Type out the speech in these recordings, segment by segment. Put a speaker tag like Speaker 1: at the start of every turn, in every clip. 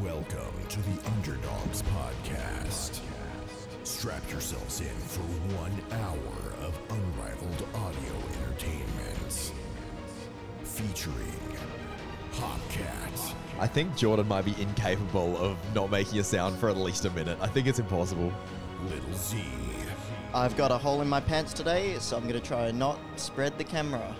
Speaker 1: Welcome to the Underdogs Podcast. Strap yourselves in for one hour of unrivaled audio entertainment. Featuring Hopcat,
Speaker 2: I think Jordan might be incapable of not making a sound for at least a minute. I think it's impossible.
Speaker 1: Little Z,
Speaker 3: I've got a hole in my pants today, so I'm going to try and not spread the camera.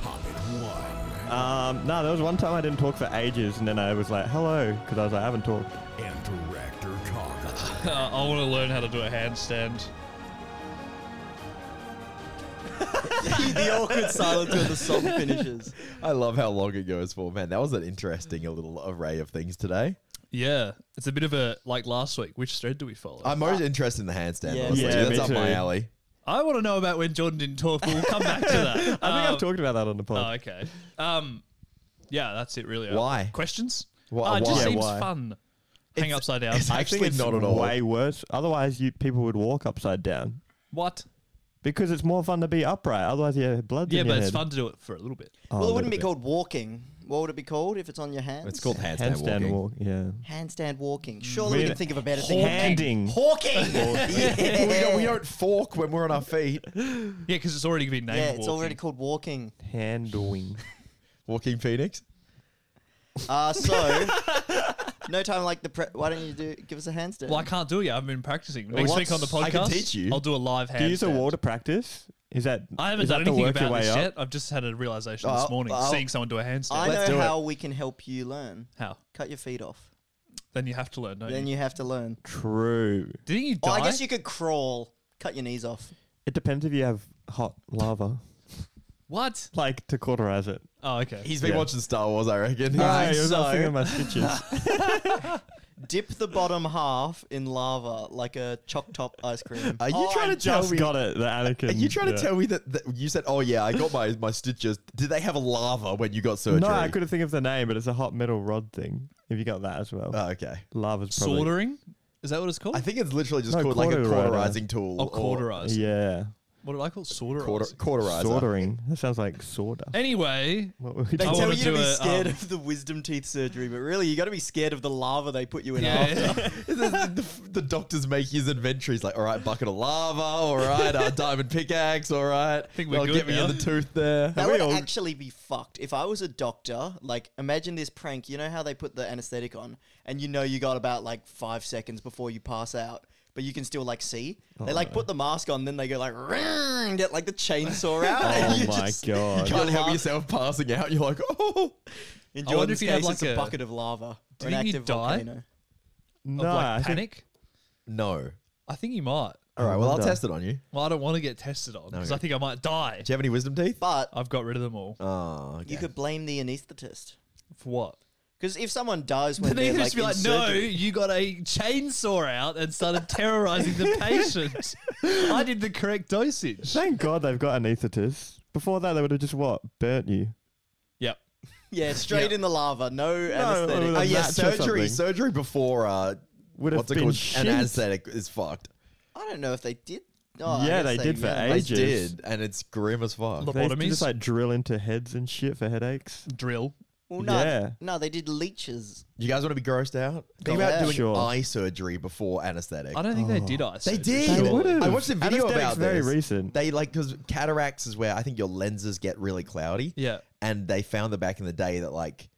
Speaker 1: Poppin' One,
Speaker 4: Um, no, there was one time I didn't talk for ages, and then I was like, "Hello," because I was like, "I haven't talked."
Speaker 1: and Director Connor.
Speaker 5: Uh, I want to learn how to do a handstand.
Speaker 3: the awkward silence when the song finishes.
Speaker 2: I love how long it goes for. Man, that was an interesting a little array of things today.
Speaker 5: Yeah, it's a bit of a like last week. Which thread do we follow?
Speaker 2: I'm most interested in the handstand,
Speaker 3: Yeah,
Speaker 2: honestly.
Speaker 4: Uh, yeah,
Speaker 2: That's
Speaker 4: me
Speaker 2: up my
Speaker 4: too.
Speaker 2: alley.
Speaker 5: I want to know about when Jordan didn't talk, but we'll come back to that. I think
Speaker 4: I think I've talked about that on the
Speaker 5: Oh,
Speaker 4: pod.
Speaker 5: okay. Um, yeah, that's it. really. Uh,
Speaker 2: Why?
Speaker 5: questions?
Speaker 2: Why-
Speaker 5: Uh, it just
Speaker 2: why?
Speaker 5: seems
Speaker 4: Yeah, why?
Speaker 5: fun. Hang upside down.
Speaker 2: it's
Speaker 4: I think
Speaker 2: actually
Speaker 4: it's
Speaker 2: not at all.
Speaker 4: Way worse. Otherwise, you people would walk upside down
Speaker 5: what?
Speaker 4: because it's more fun to be upright. Otherwise, your blood's
Speaker 5: Yeah,
Speaker 4: in your
Speaker 5: but it's
Speaker 4: head.
Speaker 5: fun to do it for a little bit.
Speaker 4: Oh,
Speaker 3: well,
Speaker 4: a
Speaker 3: it wouldn't be
Speaker 4: little
Speaker 3: called walking. What would it be called if it's on your hands?
Speaker 2: It's called handstand,
Speaker 4: bit. handstand
Speaker 2: walking.
Speaker 4: walk. Yeah.
Speaker 3: handstand walking. Surely we
Speaker 4: Really?
Speaker 3: can think of a better thing.
Speaker 4: Handing.
Speaker 3: Hawking.
Speaker 2: We, don't, we
Speaker 3: yeah.
Speaker 2: don't fork when we're on our feet.
Speaker 5: Yeah, because it's already been named.
Speaker 3: yeah, it's
Speaker 5: walking.
Speaker 3: already called walking.
Speaker 4: Handling.
Speaker 2: Walking Phoenix?
Speaker 3: Uh, so no time like the pre- why don't you do give us a handstand?
Speaker 5: Well, I can't do it. yet. I've been practicing. Next
Speaker 3: what's-
Speaker 5: week on the podcast,
Speaker 2: I can teach you.
Speaker 5: I'll do a live handstand.
Speaker 4: Do you use a wall to practice? Is that
Speaker 5: I haven't
Speaker 4: is
Speaker 5: done
Speaker 4: that the
Speaker 5: anything
Speaker 4: work your
Speaker 5: about
Speaker 4: way
Speaker 5: this
Speaker 4: up?
Speaker 5: yet. I've just had a realization
Speaker 2: Oh,
Speaker 5: this morning,
Speaker 2: well,
Speaker 5: seeing someone do a handstand.
Speaker 3: I
Speaker 2: Let's do
Speaker 3: know
Speaker 2: it.
Speaker 3: how we can help you learn.
Speaker 5: how?
Speaker 3: Cut your feet off.
Speaker 5: Then you have to learn. Don't
Speaker 3: Then
Speaker 5: you?
Speaker 3: you have to learn.
Speaker 4: True.
Speaker 5: Didn't you
Speaker 3: Oh,
Speaker 5: die?
Speaker 3: I guess you could crawl. Cut your knees off.
Speaker 4: It depends if you have hot lava,
Speaker 5: What?
Speaker 4: like to cauterize it.
Speaker 5: Oh, okay.
Speaker 2: He's been
Speaker 4: Yeah.
Speaker 2: watching Star Wars, I reckon.
Speaker 4: Right, it was
Speaker 3: so-
Speaker 4: I thinking of my stitches.
Speaker 3: Dip the bottom half in lava like a choc top ice cream.
Speaker 2: Are you
Speaker 4: Oh,
Speaker 2: trying
Speaker 4: I
Speaker 2: to tell
Speaker 4: just
Speaker 2: me?
Speaker 4: got it, the Anakin.
Speaker 2: Are you trying
Speaker 4: yeah.
Speaker 2: to tell me that, that you said, "Oh yeah, I got my my stitches"? Did they have a lava when you got surgery?
Speaker 4: No, I couldn't think of the name, but it's a hot metal rod thing. If you got that as well,
Speaker 2: Oh, okay.
Speaker 4: lava's probably
Speaker 5: Soldering? Is that what it's called?
Speaker 2: I think it's literally just
Speaker 4: No,
Speaker 2: called like a
Speaker 4: cauterizer.
Speaker 2: cauterizing tool.
Speaker 5: oh,
Speaker 2: or-
Speaker 5: cauterized.
Speaker 4: yeah,
Speaker 5: What did I call it? Sorterized.
Speaker 2: Quarter, cauterizer.
Speaker 4: soldering. That sounds like sorta.
Speaker 5: Anyway,
Speaker 4: What were we
Speaker 3: They
Speaker 5: I
Speaker 4: doing?
Speaker 3: tell
Speaker 5: wanna
Speaker 3: you to
Speaker 5: do
Speaker 3: be
Speaker 5: a,
Speaker 3: scared
Speaker 5: um,
Speaker 3: of the wisdom teeth surgery, but really, you got to be scared of the lava they put you in after.
Speaker 5: yeah.
Speaker 2: the, the doctors make his inventory. He's like, all right, bucket of lava, all right, uh, diamond pickaxe, all right.
Speaker 5: Think we're
Speaker 2: They'll
Speaker 5: good
Speaker 2: get me
Speaker 5: now.
Speaker 2: in the tooth there.
Speaker 3: That
Speaker 4: we
Speaker 3: would
Speaker 4: all-
Speaker 3: actually be fucked. If I was a doctor, like, imagine this prank. You know how they put the anesthetic on, and you know you got about like five seconds before you pass out, but you can still like see.
Speaker 2: Oh,
Speaker 3: They like put the mask on, then they go like, "Rrrr," and get like the chainsaw out. and
Speaker 4: Oh
Speaker 3: you
Speaker 4: my
Speaker 3: just-
Speaker 4: god!
Speaker 2: Can't help
Speaker 3: laugh.
Speaker 2: yourself passing out. You're like, oh.
Speaker 3: In
Speaker 5: I wonder
Speaker 3: Jordan's
Speaker 5: if you
Speaker 3: case,
Speaker 5: have,
Speaker 3: it's
Speaker 5: like,
Speaker 3: a
Speaker 5: a-
Speaker 3: bucket of lava. or an
Speaker 5: Didn't you
Speaker 3: active
Speaker 5: die?
Speaker 3: volcano.
Speaker 4: No,
Speaker 5: Of
Speaker 4: I
Speaker 5: like
Speaker 4: think-
Speaker 5: panic?
Speaker 2: No.
Speaker 5: I think you might.
Speaker 2: All right, well, I'll
Speaker 4: wonder.
Speaker 2: test it on you. Do
Speaker 5: Well, I don't want to get tested on because
Speaker 2: No.
Speaker 5: I think I might die.
Speaker 2: you have any wisdom teeth?
Speaker 3: But
Speaker 5: I've got rid of them all.
Speaker 2: Oh, okay.
Speaker 3: you could blame the anesthetist.
Speaker 5: For what?
Speaker 3: Because if someone dies when
Speaker 5: But
Speaker 3: they're
Speaker 5: they
Speaker 3: like,
Speaker 5: just be
Speaker 3: in
Speaker 5: like, no,
Speaker 3: surgery,
Speaker 5: you got a chainsaw out and started terrorizing the patient. I did the correct dosage.
Speaker 4: Thank God they've got anaesthetists. Before that, they would have just what burnt you.
Speaker 5: Yep.
Speaker 3: yeah, straight in the lava, no,
Speaker 4: it
Speaker 3: anesthetic.
Speaker 4: would
Speaker 2: Oh,
Speaker 4: have
Speaker 2: yeah,
Speaker 4: match or
Speaker 2: surgery.
Speaker 4: something.
Speaker 2: Surgery before, uh,
Speaker 4: Would have
Speaker 2: what's it
Speaker 4: been
Speaker 2: called?
Speaker 4: shit.
Speaker 2: An anesthetic is fucked.
Speaker 3: I don't know if they did. Oh, I
Speaker 4: Yeah,
Speaker 3: guess
Speaker 4: they did for
Speaker 3: may-
Speaker 2: They
Speaker 4: ages.
Speaker 2: did, and it's grim as fuck.
Speaker 5: Look-
Speaker 4: They used to
Speaker 5: Lobotomies?
Speaker 4: just like drill into heads and shit for headaches.
Speaker 5: Drill.
Speaker 3: Well, no,
Speaker 4: Yeah.
Speaker 3: no, they did leeches.
Speaker 2: You guys want to be grossed out? Think
Speaker 3: Go
Speaker 2: about
Speaker 3: ahead.
Speaker 2: doing
Speaker 4: Sure.
Speaker 2: eye surgery before anesthetic.
Speaker 5: I don't think they
Speaker 4: Oh.
Speaker 5: did ice.
Speaker 2: They
Speaker 5: surgery.
Speaker 2: did.
Speaker 4: They would've.
Speaker 2: I watched a video
Speaker 4: Anesthetic's
Speaker 2: about
Speaker 4: very
Speaker 2: this.
Speaker 4: recent.
Speaker 2: They like because cataracts is where I think your lenses get really cloudy.
Speaker 5: Yeah.
Speaker 2: and they found that back in the day that like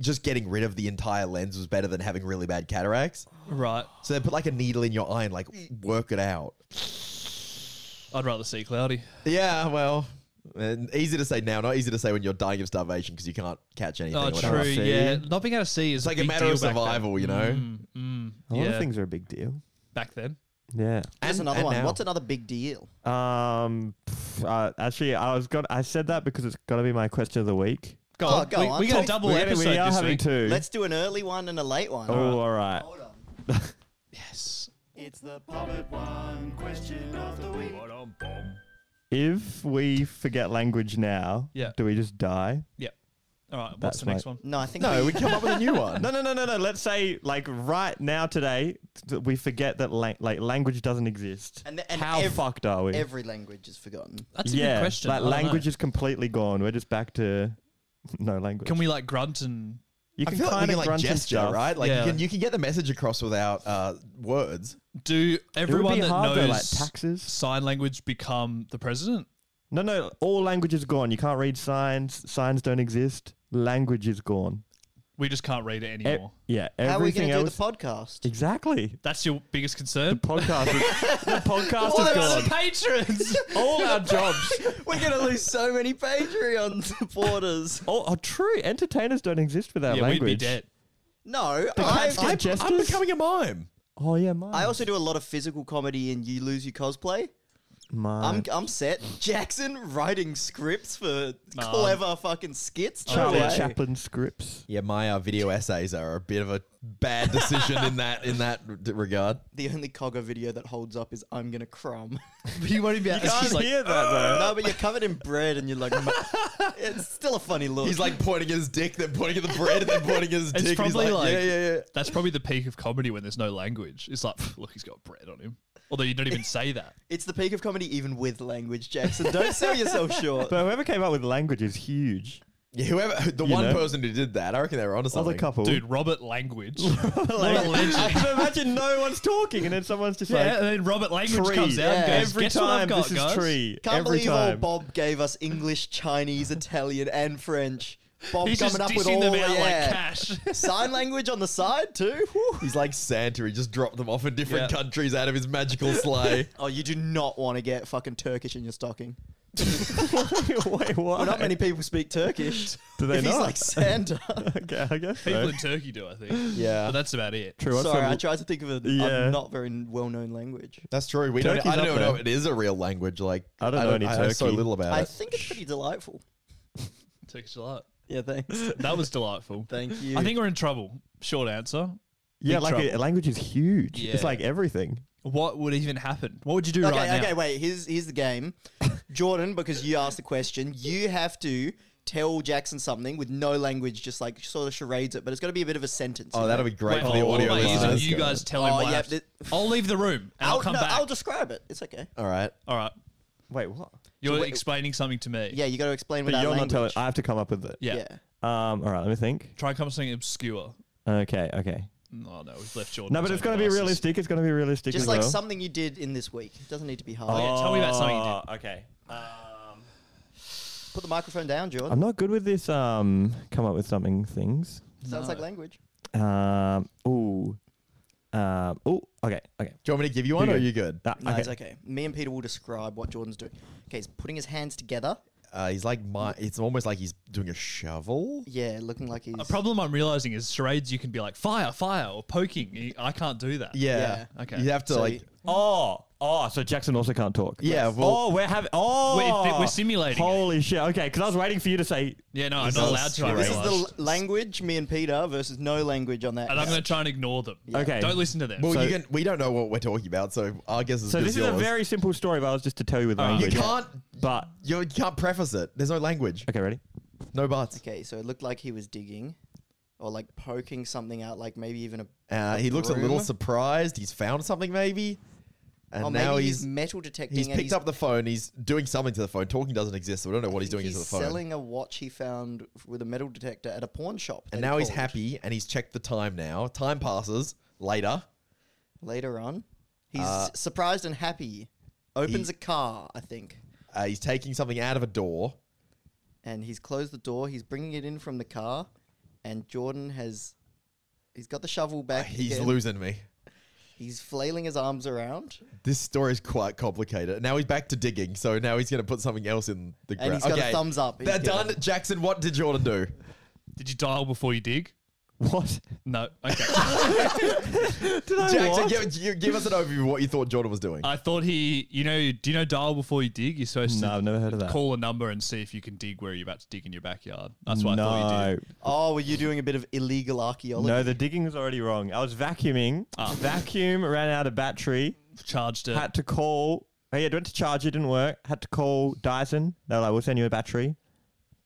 Speaker 2: just getting rid of the entire lens was better than having really bad cataracts.
Speaker 5: Right.
Speaker 2: So they put like a needle in your eye and like work it out.
Speaker 5: I'd rather see cloudy.
Speaker 2: Yeah, well, and easy to say now, not easy to say when you're dying of starvation because you can't catch anything.
Speaker 5: Oh,
Speaker 2: or whatever.
Speaker 5: true.
Speaker 4: see.
Speaker 5: Yeah, not being able to see
Speaker 2: It's
Speaker 5: is
Speaker 2: like
Speaker 5: a,
Speaker 2: a
Speaker 5: big
Speaker 2: matter
Speaker 5: deal
Speaker 2: of
Speaker 5: back then.
Speaker 2: survival, you know.
Speaker 5: Mm,
Speaker 4: A lot
Speaker 5: yeah,
Speaker 4: of things are a big deal.
Speaker 5: back then.
Speaker 4: Yeah.
Speaker 2: And-
Speaker 3: There's another
Speaker 2: and
Speaker 3: one.
Speaker 2: now.
Speaker 3: What's another big deal?
Speaker 4: Um, pff, uh, actually, I was got. I said that because it's got to be my question of the week.
Speaker 5: Go
Speaker 3: Oh,
Speaker 5: on.
Speaker 3: go
Speaker 5: we,
Speaker 3: on.
Speaker 5: we got a
Speaker 3: Talk-
Speaker 5: double
Speaker 4: We're gonna-
Speaker 5: episode.
Speaker 4: we are
Speaker 5: this
Speaker 4: having
Speaker 5: week.
Speaker 4: two.
Speaker 3: Let's do an early one and a late one.
Speaker 4: Oh, all right.
Speaker 3: Hold on.
Speaker 5: Yes.
Speaker 3: It's the puppet one question of the week.
Speaker 4: If we forget language now,
Speaker 5: Yeah.
Speaker 4: do we just die?
Speaker 5: Yep. All right. What's
Speaker 4: That's
Speaker 5: the next
Speaker 4: my-
Speaker 5: one?
Speaker 3: No, I think
Speaker 2: No, we come up with a new one.
Speaker 4: No, no, no, no, no. Let's say like right now today, th- we forget that lang- like language doesn't exist.
Speaker 3: And the- and
Speaker 4: how
Speaker 3: ev-
Speaker 4: fucked are we?
Speaker 3: every language is forgotten.
Speaker 5: That's a
Speaker 4: yeah,
Speaker 5: good question. I
Speaker 4: like
Speaker 5: don't know.
Speaker 4: language is completely gone. We're just back to no language.
Speaker 5: Can we like grunt and?
Speaker 4: You
Speaker 2: I
Speaker 4: can
Speaker 2: feel like we
Speaker 4: kind
Speaker 2: can
Speaker 4: of
Speaker 2: like
Speaker 4: grunt and
Speaker 2: gesture,
Speaker 4: stuff.
Speaker 2: right? Like
Speaker 5: Yeah.
Speaker 2: you can you can get the message across without uh, words.
Speaker 5: Do everyone
Speaker 4: be
Speaker 5: that
Speaker 4: hard, though,
Speaker 5: knows
Speaker 4: like taxes.
Speaker 5: sign language become the president?
Speaker 4: No, no. All language is gone. You can't read signs. Signs don't exist. Language is gone.
Speaker 5: We just can't read it
Speaker 4: E-
Speaker 5: anymore.
Speaker 4: yeah,
Speaker 3: How are we going
Speaker 4: everything
Speaker 3: to do the
Speaker 4: else.
Speaker 3: podcast?
Speaker 4: exactly.
Speaker 5: That's your biggest concern.
Speaker 4: Podcast. is, the podcast
Speaker 5: What
Speaker 4: is
Speaker 5: about
Speaker 4: gone.
Speaker 5: the patrons?
Speaker 4: All our jobs.
Speaker 3: We're going to lose so many Patreon supporters.
Speaker 4: Oh, oh, true. Entertainers don't exist without
Speaker 5: yeah,
Speaker 4: language.
Speaker 5: we'd be dead.
Speaker 3: No,
Speaker 4: cats
Speaker 3: I,
Speaker 4: get
Speaker 3: I,
Speaker 4: jet-
Speaker 2: I'm
Speaker 4: Gestures?
Speaker 2: becoming a mime.
Speaker 4: Oh yeah, mine.
Speaker 3: I also do a lot of physical comedy in You Lose Your Cosplay.
Speaker 4: mine.
Speaker 3: I'm, I'm set. Jackson writing scripts for clever fucking skits. No
Speaker 4: Charlie
Speaker 3: way.
Speaker 4: Chaplin scripts.
Speaker 2: Yeah, my uh, video essays are a bit of a bad decision in that in that r- regard.
Speaker 3: The only Cogger video that holds up is I'm going to crumb.
Speaker 5: you won't even be able
Speaker 4: I
Speaker 5: like,
Speaker 4: hear that though.
Speaker 3: no, but you're covered in bread and you're like, it's still a funny look.
Speaker 2: He's like pointing at his dick, then pointing at the bread, and then pointing at his
Speaker 5: It's
Speaker 2: dick. and he's
Speaker 5: probably like-
Speaker 2: yeah, yeah, yeah.
Speaker 5: That's probably the peak of comedy when there's no language. It's like, "Pff, look, he's got bread on him. Although you don't even say that.
Speaker 3: It's the peak of comedy, even with language, Jackson. Don't sell yourself short.
Speaker 4: But whoever came up with language is huge.
Speaker 2: Yeah, whoever the
Speaker 4: You
Speaker 2: one
Speaker 4: know?
Speaker 2: person who did that, I reckon they were onto
Speaker 4: Other
Speaker 2: something.
Speaker 4: couple.
Speaker 5: Dude, Robert Language.
Speaker 4: like,
Speaker 5: what a legend.
Speaker 4: I can imagine no one's talking and then someone's just
Speaker 5: yeah, and
Speaker 4: like
Speaker 5: then Robert Language
Speaker 4: tree.
Speaker 5: comes out and
Speaker 3: Yeah.
Speaker 5: goes,
Speaker 4: Every
Speaker 5: Guess
Speaker 4: time
Speaker 5: what I've got,
Speaker 4: this is
Speaker 5: guys?
Speaker 4: tree.
Speaker 3: Can't
Speaker 4: Every
Speaker 3: believe
Speaker 4: time.
Speaker 3: old Bob gave us English, Chinese, Italian, and French. Bob
Speaker 5: He's
Speaker 3: coming
Speaker 5: just
Speaker 3: up with
Speaker 5: dishing
Speaker 3: all
Speaker 5: them
Speaker 3: the
Speaker 5: out like
Speaker 3: yeah.
Speaker 5: cash.
Speaker 3: sign language on the side too. Whew.
Speaker 2: He's like Santa. He just dropped them off in different
Speaker 5: Yeah.
Speaker 2: countries out of his magical sleigh.
Speaker 3: Oh, you do not want to get fucking Turkish in your stocking.
Speaker 4: Wait,
Speaker 3: Well,
Speaker 4: what?
Speaker 3: not many people speak Turkish.
Speaker 4: Do they
Speaker 3: if
Speaker 4: not?
Speaker 3: He's like Santa.
Speaker 4: okay, I guess so.
Speaker 5: People in Turkey do, I think.
Speaker 2: Yeah.
Speaker 5: But that's about it.
Speaker 4: True. what's
Speaker 3: Sorry,
Speaker 4: the-
Speaker 3: I tried to think of a a
Speaker 4: Yeah.
Speaker 3: not very well-known language.
Speaker 2: That's true. We
Speaker 4: Turkey's
Speaker 2: don't. I don't
Speaker 4: up
Speaker 2: even know
Speaker 4: there.
Speaker 2: if it is a real language. Like
Speaker 4: I don't know any
Speaker 2: I know so
Speaker 4: Turkey.
Speaker 2: little about
Speaker 3: I
Speaker 2: it.
Speaker 3: think it's pretty delightful.
Speaker 5: Turkish a lot.
Speaker 3: Yeah, thanks.
Speaker 5: That was delightful.
Speaker 3: Thank you.
Speaker 5: I think we're in trouble. Short answer.
Speaker 4: yeah,
Speaker 5: Big
Speaker 4: like
Speaker 5: trouble.
Speaker 4: a, language is huge. It's
Speaker 5: Yeah.
Speaker 4: like everything.
Speaker 5: What would even happen? What would you do
Speaker 3: Okay,
Speaker 5: right now?
Speaker 3: okay, wait. Here's here's the game, Jordan. Because you asked the question, you have to tell Jackson something with no language, just like sort of charades it. But it's got to be a bit of a sentence.
Speaker 2: oh,
Speaker 3: okay?
Speaker 2: that'll be great
Speaker 5: Wait,
Speaker 2: for the
Speaker 5: oh,
Speaker 2: audio
Speaker 5: wait, isn't
Speaker 2: listeners.
Speaker 5: you guys tell him
Speaker 3: Oh,
Speaker 5: what I
Speaker 3: yeah,
Speaker 5: have to-
Speaker 3: th-
Speaker 5: I'll leave the room and I'll, come
Speaker 3: no,
Speaker 5: back.
Speaker 3: I'll describe it. It's okay.
Speaker 2: All right.
Speaker 5: All right.
Speaker 4: Wait, what?
Speaker 5: You're explaining something to me.
Speaker 3: Yeah, you got to explain
Speaker 4: But
Speaker 3: without
Speaker 4: you're
Speaker 3: language.
Speaker 4: not telling. I have to come up with it.
Speaker 5: Yeah.
Speaker 3: yeah.
Speaker 4: Um. All right. Let me think.
Speaker 5: Try and come up with something obscure.
Speaker 4: Okay. Okay.
Speaker 5: Oh, no. We've left Jordan.
Speaker 4: No, but
Speaker 5: his
Speaker 4: it's
Speaker 5: own
Speaker 4: gonna be
Speaker 5: devices.
Speaker 4: realistic. It's gonna be realistic.
Speaker 3: Just
Speaker 4: as
Speaker 3: like
Speaker 4: well.
Speaker 3: something you did in this week. It doesn't need to be hard.
Speaker 5: Oh, yeah, tell me about something you
Speaker 4: Oh, Okay. Um,
Speaker 3: Put the microphone down, Jordan.
Speaker 4: I'm not good with this. Um, come up with something things.
Speaker 3: Sounds like language.
Speaker 4: Um. Ooh. Um. Ooh. Okay.
Speaker 2: Do
Speaker 4: Okay.
Speaker 2: you want me to give you one,
Speaker 4: You
Speaker 2: or are
Speaker 4: go.
Speaker 2: you Oh, good?
Speaker 4: Ah,
Speaker 3: No, it's okay. Me and Peter will describe what Jordan's doing. Okay, he's putting his hands together.
Speaker 2: Uh, he's like my. It's almost like he's doing a shovel.
Speaker 3: Yeah, looking like he's.
Speaker 5: A problem I'm realizing is charades, you can be like, fire, fire, or poking. I can't do that.
Speaker 2: Yeah.
Speaker 5: Yeah. Okay.
Speaker 2: You have to
Speaker 3: So
Speaker 2: like.
Speaker 3: you-
Speaker 4: Oh, oh, so Jackson also can't talk.
Speaker 2: Yeah, well-
Speaker 4: oh, we're having. Oh,
Speaker 5: We're- we're simulating it.
Speaker 4: Holy shit! Okay, because I was waiting for you to say.
Speaker 5: Yeah, no, I'm
Speaker 2: This
Speaker 5: not
Speaker 2: is
Speaker 5: allowed to. I
Speaker 2: charades.
Speaker 3: This is the
Speaker 5: realised.
Speaker 3: l- language, me and Peter, versus no language on that.
Speaker 5: and I'm going to try and ignore them.
Speaker 4: Okay.
Speaker 5: Don't listen to them.
Speaker 2: Well,
Speaker 4: So-
Speaker 2: you can. We don't know what we're talking about, so I guess it's
Speaker 4: So this is a
Speaker 2: yours.
Speaker 4: very simple story, but I was just to tell you with
Speaker 2: You
Speaker 4: language.
Speaker 2: can't.
Speaker 4: But
Speaker 2: You can't preface it. There's no language.
Speaker 4: okay, ready?
Speaker 2: No buts.
Speaker 3: Okay, so it looked like he was digging or like poking something out, like maybe even a.
Speaker 2: Uh, he looks a
Speaker 3: broom?
Speaker 2: little surprised. He's found something, maybe. And
Speaker 3: or
Speaker 2: now
Speaker 3: Oh, maybe
Speaker 2: he's
Speaker 3: he's metal detecting.
Speaker 2: he's
Speaker 3: and
Speaker 2: picked up the phone. He's doing something to the phone. Talking doesn't exist, so we don't know what he's doing
Speaker 3: he's
Speaker 2: to the phone.
Speaker 3: selling a watch he found f- with a metal detector at a pawn shop. that
Speaker 2: and
Speaker 3: he
Speaker 2: now he's
Speaker 3: called.
Speaker 2: happy, and he's checked the time. Now time passes. Later,
Speaker 3: Later on, he's
Speaker 2: Uh,
Speaker 3: s- surprised and happy. Opens a car, I think,
Speaker 2: uh, he's taking something out of a door.
Speaker 3: and he's closed the door. He's bringing it in from the car, and Jordan has. He's got the shovel back.
Speaker 2: He's
Speaker 3: again.
Speaker 2: losing me.
Speaker 3: He's flailing his arms around,
Speaker 2: This story is quite complicated. Now he's back to digging, so now he's going to put something else in the ground.
Speaker 3: and he's got a thumbs up. He's
Speaker 2: They're
Speaker 3: given.
Speaker 2: done. Jackson, what did Jordan do?
Speaker 5: Did you dial before you dig?
Speaker 4: What?
Speaker 5: No. Okay.
Speaker 4: Did I
Speaker 2: Jackson,
Speaker 4: what?
Speaker 2: give, you- give us an overview of what you thought Jordan was doing.
Speaker 5: I thought he, you know, do you know dial before you dig? You're supposed
Speaker 4: No,
Speaker 5: to
Speaker 4: I've never heard of that.
Speaker 5: call a number and see if you can dig where you're about to dig in your backyard. That's what I thought you did.
Speaker 3: Oh, were you doing a bit of illegal archaeology?
Speaker 4: No, the digging was already wrong. I was vacuuming. Vacuum ran out of battery.
Speaker 5: Charged it.
Speaker 4: Had to call. Oh yeah, went to charge it, didn't work. Had to call Dyson. They were like, "We'll send you a battery.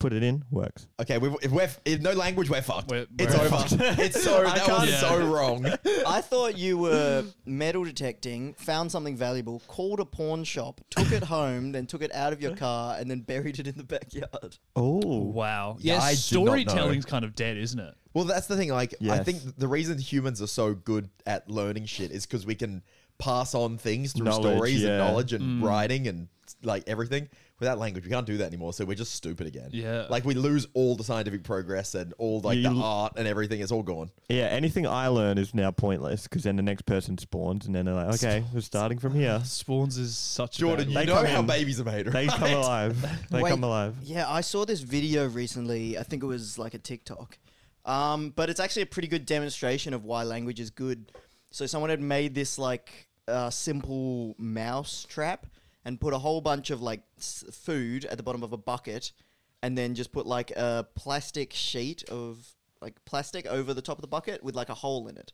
Speaker 4: Put it in, works."
Speaker 2: okay, we've, if we're f- if no language, we're fucked.
Speaker 5: We're-
Speaker 2: it's
Speaker 5: we're
Speaker 2: over. It's so
Speaker 4: I
Speaker 2: that was
Speaker 5: can't-
Speaker 2: so
Speaker 5: Yeah.
Speaker 2: wrong.
Speaker 3: I thought you were metal detecting, found something valuable, called a pawn shop, took it home, then took it out of your car, and then buried it in the backyard.
Speaker 4: Oh,
Speaker 5: Wow.
Speaker 2: Yeah,
Speaker 5: Yeah,
Speaker 2: I did not
Speaker 5: storytelling's kind of dead, isn't it?
Speaker 2: Well, that's the thing. Like, I
Speaker 4: Yes.
Speaker 2: think the reason humans are so good at learning shit is because we can pass on things through
Speaker 4: Knowledge,
Speaker 2: stories and
Speaker 4: yeah.
Speaker 2: knowledge and writing and like everything. Without language, we can't do that anymore. So we're just stupid again.
Speaker 5: Yeah.
Speaker 2: like we lose all the scientific progress and all like the
Speaker 4: You-
Speaker 2: art and everything. It's all gone.
Speaker 4: yeah. Anything I learn is now pointless because then the next person spawns, and then they're like, "Okay, we're starting from here."
Speaker 5: Spawns is such
Speaker 2: Jordan,
Speaker 5: a
Speaker 2: you
Speaker 5: bad
Speaker 4: They
Speaker 2: know
Speaker 4: come
Speaker 2: how
Speaker 4: in.
Speaker 2: babies are made,
Speaker 4: They
Speaker 2: right?
Speaker 4: come alive. They
Speaker 3: Wait,
Speaker 4: come alive.
Speaker 3: Yeah, I saw this video recently. I think it was like a TikTok. Um, but it's actually a pretty good demonstration of why language is good. So someone had made this like uh, simple mouse trap and put a whole bunch of like s- food at the bottom of a bucket and then just put like a plastic sheet of like plastic over the top of the bucket with like a hole in it.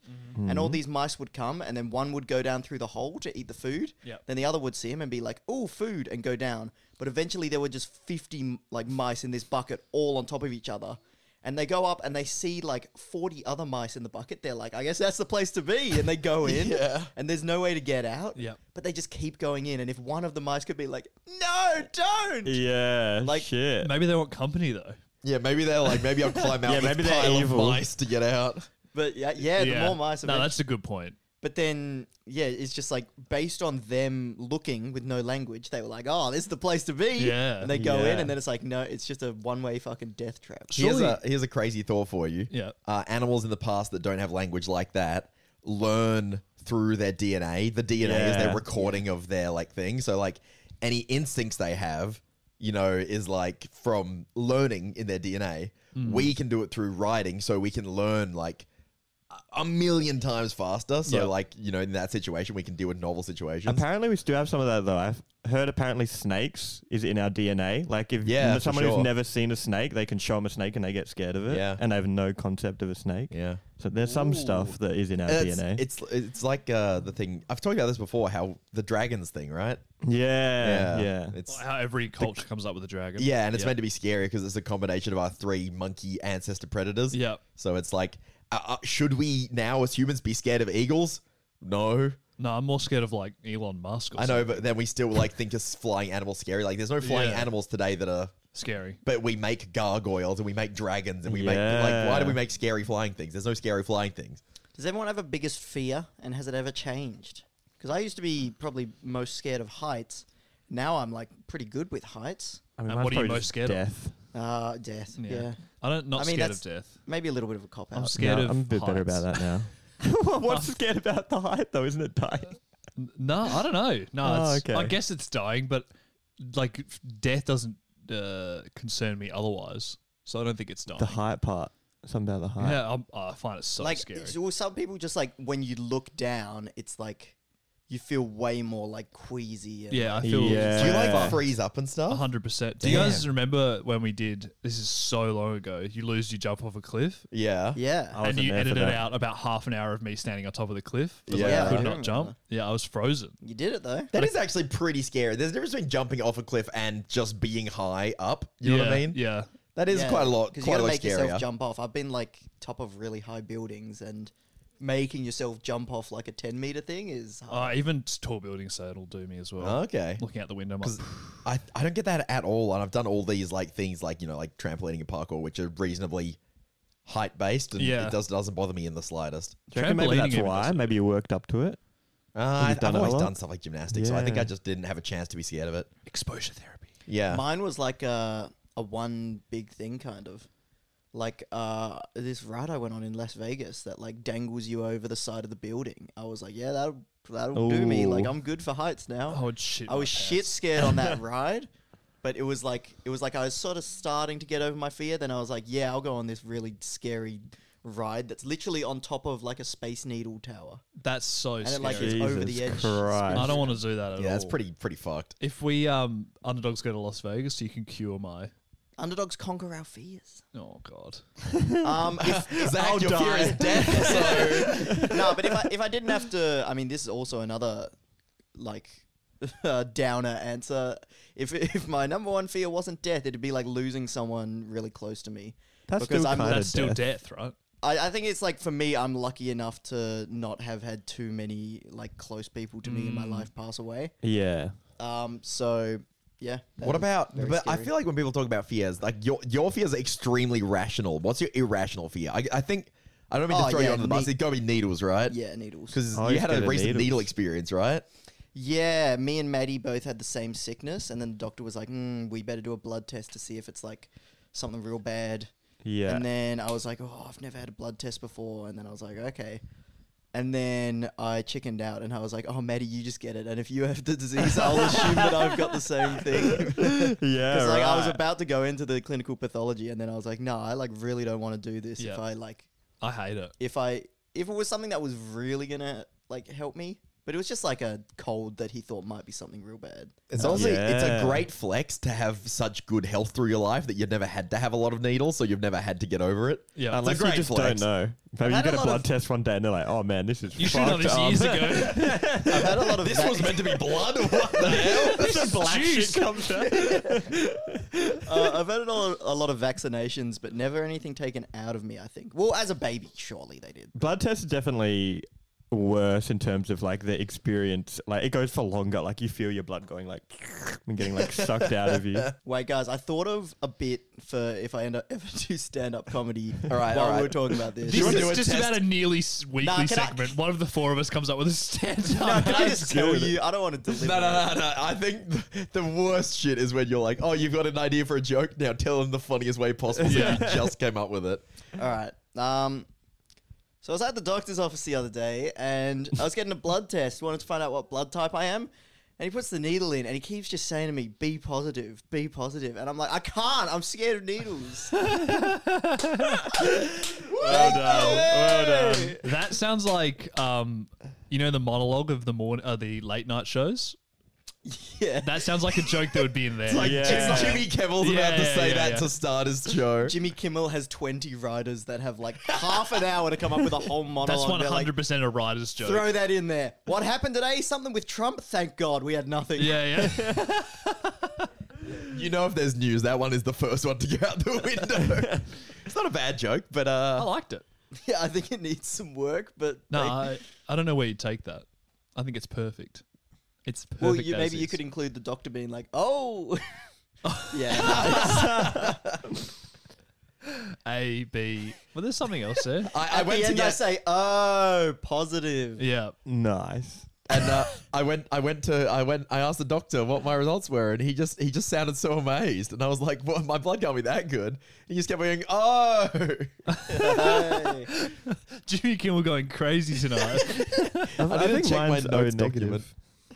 Speaker 3: And all these mice would come and then one would go down through the hole to eat the food.
Speaker 5: Yep.
Speaker 3: Then the other would see him and be like, "Oh, food," and go down. But eventually, there were just fifty m- like mice in this bucket, all on top of each other. And they go up and they see like forty other mice in the bucket. They're like, "I guess that's the place to be." And they go in, and there's no way to get out.
Speaker 5: Yep.
Speaker 3: But they just keep going in, and if one of the mice could be like, "No, don't,"
Speaker 4: Yeah.
Speaker 3: Like-
Speaker 4: shit.
Speaker 5: Maybe they want company though.
Speaker 2: yeah, maybe they're like, maybe I'll climb out
Speaker 4: Yeah,
Speaker 2: this
Speaker 4: maybe they're
Speaker 2: pile of
Speaker 4: evil.
Speaker 2: mice to get out.
Speaker 3: but yeah, yeah, the more mice.
Speaker 5: No,
Speaker 3: eventually-
Speaker 5: that's a good point.
Speaker 3: But then, yeah, it's just like based on them looking with no language, they were like, "Oh, this is the place to be."
Speaker 5: Yeah.
Speaker 3: and they go in,
Speaker 4: Yeah.
Speaker 3: and then it's like, no, it's just a one-way fucking death trap.
Speaker 2: Here's a here's a crazy thought for you.
Speaker 5: Yeah.
Speaker 2: Uh, animals in the past that don't have language like that learn through their DNA. The DNA is their
Speaker 4: Yeah.
Speaker 2: recording of their like thing. So like any instincts they have, you know, is like from learning in their DNA.
Speaker 4: Hmm.
Speaker 2: We can do it through writing, so we can learn like a- a million times faster. So
Speaker 5: Yeah.
Speaker 2: like you know, in that situation, we can deal with novel situations.
Speaker 4: Apparently, we still have some of that though. I've heard apparently snakes is in our DNA. Like if
Speaker 2: Yeah, for
Speaker 4: someone
Speaker 2: sure.
Speaker 4: who's never seen a snake, they can show them a snake and they get scared of it,
Speaker 2: Yeah.
Speaker 4: and they have no concept of a snake.
Speaker 2: Yeah.
Speaker 4: So there's some stuff that is in our
Speaker 2: And
Speaker 4: DNA.
Speaker 2: It's, it's it's like uh, the thing I've talked about this before. How the dragons thing, right?
Speaker 4: yeah, yeah.
Speaker 2: It's
Speaker 5: How every culture comes up with a dragon.
Speaker 2: Yeah, and it's meant to be scary because it's a combination of our three monkey ancestor predators.
Speaker 5: Yeah.
Speaker 2: So it's like, uh, uh, should we now as humans be scared of eagles? No.
Speaker 5: No, I'm more scared of like Elon Musk. Or
Speaker 2: I know, but then we still like think is flying animals scary. Like, there's no flying
Speaker 5: Yeah.
Speaker 2: animals today that are.
Speaker 5: Scary.
Speaker 2: But we make gargoyles and we make dragons and we make like. Why do we
Speaker 4: Yeah.
Speaker 2: make scary flying things? There's no scary flying things.
Speaker 3: Does everyone have a biggest fear, and has it ever changed? Because I used to be probably most scared of heights. Now I'm like pretty good with heights.
Speaker 4: I mean,
Speaker 5: And
Speaker 4: mine's
Speaker 5: what are you
Speaker 4: probably
Speaker 5: most
Speaker 4: just
Speaker 5: scared of?
Speaker 4: death.
Speaker 3: Uh, death. Yeah.
Speaker 5: I don't not
Speaker 3: I mean,
Speaker 5: scared
Speaker 3: that's
Speaker 5: of death.
Speaker 3: Maybe a little bit of a cop
Speaker 5: I'm
Speaker 3: out.
Speaker 5: scared
Speaker 4: No,
Speaker 5: of
Speaker 4: I'm a bit better about
Speaker 5: heights.
Speaker 4: that now. Oh. What's scared about the height though? Isn't it dying?
Speaker 5: No, I don't know. No,
Speaker 4: Oh,
Speaker 5: it's, I
Speaker 4: okay.
Speaker 5: guess it's dying, but like f- death doesn't uh, concern me otherwise. So I don't think it's dying.
Speaker 4: The height part. Something about the height.
Speaker 5: yeah, I'm, I find it so
Speaker 3: like,
Speaker 5: scary.
Speaker 3: it's- well, some people just like when you look down, it's like you feel way more like queasy. And,
Speaker 5: Yeah, I feel
Speaker 4: Yeah.
Speaker 2: Do you like
Speaker 4: Yeah.
Speaker 2: freeze up and stuff?
Speaker 5: hundred percent. Do you guys remember when we did? This is so long ago. You lose, you jump off a cliff,
Speaker 2: Yeah.
Speaker 3: Yeah.
Speaker 4: I
Speaker 5: and
Speaker 4: wasn't
Speaker 5: you
Speaker 4: there for
Speaker 5: edited
Speaker 4: that.
Speaker 5: out about half an hour of me standing on top of the cliff. 'cause
Speaker 2: Yeah.
Speaker 5: I
Speaker 3: I
Speaker 5: could
Speaker 3: remember.
Speaker 5: not jump. Yeah, I was frozen.
Speaker 3: You did it though.
Speaker 2: That is actually pretty scary. There's a difference between jumping off a cliff and just being high up. You know
Speaker 5: yeah,
Speaker 2: what I mean?
Speaker 5: Yeah,
Speaker 2: That is
Speaker 3: Yeah,
Speaker 2: quite a lot.
Speaker 3: you
Speaker 2: Quite a
Speaker 3: gotta
Speaker 2: lot
Speaker 3: make yourself
Speaker 2: scarier.
Speaker 3: jump off. I've been like top of really high buildings, and making yourself jump off like a ten meter thing is hard.
Speaker 5: uh, even t- tall buildings, so it'll do me as well.
Speaker 2: Okay.
Speaker 5: looking out the window, I'm like,
Speaker 2: I, I don't get that at all. And I've done all these like things like, you know, like trampolining and parkour, which are reasonably height based and
Speaker 5: Yeah.
Speaker 2: it does, doesn't bother me in the slightest.
Speaker 4: Do you reckon maybe
Speaker 5: Trampolining
Speaker 4: that's
Speaker 5: even
Speaker 4: why?
Speaker 5: doesn't-
Speaker 4: Maybe you worked up to it.
Speaker 2: Uh, I,
Speaker 4: you've done
Speaker 2: I've
Speaker 4: it a
Speaker 2: always
Speaker 4: lot?
Speaker 2: done stuff like gymnastics, so I think I
Speaker 4: Yeah.
Speaker 2: just didn't have a chance to be scared of it.
Speaker 5: exposure therapy.
Speaker 2: Yeah.
Speaker 3: Mine was like a a one big thing kind of. Like uh, this ride I went on in Las Vegas that like dangles you over the side of the building. I was like, yeah, that'll that'll do me. Like
Speaker 4: Ooh.
Speaker 3: I'm good for heights now.
Speaker 5: I would shit
Speaker 3: I
Speaker 5: my
Speaker 3: was shit scared on that ride, but it was like it was like I was sort of starting to get over my fear. Then I was like, yeah, I'll go on this really scary ride that's literally on top of like a space needle tower.
Speaker 5: That's so
Speaker 3: it,
Speaker 5: scary.
Speaker 3: like, it's over the edge.
Speaker 5: I don't want to do that at all.
Speaker 2: Yeah, that's pretty pretty fucked.
Speaker 5: If we um underdogs go to Las Vegas, you can cure my.
Speaker 3: Underdogs conquer our fears.
Speaker 5: Oh God.
Speaker 3: Um, if,
Speaker 2: Zach,
Speaker 3: I'll
Speaker 2: your fear
Speaker 3: die.
Speaker 2: is death.
Speaker 3: no, but if I if I didn't have to, I mean, this is also another like uh, downer answer. If if my number one fear wasn't death, it'd be like losing someone really close to me.
Speaker 4: That's
Speaker 3: because
Speaker 4: still
Speaker 3: I'm-
Speaker 4: kind of
Speaker 5: That's still
Speaker 4: death.
Speaker 5: death, right?
Speaker 3: I, I think it's like for me, I'm lucky enough to not have had too many like close people to me in my life pass away.
Speaker 4: Yeah.
Speaker 3: Um, so yeah. Um,
Speaker 2: What about?
Speaker 3: very
Speaker 2: But I
Speaker 3: scary.
Speaker 2: feel like when people talk about fears, like your your fears are extremely rational. What's your irrational fear? I, I think I don't mean
Speaker 3: Oh,
Speaker 2: to throw
Speaker 3: yeah,
Speaker 2: you under the bus.
Speaker 3: ne-
Speaker 2: It's got to be needles, right?
Speaker 3: yeah needles?
Speaker 2: Because
Speaker 4: I
Speaker 2: you
Speaker 4: always
Speaker 2: had
Speaker 4: get
Speaker 2: a
Speaker 4: a
Speaker 2: recent
Speaker 4: needles.
Speaker 2: needle experience, right?
Speaker 3: Yeah, me and Maddie both had the same sickness, and then the doctor was like, mm, "We better do a blood test to see if it's like something real bad."
Speaker 4: Yeah.
Speaker 3: And then I was like, "Oh, I've never had a blood test before," and then I was like, "Okay." And then I chickened out, and I was like, "Oh, Maddie, you just get it, and if you have the disease, I'll assume that I've got the same thing."
Speaker 4: yeah.
Speaker 3: Because like I was
Speaker 4: right.
Speaker 3: about to go into the clinical pathology, and then I was like, "No, I like really don't want to do this. If
Speaker 5: Yeah.
Speaker 3: I like,
Speaker 5: I hate it.
Speaker 3: if I if it was something that was really gonna like help me, but it was just like a cold that he thought might be something real bad.
Speaker 2: It's honestly it's a
Speaker 4: Yeah.
Speaker 2: great flex to have such good health through your life that you've never had to have a lot of needles, so you've never had to get over it.
Speaker 5: Yeah.
Speaker 2: It's a
Speaker 4: Unless you
Speaker 2: great
Speaker 4: just
Speaker 2: flex.
Speaker 4: don't know. Maybe you
Speaker 3: had
Speaker 4: get
Speaker 3: a
Speaker 4: a
Speaker 3: lot
Speaker 4: blood
Speaker 3: of-
Speaker 4: test one day and they're like, oh man, this is
Speaker 5: You should
Speaker 4: fucked
Speaker 5: have this
Speaker 4: up.
Speaker 5: years ago.
Speaker 3: I've had a lot of
Speaker 2: This was meant to be blood. What the hell?
Speaker 4: This is black
Speaker 5: juice.
Speaker 4: shit comes out.
Speaker 3: uh, I've had a lot, a lot of vaccinations, but never anything taken out of me. I think. Well, as a baby, surely they did.
Speaker 4: blood tests are definitely worse in terms of like the experience. Like it goes for longer. Like you feel your blood going like and getting like sucked out of you.
Speaker 3: Wait, guys, I thought of a bit for if I end up ever do stand up comedy. all
Speaker 2: right,
Speaker 3: while
Speaker 2: all
Speaker 3: we
Speaker 2: right.
Speaker 3: were talking about this.
Speaker 5: This
Speaker 2: wanna do
Speaker 5: is
Speaker 2: a
Speaker 5: just
Speaker 2: test?
Speaker 5: about a nearly s- weekly
Speaker 3: can I-
Speaker 5: segment. One of the four of us comes up with a
Speaker 3: no,
Speaker 5: stand-up.
Speaker 3: can I just tell
Speaker 4: good.
Speaker 3: you? I don't want to deliver.
Speaker 2: No, no, no, no. I think th- the worst shit is when you're like, oh, you've got an idea for a joke. Now tell them the funniest way possible. So you just came up with it.
Speaker 3: All right. Um, so I was at the doctor's office the other day, and I was getting a blood test. Wanted to find out what blood type I am, and he puts the needle in, and he keeps just saying to me, "Be positive, be positive," and I'm like, "I can't. I'm scared of needles."
Speaker 4: Well done. Well done.
Speaker 5: That sounds like um, you know, the monologue of the morning, uh, the late night shows.
Speaker 3: yeah.
Speaker 5: That sounds like a joke that would be in there.
Speaker 2: Like,
Speaker 4: Yeah.
Speaker 2: Jim- Jimmy Kimmel's about to
Speaker 5: Yeah,
Speaker 2: say
Speaker 5: yeah,
Speaker 2: that
Speaker 5: yeah.
Speaker 2: to start his show.
Speaker 3: Jimmy Kimmel has 20 writers that have like half an hour to come up with a whole
Speaker 5: That's
Speaker 3: monologue.
Speaker 5: one
Speaker 3: They're like,
Speaker 5: hundred percent a writer's joke.
Speaker 3: Throw that in there. What happened today? Something with Trump? Thank God we had nothing.
Speaker 5: yeah, yeah.
Speaker 2: You know, if there's news, that one is the first one to go out the window. it's not a bad joke, but
Speaker 5: I
Speaker 2: uh,
Speaker 5: liked it.
Speaker 3: Yeah, I think it needs some work, but
Speaker 5: No,
Speaker 3: like-
Speaker 5: I, I don't know where you take that. I think it's perfect. It's perfect.
Speaker 3: well, you,
Speaker 5: as
Speaker 3: maybe you
Speaker 5: is.
Speaker 3: could include the doctor being like, "Oh, yeah."
Speaker 5: A B. Well, there's something else there.
Speaker 2: I, I
Speaker 3: At
Speaker 2: went to
Speaker 3: the end, I
Speaker 2: get
Speaker 3: say, "Oh, positive."
Speaker 5: yeah.
Speaker 4: Nice.
Speaker 2: and uh, I went I went to I went I asked the doctor what my results were and he just he just sounded so amazed and I was like well my blood can't be that good he just kept going oh
Speaker 3: Hey.
Speaker 5: Jimmy Kimmel going crazy tonight.
Speaker 4: I,
Speaker 2: I didn't check my notes document.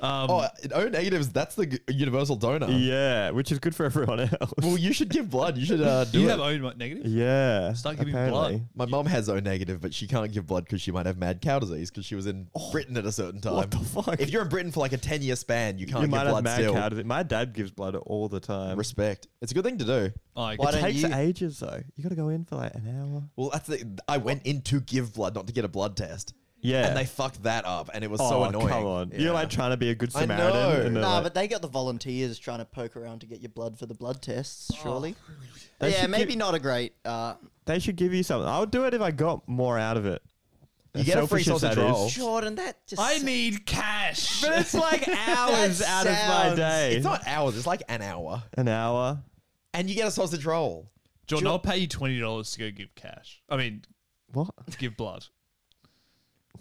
Speaker 5: Um,
Speaker 2: oh O negatives that's the g- universal donor
Speaker 4: Yeah, which is good for everyone else.
Speaker 2: Um, well you should give blood you should uh, do
Speaker 5: you
Speaker 2: it
Speaker 5: have own negative.
Speaker 4: yeah.
Speaker 5: Start giving
Speaker 4: apparently.
Speaker 5: blood.
Speaker 2: my mum has O negative but she can't give blood because she might have mad cow disease because she was in Britain at a certain time
Speaker 4: Oh. what the fuck?
Speaker 2: if you're in Britain for like a ten year span you can't
Speaker 4: You
Speaker 2: give
Speaker 4: might have
Speaker 2: blood
Speaker 4: mad
Speaker 2: still
Speaker 4: cow disease. My dad gives blood all the time.
Speaker 2: respect it's a good thing to do
Speaker 3: Why
Speaker 5: I
Speaker 4: Oh, it
Speaker 3: don't
Speaker 4: takes
Speaker 3: you-
Speaker 4: ages though. You got to go in for like an hour.
Speaker 2: well that's the I went in to give blood not to get a blood test.
Speaker 4: Yeah.
Speaker 2: And they fucked that up, and it was
Speaker 4: oh,
Speaker 2: so annoying.
Speaker 4: Come on,
Speaker 2: Yeah.
Speaker 4: you're like trying to be a good
Speaker 2: I know.
Speaker 4: Samaritan. and they're
Speaker 3: Nah,
Speaker 4: like-
Speaker 3: but they got the volunteers trying to poke around to get your blood for the blood tests. Surely,
Speaker 4: They
Speaker 3: yeah,
Speaker 4: should
Speaker 3: maybe
Speaker 4: keep-
Speaker 3: not a great. Uh,
Speaker 4: They should give you something. I would do it if I got more out of it.
Speaker 2: You get a free
Speaker 4: selfish as
Speaker 2: sausage
Speaker 4: that is.
Speaker 2: roll.
Speaker 3: Jordan, that just
Speaker 5: I need cash.
Speaker 4: But it's like hours out of my
Speaker 3: sounds-
Speaker 4: day.
Speaker 2: It's not hours; it's like an hour,
Speaker 4: an hour.
Speaker 2: and you get a sausage roll.
Speaker 5: Jordan, I'll pay you twenty dollars to go give cash. I mean,
Speaker 4: What?
Speaker 5: give blood.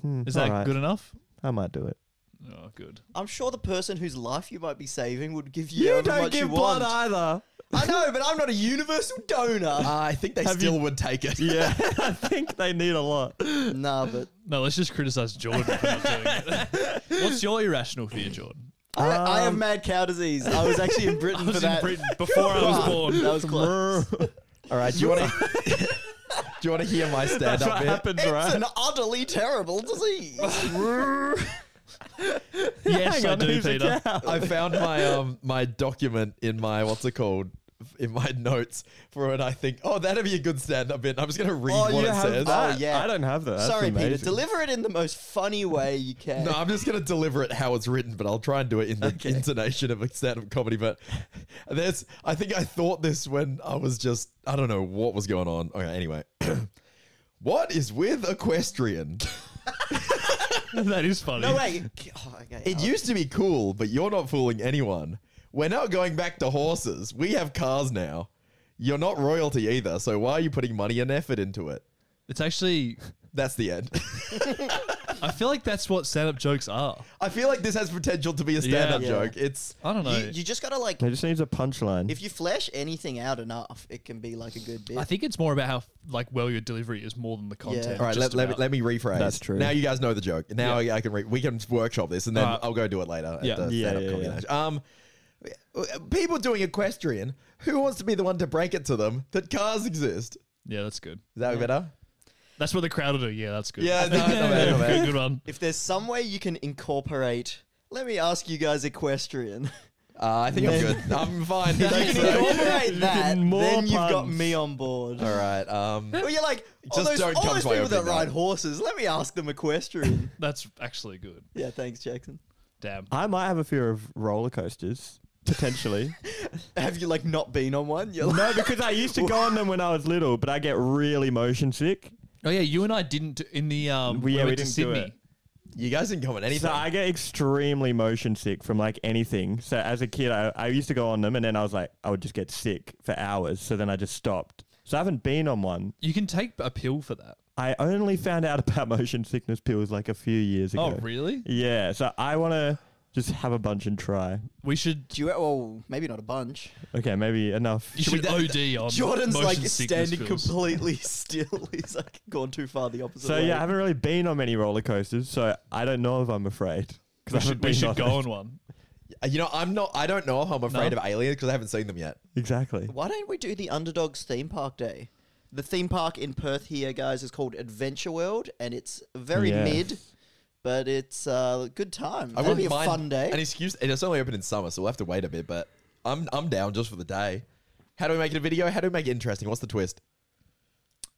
Speaker 4: Hmm,
Speaker 5: Is that
Speaker 4: alright.
Speaker 5: good enough?
Speaker 4: I might do it.
Speaker 5: Oh, good.
Speaker 3: I'm sure the person whose life you might be saving would give you, however much you want.
Speaker 4: either.
Speaker 3: I know, but I'm not a universal donor.
Speaker 2: Uh, I think they
Speaker 4: Have
Speaker 2: still
Speaker 4: you-
Speaker 2: would take it.
Speaker 4: Yeah, I think they need a lot.
Speaker 3: nah, but
Speaker 5: No, let's just criticize Jordan for not doing it. What's your irrational fear, Jordan?
Speaker 3: I, I
Speaker 4: Um,
Speaker 3: have mad cow disease. I was actually in Britain
Speaker 5: I
Speaker 3: for
Speaker 5: was in
Speaker 3: that.
Speaker 5: Britain before I was
Speaker 3: Wow,
Speaker 5: born.
Speaker 3: That was close.
Speaker 2: All right, do you want to? you want to hear my stand
Speaker 4: That's
Speaker 2: up
Speaker 4: what
Speaker 2: bit?
Speaker 4: happens,
Speaker 3: It's
Speaker 4: right?
Speaker 3: an utterly terrible disease.
Speaker 5: yes,
Speaker 4: Hang
Speaker 5: I
Speaker 4: on,
Speaker 5: do,
Speaker 4: who's the
Speaker 5: Peter.
Speaker 4: cow?
Speaker 2: I found my um my document in my what's it called in my notes for when I think oh that'd be a good stand up bit. I'm just gonna read what
Speaker 4: Oh, you
Speaker 2: it
Speaker 4: have
Speaker 2: says.
Speaker 4: that? I- I don't have that. That's
Speaker 3: Sorry, Peter.
Speaker 4: amazing.
Speaker 3: Deliver it in the most funny way you can.
Speaker 2: No, I'm just gonna deliver it how it's written, but I'll try and do it in the intonation of a stand-up comedy. But there's, I think I thought this when I was just, I don't know what was going on. Okay, anyway, what is with equestrian?
Speaker 5: that is funny.
Speaker 3: no way. Oh, okay.
Speaker 2: It used to be cool, but you're not fooling anyone. We're not going back to horses. We have cars now. You're not royalty either, so why are you putting money and effort into it?
Speaker 5: It's actually.
Speaker 2: That's the end.
Speaker 5: I feel like that's what stand-up jokes are.
Speaker 2: I feel like this has potential to be a stand-up
Speaker 3: Yeah.
Speaker 2: joke. It's
Speaker 5: I don't know.
Speaker 3: You, you just gotta like,
Speaker 4: It just needs a punchline.
Speaker 3: if you flesh anything out enough, it can be like a good bit.
Speaker 5: I think it's more about how like well your delivery is more than the content.
Speaker 3: Yeah.
Speaker 2: All right, let,
Speaker 5: just
Speaker 2: let, me,
Speaker 5: about.
Speaker 2: let me rephrase.
Speaker 4: That's true. Uh,
Speaker 2: Now you guys know the joke. Now I, I can re- we can workshop this, and then
Speaker 5: Alright.
Speaker 2: I'll go do it later.
Speaker 5: Yeah.
Speaker 2: At the
Speaker 4: Yeah,
Speaker 2: stand-up
Speaker 4: yeah,
Speaker 2: comedy
Speaker 4: yeah.
Speaker 2: night. Um, people doing equestrian. Who wants to be the one to break it to them that cars exist? Is
Speaker 5: Yeah, that's good.
Speaker 2: that better?
Speaker 5: That's what the crowd will do. Yeah, that's good.
Speaker 2: Yeah, no, not bad, not bad.
Speaker 5: good, good one.
Speaker 3: if there's some way you can incorporate, let me ask you guys, equestrian.
Speaker 2: Uh, I think I'm good. I'm fine.
Speaker 3: If
Speaker 2: Thanks,
Speaker 3: you
Speaker 2: though.
Speaker 3: can incorporate that,
Speaker 4: more
Speaker 3: then you've got
Speaker 4: puns.
Speaker 3: me on board.
Speaker 2: All right. Um,
Speaker 3: Well, you're like all
Speaker 2: Just
Speaker 3: those,
Speaker 2: don't
Speaker 3: all
Speaker 2: come
Speaker 3: those
Speaker 2: to my
Speaker 3: people that
Speaker 2: opening night.
Speaker 3: ride horses. Let me ask them equestrian.
Speaker 5: That's actually good.
Speaker 3: yeah, thanks, Jackson.
Speaker 5: Damn.
Speaker 4: I might have a fear of roller coasters potentially.
Speaker 3: Have you like not been on one? You're like,
Speaker 4: no, because I used to go on them when I was little, but I get really motion sick.
Speaker 5: Oh yeah, you and I didn't do- in the um.
Speaker 4: We- yeah,
Speaker 5: went
Speaker 4: we
Speaker 5: to
Speaker 4: didn't do
Speaker 5: Sydney.
Speaker 4: it.
Speaker 2: you guys didn't comment anything.
Speaker 4: So I get extremely motion sick from like anything. So as a kid, I, I used to go on them, and then I was like, I would just get sick for hours. So then I just stopped. So I haven't been on one.
Speaker 5: You can take a pill for that.
Speaker 4: I only found out about motion sickness pills like a few years ago.
Speaker 5: Oh really?
Speaker 4: Yeah. So I want to just have a bunch and try.
Speaker 5: We should.
Speaker 3: do you? Well, maybe not a bunch.
Speaker 4: Okay, maybe enough.
Speaker 5: You should OD on
Speaker 3: Jordan's
Speaker 5: motion
Speaker 3: like
Speaker 5: sickness
Speaker 3: standing
Speaker 5: pills.
Speaker 3: completely still. He's like gone too far the opposite
Speaker 4: So
Speaker 3: way.
Speaker 4: yeah, I haven't really been on many roller coasters, so I don't know if I'm afraid. 'Cause I
Speaker 5: We
Speaker 4: haven't
Speaker 5: should, we
Speaker 4: been
Speaker 5: should
Speaker 4: on
Speaker 5: go
Speaker 4: it.
Speaker 5: on one.
Speaker 2: you know, I'm not. I don't know if I'm afraid
Speaker 5: No?
Speaker 2: of aliens because I haven't seen them yet.
Speaker 4: Exactly.
Speaker 3: Why don't we do the Underdogs theme park day? The theme park in Perth here, guys, is called Adventure World, and it's very
Speaker 4: Yeah.
Speaker 3: mid, but it's uh, a good time.
Speaker 2: I
Speaker 3: That'll
Speaker 2: wouldn't
Speaker 3: be a
Speaker 2: mind
Speaker 3: fun day.
Speaker 2: An excuse. and It's only open in summer, so we'll have to wait a bit. But I'm I'm down just for the day. How do we make it a video? How do we make it interesting? What's the twist?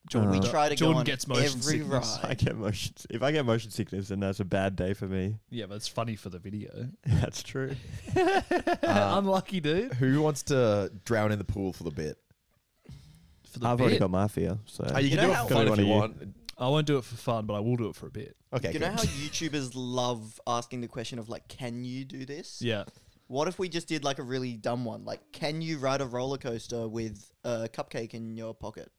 Speaker 3: Jordan, we try to
Speaker 5: Uh, Jordan
Speaker 3: go on
Speaker 5: gets motion
Speaker 3: every
Speaker 5: sickness.
Speaker 4: I
Speaker 3: ride.
Speaker 4: get motion. If I get motion sickness, then that's a bad day for me.
Speaker 5: Yeah, but it's funny for the video.
Speaker 4: That's true.
Speaker 5: Unlucky dude.
Speaker 2: Who wants to drown in the pool for the bit?
Speaker 5: For the
Speaker 4: I've
Speaker 5: bit.
Speaker 4: already got my fear. So
Speaker 2: Oh, you, can
Speaker 3: You know
Speaker 2: do it
Speaker 3: how-
Speaker 2: for fun
Speaker 4: Gotta
Speaker 2: if you
Speaker 4: be one
Speaker 2: want.
Speaker 5: I won't do it for fun, but I will do it for a bit.
Speaker 2: Okay,
Speaker 3: You know
Speaker 2: good.
Speaker 3: how YouTubers love asking the question of like, "Can you do this?"
Speaker 5: Yeah.
Speaker 3: What if we just did like a really dumb one? Like, can you ride a roller coaster with a cupcake in your pocket?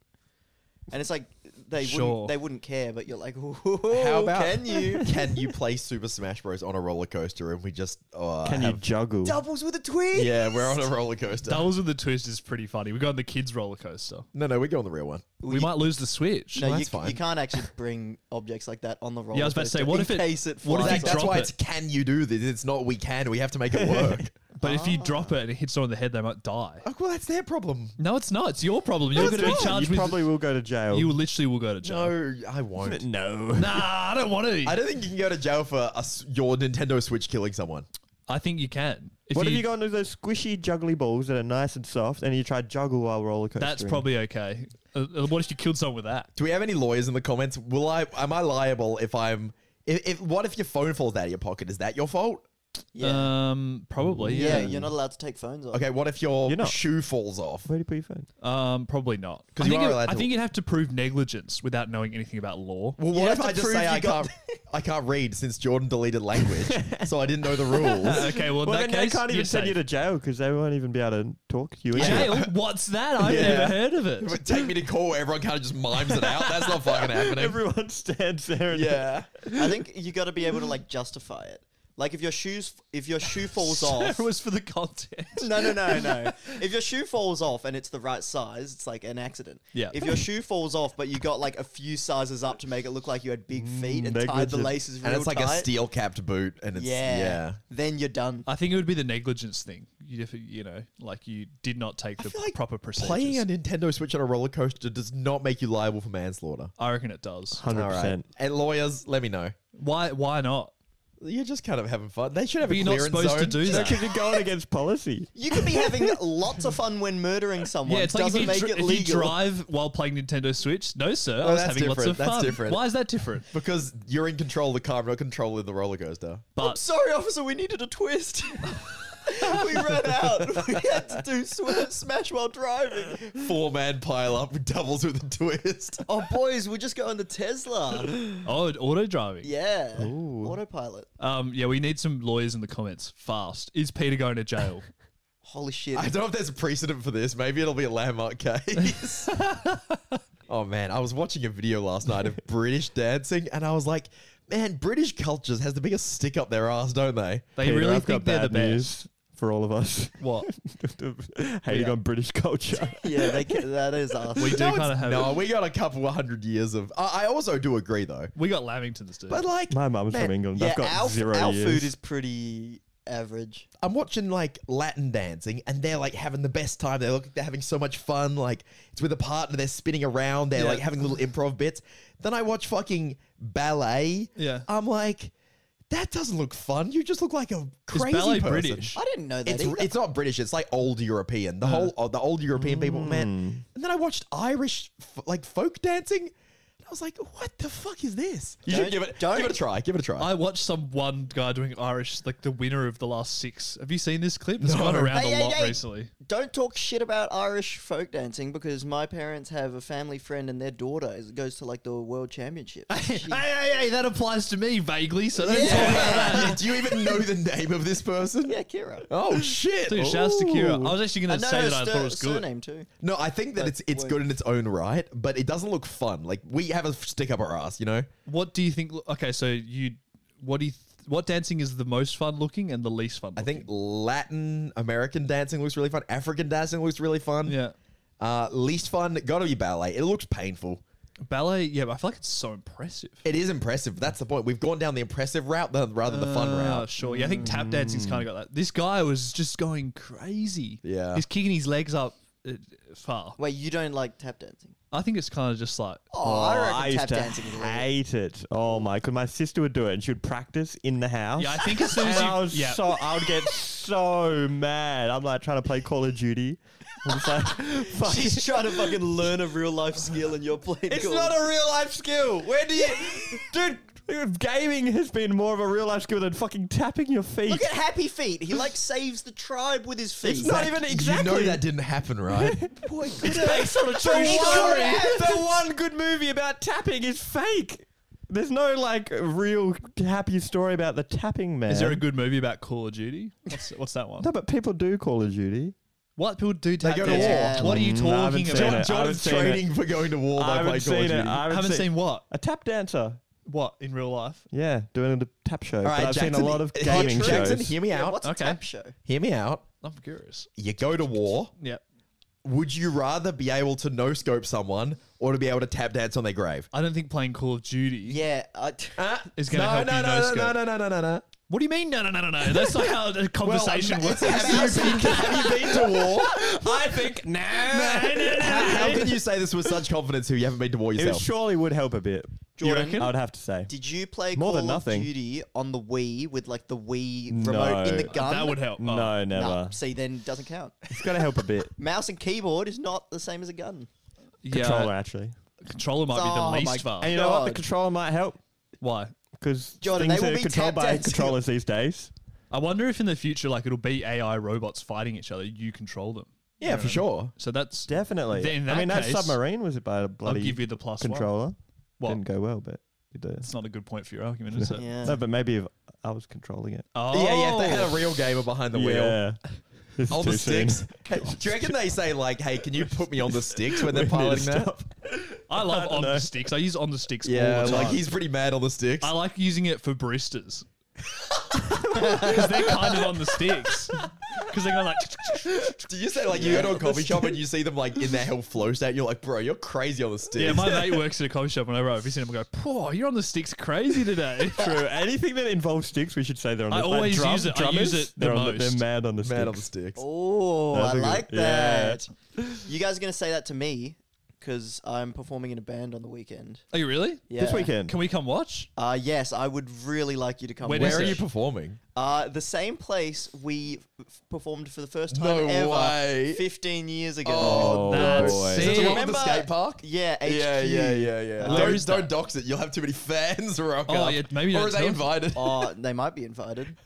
Speaker 3: And it's like they
Speaker 5: Sure.
Speaker 3: wouldn't they wouldn't care, but you're like,
Speaker 2: How about
Speaker 3: can you?
Speaker 2: can you play Super Smash Bros on a roller coaster and we just uh,
Speaker 4: can you juggle?
Speaker 3: Doubles with a twist.
Speaker 2: Yeah, we're on a roller coaster.
Speaker 5: Doubles with the twist is pretty funny. We got on the kids roller coaster.
Speaker 2: No, no, we go on the real one.
Speaker 5: We, might lose the switch.
Speaker 3: No,
Speaker 2: Well,
Speaker 3: you,
Speaker 2: that's fine.
Speaker 3: you can't actually bring objects like that on the roller.
Speaker 5: Yeah, I was about to say,
Speaker 3: coaster
Speaker 5: what
Speaker 3: in
Speaker 5: if it-
Speaker 3: Case it
Speaker 5: what
Speaker 3: flies
Speaker 5: if it
Speaker 3: off.
Speaker 2: That's, that's
Speaker 5: drop
Speaker 2: why
Speaker 5: it.
Speaker 2: it's can you do this? It's not we can. We have to make it work.
Speaker 5: But if
Speaker 4: Ah.
Speaker 5: you drop it, it hits someone in the head, they might die.
Speaker 2: oh, well, that's their problem.
Speaker 5: No, it's not. It's your problem. You're going to be charged
Speaker 4: you
Speaker 5: with.
Speaker 4: probably will go to jail.
Speaker 5: you literally will go to jail.
Speaker 2: No, I won't.
Speaker 4: no.
Speaker 5: Nah, I don't want to.
Speaker 2: I
Speaker 5: I,
Speaker 2: don't think you can go to jail for a s your Nintendo Switch killing someone.
Speaker 5: think you can. If
Speaker 4: What if you go into those squishy juggly balls that are nice and soft, and you try to juggle while roller coastering?
Speaker 5: That's probably okay. Uh, uh, what if you killed someone with that?
Speaker 2: Do we have any lawyers in the comments? Will I? Am I liable if I'm? If, if what if your phone falls out of your pocket? Is that your fault?
Speaker 3: Yeah.
Speaker 5: Um, probably.
Speaker 3: yeah,
Speaker 5: Yeah.
Speaker 3: you're not allowed to take phones off.
Speaker 2: Okay, what if your
Speaker 4: You're not.
Speaker 2: shoe falls off?
Speaker 4: Where do you put your phone?
Speaker 5: Um, probably not.
Speaker 2: 'Cause
Speaker 5: I
Speaker 2: you
Speaker 5: think
Speaker 2: are
Speaker 5: it-
Speaker 2: allowed
Speaker 5: I
Speaker 2: to-
Speaker 5: think you'd have to prove negligence without knowing anything about law.
Speaker 2: Well, what
Speaker 3: You
Speaker 2: if
Speaker 3: have to
Speaker 2: I just
Speaker 3: prove
Speaker 2: say
Speaker 3: you
Speaker 2: I
Speaker 3: got
Speaker 2: can't? I can't read since Jordan deleted language, so I didn't know the rules.
Speaker 5: okay. Well, in
Speaker 4: Well, then
Speaker 5: that case,
Speaker 4: they can't
Speaker 5: you're
Speaker 4: even send you
Speaker 5: safe.
Speaker 4: to jail because they won't even be able to talk to you.
Speaker 5: jail. What's that? I've never heard of it.
Speaker 2: But take me to call. where Everyone kind of just mimes it out. That's not fucking happening.
Speaker 4: Everyone stands there. And
Speaker 2: yeah.
Speaker 3: I think you got to be able to like justify it. Like if your shoes, if your shoe falls off,
Speaker 5: it was for the content.
Speaker 3: No, no, no, no. if your shoe falls off and it's the right size, it's like an accident.
Speaker 5: Yeah.
Speaker 3: If your shoe falls off, but you got like a few sizes up to make it look like you had
Speaker 5: Mm,
Speaker 3: big feet and tied the
Speaker 4: negligent.
Speaker 3: laces real
Speaker 2: And it's like
Speaker 3: tight,
Speaker 2: a steel capped boot, and it's
Speaker 3: Yeah,
Speaker 2: yeah.
Speaker 3: Then you're done.
Speaker 5: I think it would be the negligence thing. you, defi- you know, like you did not take the
Speaker 2: feel like
Speaker 5: proper procedures.
Speaker 2: Playing a Nintendo Switch on a roller coaster does not make you liable for manslaughter.
Speaker 5: I reckon it does.
Speaker 4: hundred
Speaker 2: All right.
Speaker 4: percent.
Speaker 2: And lawyers, let me know.
Speaker 5: Why? Why not?
Speaker 2: You're just kind of having fun. They should have
Speaker 5: But
Speaker 2: a
Speaker 5: you're not
Speaker 2: clearance
Speaker 5: supposed to
Speaker 2: zone.
Speaker 5: do
Speaker 2: Just
Speaker 5: that.
Speaker 2: keep-
Speaker 4: Because you're going against policy.
Speaker 3: You could be having lots of fun when murdering someone.
Speaker 5: Yeah, it's like if
Speaker 3: doesn't
Speaker 5: you,
Speaker 3: make
Speaker 5: dri-
Speaker 3: it
Speaker 5: if you
Speaker 3: legal.
Speaker 5: drive while playing Nintendo Switch. No, sir. I was
Speaker 2: that's
Speaker 5: having lots
Speaker 2: different.
Speaker 5: of
Speaker 2: That's
Speaker 5: fun.
Speaker 2: different.
Speaker 5: Why is that different?
Speaker 2: Because you're in control of the car, but not controlling the roller coaster.
Speaker 3: I'm
Speaker 5: But
Speaker 3: sorry, officer. We needed a twist. we ran out. We had to do sw- smash while driving.
Speaker 2: Four man pile up doubles with a twist.
Speaker 3: Oh, boys, we're just going to Tesla.
Speaker 5: oh, auto driving.
Speaker 3: Yeah, autopilot.
Speaker 5: Um, yeah, we need some lawyers in the comments fast. Is Peter going to jail?
Speaker 3: Holy shit!
Speaker 2: I don't know if there's a precedent for this. Maybe it'll be a landmark case. oh man, I was watching a video last night of British dancing, and I was like, man, British cultures has the biggest stick up their ass, don't they?
Speaker 5: They
Speaker 4: Peter,
Speaker 5: really
Speaker 4: I've got
Speaker 5: think they're the
Speaker 4: bad
Speaker 5: best.
Speaker 4: news for all of us.
Speaker 5: What?
Speaker 4: Hating on British culture.
Speaker 3: yeah, they ca- that is us.
Speaker 5: We do
Speaker 2: No,
Speaker 5: kind of
Speaker 2: it's-
Speaker 5: have.
Speaker 2: no, we got a couple of hundred years of. I, I also do agree though,
Speaker 5: we got Lamingtons, dude.
Speaker 2: but like
Speaker 4: My mum's from England.
Speaker 3: yeah,
Speaker 4: I've got
Speaker 3: our,
Speaker 4: zero
Speaker 3: our
Speaker 4: years.
Speaker 3: food is pretty average.
Speaker 2: I'm watching like Latin dancing, and they're like having the best time. They look like they're having so much fun. Like it's with a partner. They're spinning around. They're
Speaker 5: Yeah.
Speaker 2: like having little improv bits. Then I watch fucking ballet.
Speaker 5: Yeah.
Speaker 2: I'm like, that doesn't look fun. You just look like a
Speaker 5: is
Speaker 2: crazy
Speaker 5: ballet
Speaker 2: person.
Speaker 5: British?
Speaker 3: I didn't know that.
Speaker 2: It's,
Speaker 3: either.
Speaker 2: it's not British. It's like old European. The whole oh, the old European people, man. And then I watched Irish f- like folk dancing. And I was like, what the fuck is this? You
Speaker 3: Don't-
Speaker 2: should give it
Speaker 3: don't-
Speaker 2: give it a try. Give it a try.
Speaker 5: I watched some one guy doing Irish, like the winner of the last six. Have you seen this clip? It's
Speaker 2: No.
Speaker 5: gone around
Speaker 3: Hey,
Speaker 5: a
Speaker 3: hey,
Speaker 5: lot
Speaker 3: hey.
Speaker 5: recently.
Speaker 3: Don't talk shit about Irish folk dancing because my parents have a family friend and their daughter is, goes to like the world championship. She-
Speaker 5: hey, hey, that applies to me vaguely, so don't talk about that.
Speaker 2: Yeah, Do you even know the name of this person?
Speaker 3: yeah, Kira.
Speaker 2: Oh shit!
Speaker 5: Dude, shouts to Kira. I
Speaker 2: Ooh.
Speaker 5: was actually
Speaker 3: I
Speaker 5: going to
Speaker 3: know
Speaker 5: say
Speaker 3: her
Speaker 5: that I thought it
Speaker 3: sur-
Speaker 5: was good.
Speaker 3: surname too.
Speaker 2: No, I think that it's it's good in its own right, but it doesn't look fun. Like we have a stick up our ass, you know.
Speaker 5: What do you think? Okay, so you, what do you, th- what dancing is the most fun looking and the least fun?
Speaker 2: I
Speaker 5: looking?
Speaker 2: think Latin American dancing looks really fun. African dancing looks really fun.
Speaker 5: Yeah,
Speaker 2: Uh, least fun, gotta be ballet. It looks painful.
Speaker 5: ballet. Yeah, but I feel like it's so impressive.
Speaker 2: It is impressive. That's the point. We've gone down the impressive route than- rather than the fun
Speaker 5: Ah,
Speaker 2: route.
Speaker 5: sure. Yeah, I think tap dancing's kind of got that. This guy was just going crazy.
Speaker 2: Yeah.
Speaker 5: he's kicking his legs up uh, far.
Speaker 3: Wait, you don't like tap dancing?
Speaker 5: I think it's kind of just like
Speaker 3: Oh,
Speaker 4: Oh,
Speaker 3: I reckon
Speaker 4: I used
Speaker 3: tap
Speaker 4: to
Speaker 3: dancing is illegal.
Speaker 4: hate it. Oh my! Because my sister would do it, and she would practice in the house.
Speaker 5: Yeah, I think as soon as
Speaker 4: and
Speaker 5: you-
Speaker 4: I was
Speaker 5: yeah.
Speaker 4: so I would get so mad. I'm like trying to play Call of Duty. I'm just like, fuck.
Speaker 3: She's trying to fucking learn a real life skill and you're playing. It's
Speaker 2: a real life skill. Where do you?
Speaker 4: dude. Gaming has been more of a real life skill than fucking tapping your feet.
Speaker 3: Look at Happy Feet. He like saves the tribe with his feet.
Speaker 4: It's not even exactly.
Speaker 2: You know that didn't happen, right?
Speaker 3: Boy, good based on a
Speaker 4: the,
Speaker 3: true
Speaker 4: one, the one good movie about tapping is fake. There's no like real happy story about the tapping man.
Speaker 5: Is there a good movie about Call of Duty? What's, what's that one?
Speaker 4: No, but people do Call of Duty.
Speaker 5: What people do tap
Speaker 2: go to
Speaker 5: dancing?
Speaker 3: war.
Speaker 5: What are you
Speaker 4: Mm, I haven't
Speaker 5: talking
Speaker 4: seen
Speaker 5: about?
Speaker 4: it. I haven't
Speaker 2: Jordan's
Speaker 4: seen it.
Speaker 2: training for going to war by playing
Speaker 4: I haven't
Speaker 2: Call of
Speaker 4: seen
Speaker 2: Duty.
Speaker 4: it. I
Speaker 5: haven't seen what?
Speaker 4: A tap dancer.
Speaker 5: What in real life?
Speaker 4: Yeah, doing a tap show. but I've seen
Speaker 2: Jackson,
Speaker 4: a lot of
Speaker 2: he-
Speaker 4: gaming
Speaker 2: Jackson,
Speaker 4: shows.
Speaker 2: hear me out.
Speaker 3: What's
Speaker 5: Okay.
Speaker 3: a tap show?
Speaker 2: Hear me out.
Speaker 5: I'm curious.
Speaker 2: You go to war.
Speaker 5: Yeah.
Speaker 2: Would you rather be able to no scope someone or to be able to tap dance on their grave?
Speaker 5: I don't think playing Call of Duty
Speaker 3: Yeah, I t-
Speaker 5: is going to help
Speaker 2: no,
Speaker 5: you
Speaker 2: no,
Speaker 5: no-scope.
Speaker 2: no, no, no, no, no, no.
Speaker 5: What do you mean? No, no, no, no, no. That's not how a conversation works.
Speaker 2: Have you, been, have you been to war? I think
Speaker 5: no,
Speaker 2: How can you say this with such confidence? Who you haven't been to war
Speaker 4: It
Speaker 2: yourself?
Speaker 4: surely would help a bit.
Speaker 3: Jordan,
Speaker 4: I would have to say.
Speaker 3: Did you play
Speaker 4: More
Speaker 3: Call
Speaker 4: than nothing.
Speaker 3: of Duty on the Wii with like the Wii
Speaker 4: No.
Speaker 3: remote in the gun?
Speaker 5: That would help. Oh.
Speaker 4: No,
Speaker 3: Nah,
Speaker 4: never.
Speaker 3: see, then doesn't count.
Speaker 4: It's got to help a bit.
Speaker 3: Mouse and keyboard is not the same as a gun.
Speaker 5: Yeah,
Speaker 4: Controller, actually.
Speaker 5: Controller might
Speaker 3: Oh
Speaker 5: be the
Speaker 3: my
Speaker 5: least fun.
Speaker 4: And you know what? The
Speaker 3: God.
Speaker 4: controller might help
Speaker 5: Why?
Speaker 4: because
Speaker 3: Jordan,
Speaker 4: things
Speaker 3: they will
Speaker 4: are
Speaker 3: be tap
Speaker 4: controlled by
Speaker 3: dancing.
Speaker 4: controllers these days.
Speaker 5: I wonder if in the future, like, it'll be AI robots fighting each other. You control them.
Speaker 2: yeah,
Speaker 4: Um,
Speaker 2: for sure.
Speaker 5: So that's
Speaker 4: Definitely.
Speaker 5: Then in
Speaker 4: I mean,
Speaker 5: that
Speaker 4: that
Speaker 5: case,
Speaker 4: submarine was it by a bloody
Speaker 5: give you the plus one.
Speaker 4: controller.
Speaker 5: What?
Speaker 4: Didn't go well, but it did.
Speaker 5: It's not a good point for your argument, is it?
Speaker 3: Yeah.
Speaker 4: No, but maybe if I was controlling it.
Speaker 5: Oh,
Speaker 2: Yeah, yeah. If they had a real gamer behind the wheel.
Speaker 4: Yeah. This is
Speaker 2: On
Speaker 4: too
Speaker 2: the
Speaker 4: soon.
Speaker 2: sticks. Hey, do you reckon they say like, "Hey, can you put me on the sticks" when they're
Speaker 4: We need to
Speaker 2: piloting that?
Speaker 4: stop.
Speaker 5: I love on
Speaker 4: know.
Speaker 5: the sticks. I use on the sticks
Speaker 2: Yeah,
Speaker 5: all the time.
Speaker 2: like he's pretty mad on the sticks.
Speaker 5: I like using it for baristas. Because they're kind of on the sticks. because they're going like,
Speaker 2: Do you say like you go to a coffee shop and you see them like in their whole flow state? You're like, bro, you're crazy on the sticks.
Speaker 5: yeah, my mate works at a coffee shop, and I wrote, "Have you seen him?" I go, "Poor, you're on the sticks, crazy today."
Speaker 4: True. Anything that involves sticks, we should say they're on
Speaker 5: I
Speaker 4: the like
Speaker 5: always
Speaker 4: drum-
Speaker 5: use it- I
Speaker 4: drummers,
Speaker 5: use it the
Speaker 4: they're, on
Speaker 5: most.
Speaker 4: they're mad on the sticks.
Speaker 2: Mad on the sticks.
Speaker 3: Oh,
Speaker 4: That's
Speaker 3: I
Speaker 4: a good-
Speaker 3: like
Speaker 4: yeah.
Speaker 3: that. You guys are going to say that to me because I'm performing in a band on the weekend.
Speaker 5: Are you really?
Speaker 3: Yeah.
Speaker 4: This weekend.
Speaker 5: Can we come watch?
Speaker 3: Uh, yes, I would really like you to come.
Speaker 5: When
Speaker 3: with
Speaker 5: is
Speaker 2: Where are
Speaker 3: us.
Speaker 5: it?
Speaker 2: you performing?
Speaker 3: Uh, the same place we f- performed for the first time
Speaker 2: No
Speaker 3: ever
Speaker 2: way.
Speaker 3: 15 years ago.
Speaker 2: Oh,
Speaker 5: That's
Speaker 4: boy.
Speaker 5: sick.
Speaker 2: Is it the one with
Speaker 3: Remember-
Speaker 2: the skate park?
Speaker 3: Yeah, HQ.
Speaker 2: Yeah, yeah, yeah, yeah.
Speaker 5: Where is
Speaker 2: Don't,
Speaker 5: that?
Speaker 2: don't dox it. You'll have too many fans, Rock.
Speaker 5: Oh, yeah, maybe
Speaker 2: Or
Speaker 5: don't
Speaker 2: are they
Speaker 5: tell.
Speaker 2: invited?
Speaker 3: Oh, they might be invited.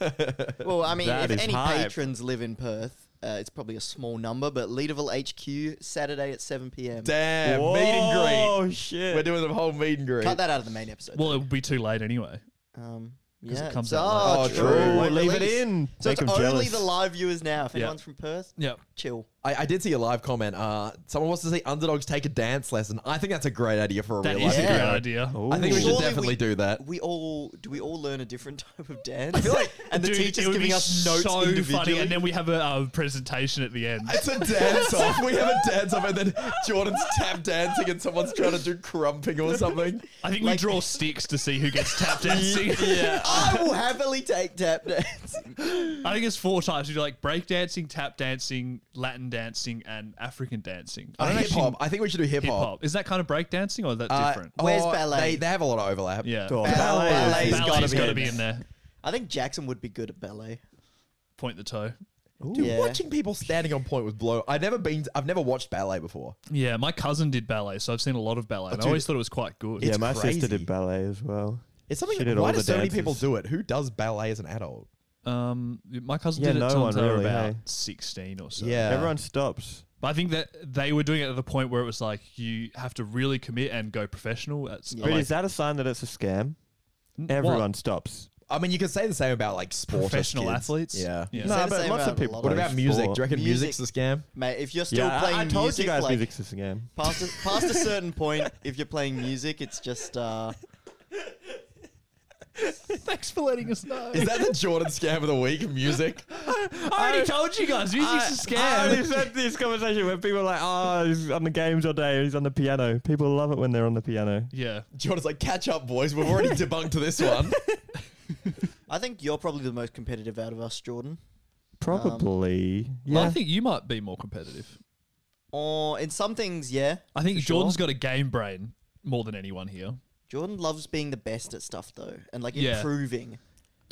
Speaker 3: Well, I mean,
Speaker 4: That
Speaker 3: if
Speaker 4: is
Speaker 3: any
Speaker 4: hype.
Speaker 3: patrons live in Perth, uh, it's probably a small number, but Leaderville HQ, Saturday at 7 p.m.
Speaker 2: Damn,
Speaker 4: Whoa,
Speaker 2: meet and greet.
Speaker 4: Oh, shit.
Speaker 2: We're doing the whole meet and greet.
Speaker 3: Cut that out of the main episode.
Speaker 5: Well, it would be too late anyway.
Speaker 3: um,
Speaker 5: 'cause
Speaker 3: yeah,
Speaker 5: it comes
Speaker 3: it's-
Speaker 5: out
Speaker 3: oh,
Speaker 2: later.
Speaker 3: true.
Speaker 2: Oh,
Speaker 3: Won't
Speaker 4: leave it
Speaker 3: release.
Speaker 4: in.
Speaker 3: So
Speaker 4: Make
Speaker 3: it's
Speaker 4: 'em
Speaker 3: only
Speaker 4: jealous.
Speaker 3: the live viewers now. If
Speaker 5: Yeah.
Speaker 3: anyone's from Perth,
Speaker 5: Yep.
Speaker 3: chill.
Speaker 2: I, I did see a live comment. Uh, someone wants to see underdogs take a dance lesson. I think that's a great idea for a
Speaker 5: That
Speaker 2: real
Speaker 5: is
Speaker 2: life
Speaker 5: a
Speaker 3: Yeah.
Speaker 5: great
Speaker 2: event.
Speaker 5: idea.
Speaker 2: I think we should
Speaker 3: Surely
Speaker 2: definitely
Speaker 3: we-
Speaker 2: do that.
Speaker 3: We all do. We all learn a different type of dance. I feel
Speaker 2: like-
Speaker 3: and the
Speaker 5: Dude, it
Speaker 3: teacher's
Speaker 5: would
Speaker 3: giving
Speaker 5: be
Speaker 3: us notes
Speaker 5: so
Speaker 3: individually.
Speaker 5: funny, and then we have a uh, presentation at the end.
Speaker 2: It's a dance off. We have a dance off, and then Jordan's tap dancing, and someone's trying to do crumping or something.
Speaker 5: I think we draw sticks to see who gets tap dancing. yeah,
Speaker 3: I will happily take tap dance.
Speaker 2: Uh,
Speaker 5: I think it's four types. You do like break dancing, tap dancing, Latin dancing, and African dancing.
Speaker 2: I
Speaker 5: think
Speaker 2: hip hop. I think we should do hip
Speaker 5: Hip
Speaker 2: hop.
Speaker 5: hop is that kind of break dancing or is
Speaker 2: Uh,
Speaker 5: that different?
Speaker 3: Where's ballet?
Speaker 2: They, they have a lot of overlap.
Speaker 5: yeah,
Speaker 4: Oh,
Speaker 3: Ballet.
Speaker 4: ballet.
Speaker 3: Ballet's
Speaker 5: ballet's
Speaker 3: gotta be
Speaker 5: got
Speaker 3: in
Speaker 5: to be in there.
Speaker 3: I think Jackson would be good at ballet.
Speaker 5: Point the toe.
Speaker 2: Dude,
Speaker 3: Yeah.
Speaker 2: watching people standing on point with blow. I've never been. I've never watched ballet before.
Speaker 5: Yeah, my cousin did ballet, so I've seen a lot of ballet. and I
Speaker 2: dude,
Speaker 5: always thought it was quite good.
Speaker 4: yeah,
Speaker 2: It's
Speaker 4: my sister
Speaker 2: crazy.
Speaker 4: did ballet as well.
Speaker 2: It's
Speaker 4: She
Speaker 2: something.
Speaker 4: did
Speaker 2: Why
Speaker 4: all
Speaker 2: do
Speaker 4: the
Speaker 2: so many people
Speaker 4: dances.
Speaker 2: do it? Who does ballet as an adult?
Speaker 5: Um, my cousin
Speaker 4: Yeah,
Speaker 5: did it
Speaker 4: no
Speaker 5: till
Speaker 4: one
Speaker 5: they were
Speaker 4: really,
Speaker 5: about
Speaker 4: hey.
Speaker 5: sixteen or so.
Speaker 2: Yeah.
Speaker 4: Everyone stops.
Speaker 5: but I think that they were doing it at the point where it was like you have to really commit and go professional. That's
Speaker 3: Yeah.
Speaker 4: But
Speaker 5: like,
Speaker 4: is that a sign that it's a scam?
Speaker 5: what?
Speaker 4: Everyone stops.
Speaker 2: I mean, you could say the same about like sport
Speaker 5: professional
Speaker 2: kids.
Speaker 5: athletes.
Speaker 2: Yeah.
Speaker 5: yeah.
Speaker 3: Say
Speaker 4: No,
Speaker 3: the
Speaker 4: but
Speaker 3: same
Speaker 4: lots
Speaker 3: about
Speaker 4: of
Speaker 3: a
Speaker 4: people.
Speaker 3: lot
Speaker 2: What
Speaker 3: of
Speaker 2: about
Speaker 4: sport.
Speaker 2: music? Do you reckon
Speaker 3: Music.
Speaker 2: music's a scam?
Speaker 3: Mate, if you're still
Speaker 4: Yeah, I-
Speaker 3: playing
Speaker 4: I, told
Speaker 3: music,
Speaker 4: you guys
Speaker 3: like,
Speaker 4: music's a scam.
Speaker 3: Past a, past a certain point, if you're playing music, it's just uh,
Speaker 5: Thanks for letting us know.
Speaker 2: Is that the Jordan scam of the week? Music.
Speaker 5: I already told you guys, music's a
Speaker 4: I
Speaker 5: scam.
Speaker 4: always had this conversation where people are like, oh, he's on the games all day, he's on the piano. People love it when they're on the piano.
Speaker 5: yeah.
Speaker 2: Jordan's like, catch up, boys. We've already debunked this one.
Speaker 3: I think you're probably the most competitive out of us, Jordan.
Speaker 4: Probably.
Speaker 5: I
Speaker 4: yeah.
Speaker 5: think you might be more competitive.
Speaker 3: Or in some things, yeah.
Speaker 5: I think
Speaker 3: For sure.
Speaker 5: Jordan's got a game brain more than anyone here.
Speaker 3: Jordan loves being the best at stuff though, and like
Speaker 5: Yeah.
Speaker 3: improving.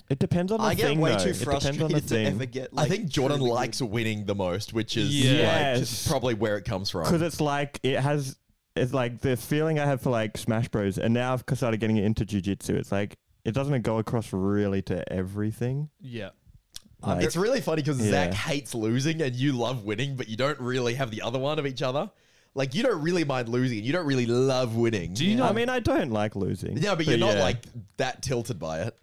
Speaker 4: It depends on the
Speaker 3: I
Speaker 4: thing.
Speaker 3: get way
Speaker 4: though.
Speaker 3: too
Speaker 4: It depends on the
Speaker 3: frustrated to
Speaker 4: thing.
Speaker 3: ever get. Like,
Speaker 2: I think Jordan
Speaker 3: truly good.
Speaker 2: likes winning the most, which is
Speaker 4: Yes.
Speaker 2: like, probably where it comes from.
Speaker 4: because it's like it has it's like the feeling I had for like Smash Bros. And now I've started getting it into jujitsu. It's like it doesn't go across really to everything.
Speaker 5: Yeah.
Speaker 4: Like,
Speaker 2: Uh, it's really funny because
Speaker 4: Yeah.
Speaker 2: Zach hates losing and you love winning, but you don't really have the other one of each other. Like you don't really mind losing and you don't really love winning.
Speaker 5: Do you know?
Speaker 4: I mean, I don't like losing.
Speaker 2: yeah, but you're not
Speaker 4: yeah.
Speaker 2: like that tilted by it.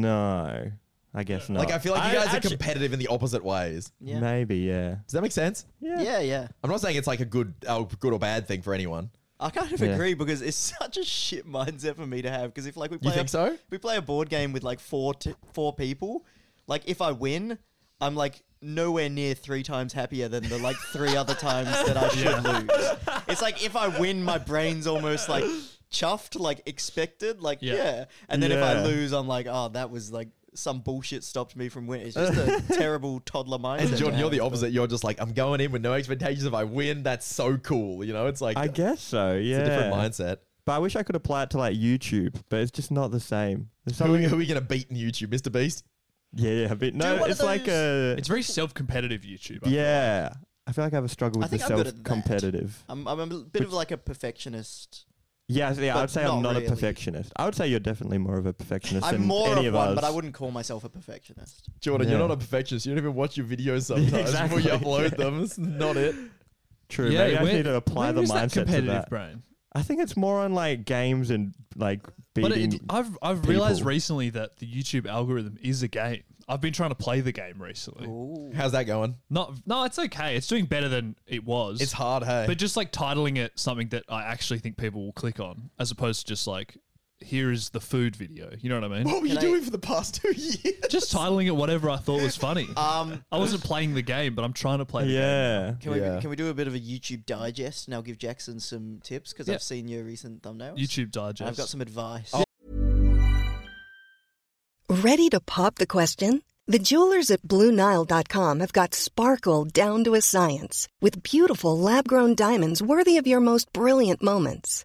Speaker 4: no. I guess not.
Speaker 2: Like I feel like you guys
Speaker 4: actu-
Speaker 2: are competitive in the opposite ways.
Speaker 3: Yeah.
Speaker 4: Maybe yeah.
Speaker 2: Does that make sense?
Speaker 4: Yeah.
Speaker 3: Yeah, yeah.
Speaker 2: I'm not saying it's like a good, oh, good or bad thing for anyone.
Speaker 3: I kind of
Speaker 4: Yeah.
Speaker 3: agree because it's such a shit mindset for me to have. Because if like we play,
Speaker 2: think
Speaker 3: a,
Speaker 2: so?
Speaker 3: We play a board game with like four t- four people. Like if I win, I'm like nowhere near three times happier than the like three other times that I should lose. It's like if I win, my brain's almost like chuffed, like expected, like yeah.
Speaker 5: Yeah.
Speaker 3: And then if I
Speaker 4: Yeah.
Speaker 3: lose, I'm like, oh, that was like some bullshit stopped me from winning. It's just a terrible toddler mindset.
Speaker 2: And
Speaker 3: to
Speaker 2: Jordan, you're
Speaker 3: have.
Speaker 2: the opposite. You're just like, I'm going in with no expectations. If I win, that's so cool. You know, it's like
Speaker 4: I guess so. Yeah.
Speaker 2: it's a different mindset.
Speaker 4: But I wish I could apply it to like YouTube, but it's just not the same. There's
Speaker 2: Who,
Speaker 4: something.
Speaker 2: who are we going to beat in YouTube, Mr. Beast?
Speaker 4: Yeah, yeah. But no,
Speaker 3: one of
Speaker 4: it's like a.
Speaker 5: it's very self competitive, YouTube. I feel.
Speaker 4: yeah. I feel like I have a struggle
Speaker 3: I
Speaker 4: with the
Speaker 3: think I'm good at
Speaker 4: self
Speaker 3: that.
Speaker 4: competitive.
Speaker 3: I'm, I'm a bit of like a perfectionist.
Speaker 4: Yeah, so yeah I
Speaker 3: But
Speaker 4: would say
Speaker 3: not
Speaker 4: I'm not
Speaker 3: really.
Speaker 4: a perfectionist. I would say you're definitely more of a perfectionist
Speaker 3: I'm
Speaker 4: than
Speaker 3: more
Speaker 4: any
Speaker 3: of
Speaker 4: of,
Speaker 3: one,
Speaker 4: us.
Speaker 3: but I wouldn't call myself a perfectionist.
Speaker 2: Jordan, you're
Speaker 4: Yeah.
Speaker 2: not a perfectionist. You don't even watch your videos sometimes
Speaker 4: exactly.
Speaker 2: before you upload them. It's not it.
Speaker 4: True. maybe I
Speaker 5: where-
Speaker 4: just need to apply
Speaker 5: where
Speaker 4: the
Speaker 5: is that
Speaker 4: mindset to
Speaker 5: competitive
Speaker 4: that.
Speaker 5: brain.
Speaker 4: I think it's more on like games and like
Speaker 5: But
Speaker 4: beating.
Speaker 5: it, I've I've realized
Speaker 4: people.
Speaker 5: recently that the YouTube algorithm is a game. I've been trying to play the game recently.
Speaker 2: How's that going?
Speaker 5: Not no, it's okay. It's doing better than it was.
Speaker 2: It's hard, hey.
Speaker 5: But just like titling it something that I actually think people will click on, as opposed to just like here is the food video. You know what I mean?
Speaker 2: What were you
Speaker 3: Can I-
Speaker 2: doing for the past two years?
Speaker 4: Uh,
Speaker 5: Just titling it whatever I thought was funny.
Speaker 3: Um,
Speaker 5: I wasn't playing the game, but I'm trying to play the game.
Speaker 4: Yeah.
Speaker 3: Can we
Speaker 2: Yeah.
Speaker 3: can we do a bit of a YouTube digest and I'll give Jackson some tips because
Speaker 5: Yeah.
Speaker 3: I've seen your recent thumbnails.
Speaker 5: YouTube Digest. Oh,
Speaker 3: I've got some advice.
Speaker 6: Ready to pop the question? The jewelers at BlueNile.com have got sparkle down to a science with beautiful lab grown diamonds worthy of your most brilliant moments.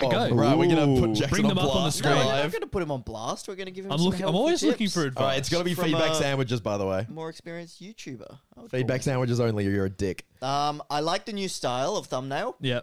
Speaker 5: go.
Speaker 2: Right, we're gonna put
Speaker 4: Ooh.
Speaker 2: Jackson
Speaker 5: Bring them
Speaker 2: on
Speaker 5: up on the
Speaker 2: blast
Speaker 5: screen.
Speaker 3: No, we're not
Speaker 2: live.
Speaker 3: going to put him on blast. We're going to give him.
Speaker 5: I'm
Speaker 3: some
Speaker 5: looking. I'm
Speaker 3: helpful
Speaker 5: always looking
Speaker 3: tips
Speaker 5: for
Speaker 2: All
Speaker 5: advice.
Speaker 2: right, it's got to be
Speaker 3: From,
Speaker 2: feedback
Speaker 3: uh,
Speaker 2: sandwiches, by the way.
Speaker 3: more experienced YouTuber. I would
Speaker 2: Feedback sandwiches only. You're a dick.
Speaker 3: call him. Um, I like the new style of thumbnail.
Speaker 5: yeah.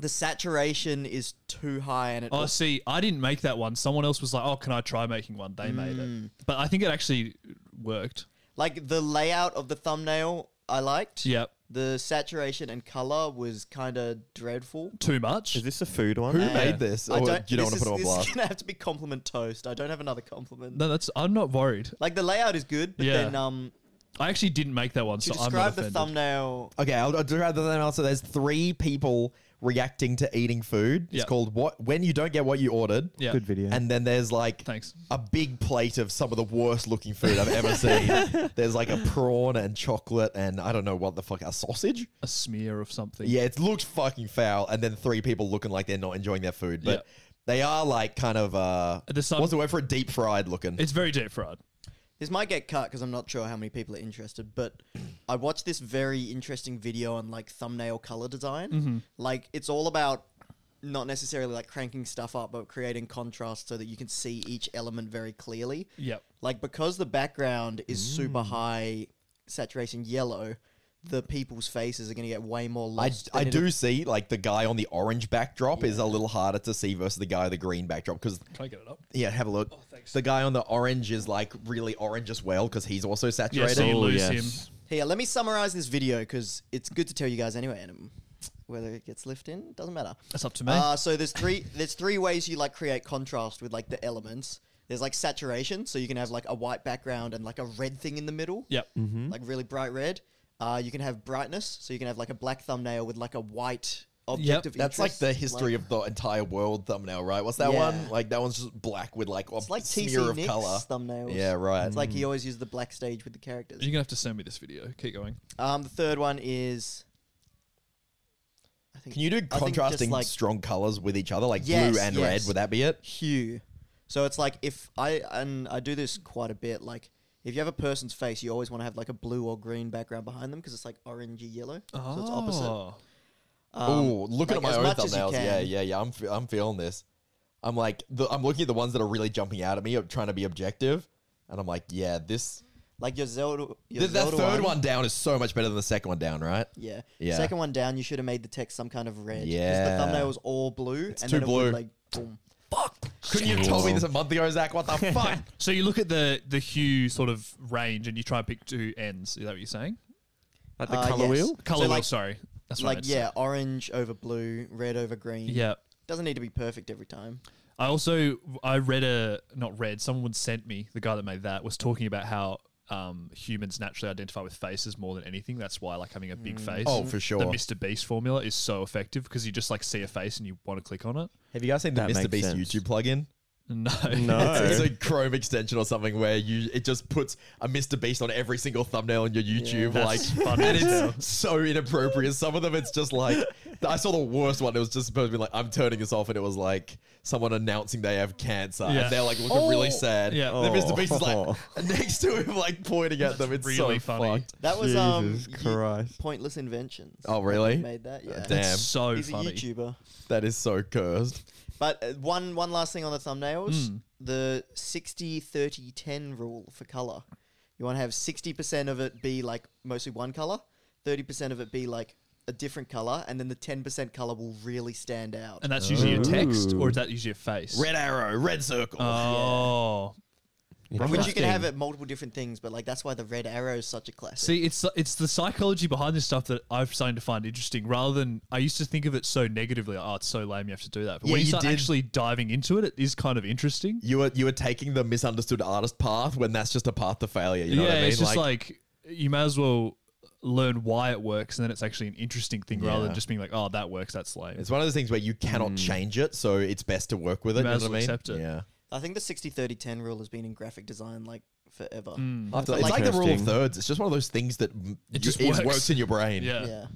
Speaker 3: The saturation is too high, and it.
Speaker 5: Oh, see, I didn't make that one. Someone else was like, "Oh, can I try making one?" They made it, but I think it actually worked.
Speaker 3: like the layout of the thumbnail, I liked.
Speaker 5: Yeah,
Speaker 3: The saturation and color was kind of dreadful.
Speaker 5: too much.
Speaker 4: Is this a food one?
Speaker 2: Who made this? Or you don't want
Speaker 3: this
Speaker 2: to put it
Speaker 3: is-
Speaker 2: on
Speaker 3: this is
Speaker 2: blast.
Speaker 3: gonna have to be compliment toast. I don't have another compliment.
Speaker 5: No, that's. I'm not worried.
Speaker 3: Like the layout is good, but
Speaker 5: Yeah.
Speaker 3: then um,
Speaker 5: I actually didn't make that one,
Speaker 3: to
Speaker 5: so I'm not
Speaker 3: describe the
Speaker 5: offended.
Speaker 3: thumbnail,
Speaker 2: Okay, I'll, I'll do rather than also. There's three people reacting to eating food. It's
Speaker 5: Yeah.
Speaker 2: called what when you don't get what you ordered.
Speaker 5: Yeah.
Speaker 4: Good video.
Speaker 2: And then there's like
Speaker 5: Thanks.
Speaker 2: a big plate of some of the worst looking food I've ever seen. There's like a prawn and chocolate and I don't know what the fuck a sausage.
Speaker 5: A smear of something.
Speaker 2: Yeah, it looked fucking foul. And then three people looking like they're not enjoying their food, but
Speaker 5: Yeah.
Speaker 2: they are like kind of uh,
Speaker 5: There's some-
Speaker 2: what's the word for it? Deep fried looking.
Speaker 5: It's very deep fried.
Speaker 3: this might get cut because I'm not sure how many people are interested. But I watched this very interesting video on like thumbnail color design.
Speaker 5: Mm-hmm.
Speaker 3: Like it's all about not necessarily like cranking stuff up, but creating contrast so that you can see each element very clearly.
Speaker 5: Yep.
Speaker 3: Like because the background is super
Speaker 2: Mm.
Speaker 3: high saturation yellow, the people's faces are going to get way more
Speaker 2: I,
Speaker 3: lost.
Speaker 2: I
Speaker 3: than it'll-
Speaker 2: do see like the guy on the orange backdrop is a little harder to see versus the guy with the green backdrop because
Speaker 5: Can I get it up?
Speaker 2: Yeah, have a look.
Speaker 5: Oh,
Speaker 2: the guy on the orange is like really orange as well because he's also
Speaker 5: Yeah,
Speaker 2: saturated.
Speaker 5: so you lose him.
Speaker 3: Here, let me summarize this video because it's good to tell you guys anyway, and um, whether it gets left in doesn't matter.
Speaker 5: That's up to me.
Speaker 3: Uh, so there's three there's three ways you like create contrast with like the elements. There's like saturation, so you can have like a white background and like a red thing in the middle,
Speaker 5: yep.
Speaker 2: Mm-hmm.
Speaker 3: like really bright red. Uh, you can have brightness, so you can have like a black thumbnail with like a white object
Speaker 5: Yep.
Speaker 3: of
Speaker 2: That's like
Speaker 3: interest.
Speaker 2: the history of the entire world thumbnail, right? What's that
Speaker 3: Yeah.
Speaker 2: one? Like that one's just black with like a
Speaker 3: It's like
Speaker 2: smear
Speaker 3: TC
Speaker 2: of
Speaker 3: Nick's
Speaker 2: color.
Speaker 3: thumbnails.
Speaker 2: Yeah, right.
Speaker 3: It's like he always used the black stage with the characters.
Speaker 5: You're gonna have to send me this video. Keep going.
Speaker 3: Um, the third one is. I think,
Speaker 2: Can you do
Speaker 3: I think just,
Speaker 2: contrasting
Speaker 3: like,
Speaker 2: strong colors with each other, like
Speaker 3: Yes,
Speaker 2: blue and
Speaker 3: yes.
Speaker 2: red? Would that be it?
Speaker 3: hue? So it's like if I and I do this quite a bit. Like if you have a person's face, you always want to have like a blue or green background behind them because it's like orangey yellow. So it's opposite.
Speaker 5: Oh.
Speaker 2: oh, look at
Speaker 3: Um,
Speaker 2: my
Speaker 3: like, as
Speaker 2: own
Speaker 3: much as you
Speaker 2: thumbnails. Yeah,
Speaker 3: can.
Speaker 2: yeah, yeah. I'm, fe- I'm feeling this. I'm like, the, I'm looking at the ones that are really jumping out at me, I'm trying to be objective, and I'm like, yeah, this.
Speaker 3: Like your Zelda. Your
Speaker 2: Th- that
Speaker 3: Zelda
Speaker 2: third one down is so much better than the second one down, right?
Speaker 3: Yeah.
Speaker 2: Yeah.
Speaker 3: Second one down, you should have made the text some kind of red. 'cause
Speaker 2: Yeah.
Speaker 3: The thumbnail was all blue. and
Speaker 2: too
Speaker 3: then It
Speaker 2: blue.
Speaker 3: would, like boom.
Speaker 2: Couldn't you have told me this a month ago, Zach? What the fuck?
Speaker 5: So you look at the the hue sort of range, and you try and pick two ends. Is that what you're saying?
Speaker 4: Like the
Speaker 3: Uh,
Speaker 4: color
Speaker 3: yes.
Speaker 4: wheel?
Speaker 5: Color
Speaker 3: like-
Speaker 5: wheel. Sorry, that's what I
Speaker 3: Like
Speaker 5: meant to say.
Speaker 3: yeah, orange over blue, red over green.
Speaker 5: Yeah.
Speaker 3: Doesn't need to be perfect every time.
Speaker 5: I also I read a not read someone sent me the guy that made that was talking about how um, humans naturally identify with faces more than anything. That's why like having a big face.
Speaker 2: Oh, for sure.
Speaker 5: The Mr. Beast formula is so effective because you just like see a face and you want to click on it.
Speaker 2: Have you guys seen the
Speaker 4: That
Speaker 2: Mr.
Speaker 4: makes
Speaker 2: Beast
Speaker 4: sense.
Speaker 2: YouTube plugin?
Speaker 5: No.
Speaker 2: It's
Speaker 4: No.
Speaker 2: a Chrome extension or something where you it just puts a Mr. Beast on every single thumbnail on your YouTube, like,
Speaker 5: That's funny
Speaker 2: and
Speaker 5: as hell.
Speaker 2: it's so inappropriate. Some of them, it's just like I saw the worst one. It was just supposed to be like, "I'm turning this off," and it was like someone announcing they have cancer,
Speaker 5: Yeah.
Speaker 2: and they're like looking really sad.
Speaker 5: Yeah.
Speaker 2: and then Mr. Beast is
Speaker 4: Oh.
Speaker 2: like next to him, like pointing at them. It's
Speaker 5: really
Speaker 2: so
Speaker 5: funny.
Speaker 2: fucked.
Speaker 3: That was
Speaker 4: Jesus
Speaker 3: um, Ye-
Speaker 4: Christ.
Speaker 3: Pointless Inventions.
Speaker 2: Oh, really?
Speaker 3: Made that, yeah.
Speaker 2: damn.
Speaker 5: That's so
Speaker 3: He's
Speaker 5: funny.
Speaker 3: a YouTuber.
Speaker 2: That is so cursed.
Speaker 3: But uh, one one last thing on the thumbnails,
Speaker 5: Hmm.
Speaker 3: the 60 30 10 rule for color. You want to have 60% of it be like mostly one color, 30% of it be like a different color, and then the 10% color will really stand out.
Speaker 5: And that's usually your text, or is that usually your face?
Speaker 2: Red arrow, red circle.
Speaker 5: Oh.
Speaker 3: Which you can have at multiple different things, but like that's why the red arrow is such a classic.
Speaker 5: See, it's it's the psychology behind this stuff that I've started to find interesting. Rather than I used to think of it so negatively, like, oh, it's so lame, you have to do that. But
Speaker 2: Yeah,
Speaker 5: when you
Speaker 2: you
Speaker 5: start
Speaker 2: did.
Speaker 5: actually diving into it, it is kind of interesting.
Speaker 2: you were you were taking the misunderstood artist path when that's just a path to failure. You know
Speaker 5: yeah,
Speaker 2: what I mean?
Speaker 5: it's just like, you may as well learn why it works, and then it's actually an interesting thing rather than
Speaker 2: Yeah.
Speaker 5: just being like, oh, that works, that's lame.
Speaker 2: it's one of those things where you cannot
Speaker 4: Hmm.
Speaker 2: change it, so it's best to work with it. You
Speaker 5: Might
Speaker 2: know
Speaker 5: as
Speaker 2: what I
Speaker 5: well
Speaker 2: mean?
Speaker 5: accept it.
Speaker 2: Yeah.
Speaker 3: I think the 60 30 10 rule has been in graphic design like forever.
Speaker 5: Hmm.
Speaker 2: After, it's like the rule of
Speaker 4: interesting.
Speaker 2: thirds. It's just one of those things that m- you- it
Speaker 5: just
Speaker 2: works.
Speaker 5: works.
Speaker 2: in your brain.
Speaker 5: yeah.
Speaker 3: Yeah.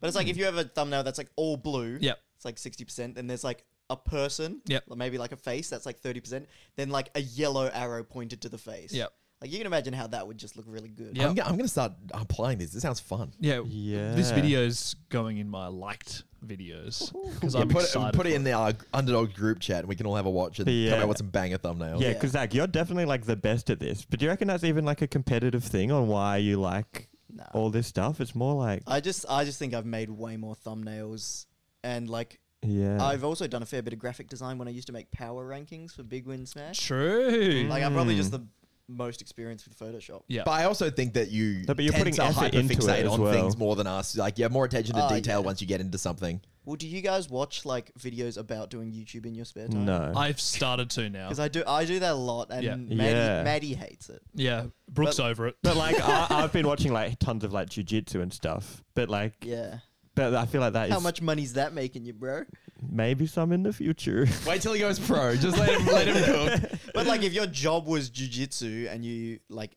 Speaker 3: But it's like if you have a thumbnail that's like all blue,
Speaker 5: Yep.
Speaker 3: it's like 60%, then there's like a person,
Speaker 5: Yep.
Speaker 3: like maybe like a face, that's like 30%, then like a yellow arrow pointed to the face.
Speaker 5: Yep.
Speaker 3: Like you can imagine how that would just look really good.
Speaker 5: Yeah.
Speaker 2: I'm, gonna- I'm gonna start applying these. This sounds fun.
Speaker 5: Yeah. This
Speaker 4: Yeah.
Speaker 5: video's going in my liked videos because
Speaker 2: Yeah,
Speaker 5: I'm
Speaker 2: put
Speaker 5: excited.
Speaker 2: it, put it
Speaker 5: for
Speaker 2: in the uh, underdog group chat, and we can all have a watch and
Speaker 4: Yeah.
Speaker 2: come out with some banger thumbnails.
Speaker 4: Yeah, because Zach, you're definitely like the best at this. But do you reckon that's even like a competitive thing on why you like all this stuff? It's more like
Speaker 3: I just I just think I've made way more thumbnails and like
Speaker 4: yeah,
Speaker 3: I've also done a fair bit of graphic design when I used to make power rankings for Big Win Smash.
Speaker 5: True.
Speaker 3: Like I'm probably
Speaker 4: Hmm.
Speaker 3: just the most experienced with Photoshop.
Speaker 5: yeah.
Speaker 2: But I also think that you
Speaker 4: No, but you're
Speaker 2: tend
Speaker 4: putting
Speaker 2: to
Speaker 4: effort into it
Speaker 2: hyperfixate
Speaker 4: as
Speaker 2: on
Speaker 4: well.
Speaker 2: things more than us. Like you have more attention to
Speaker 3: Oh,
Speaker 2: detail
Speaker 3: yeah.
Speaker 2: once you get into something.
Speaker 3: Well, do you guys watch like videos about doing YouTube in your spare time?
Speaker 4: no,
Speaker 5: I've started to now.
Speaker 3: Because I do I do that a lot and
Speaker 5: Yeah.
Speaker 3: Maddie,
Speaker 4: Yeah.
Speaker 3: Maddie hates it.
Speaker 5: Yeah, Brooks over it.
Speaker 4: but like I, I've been watching like tons of like jujitsu and stuff. But like,
Speaker 3: Yeah.
Speaker 4: but I feel like that is
Speaker 3: How much money's that making you, bro?
Speaker 4: maybe some in the future.
Speaker 2: Wait till he goes pro. Just let him let him cook.
Speaker 3: But like, if your job was jujitsu and you like,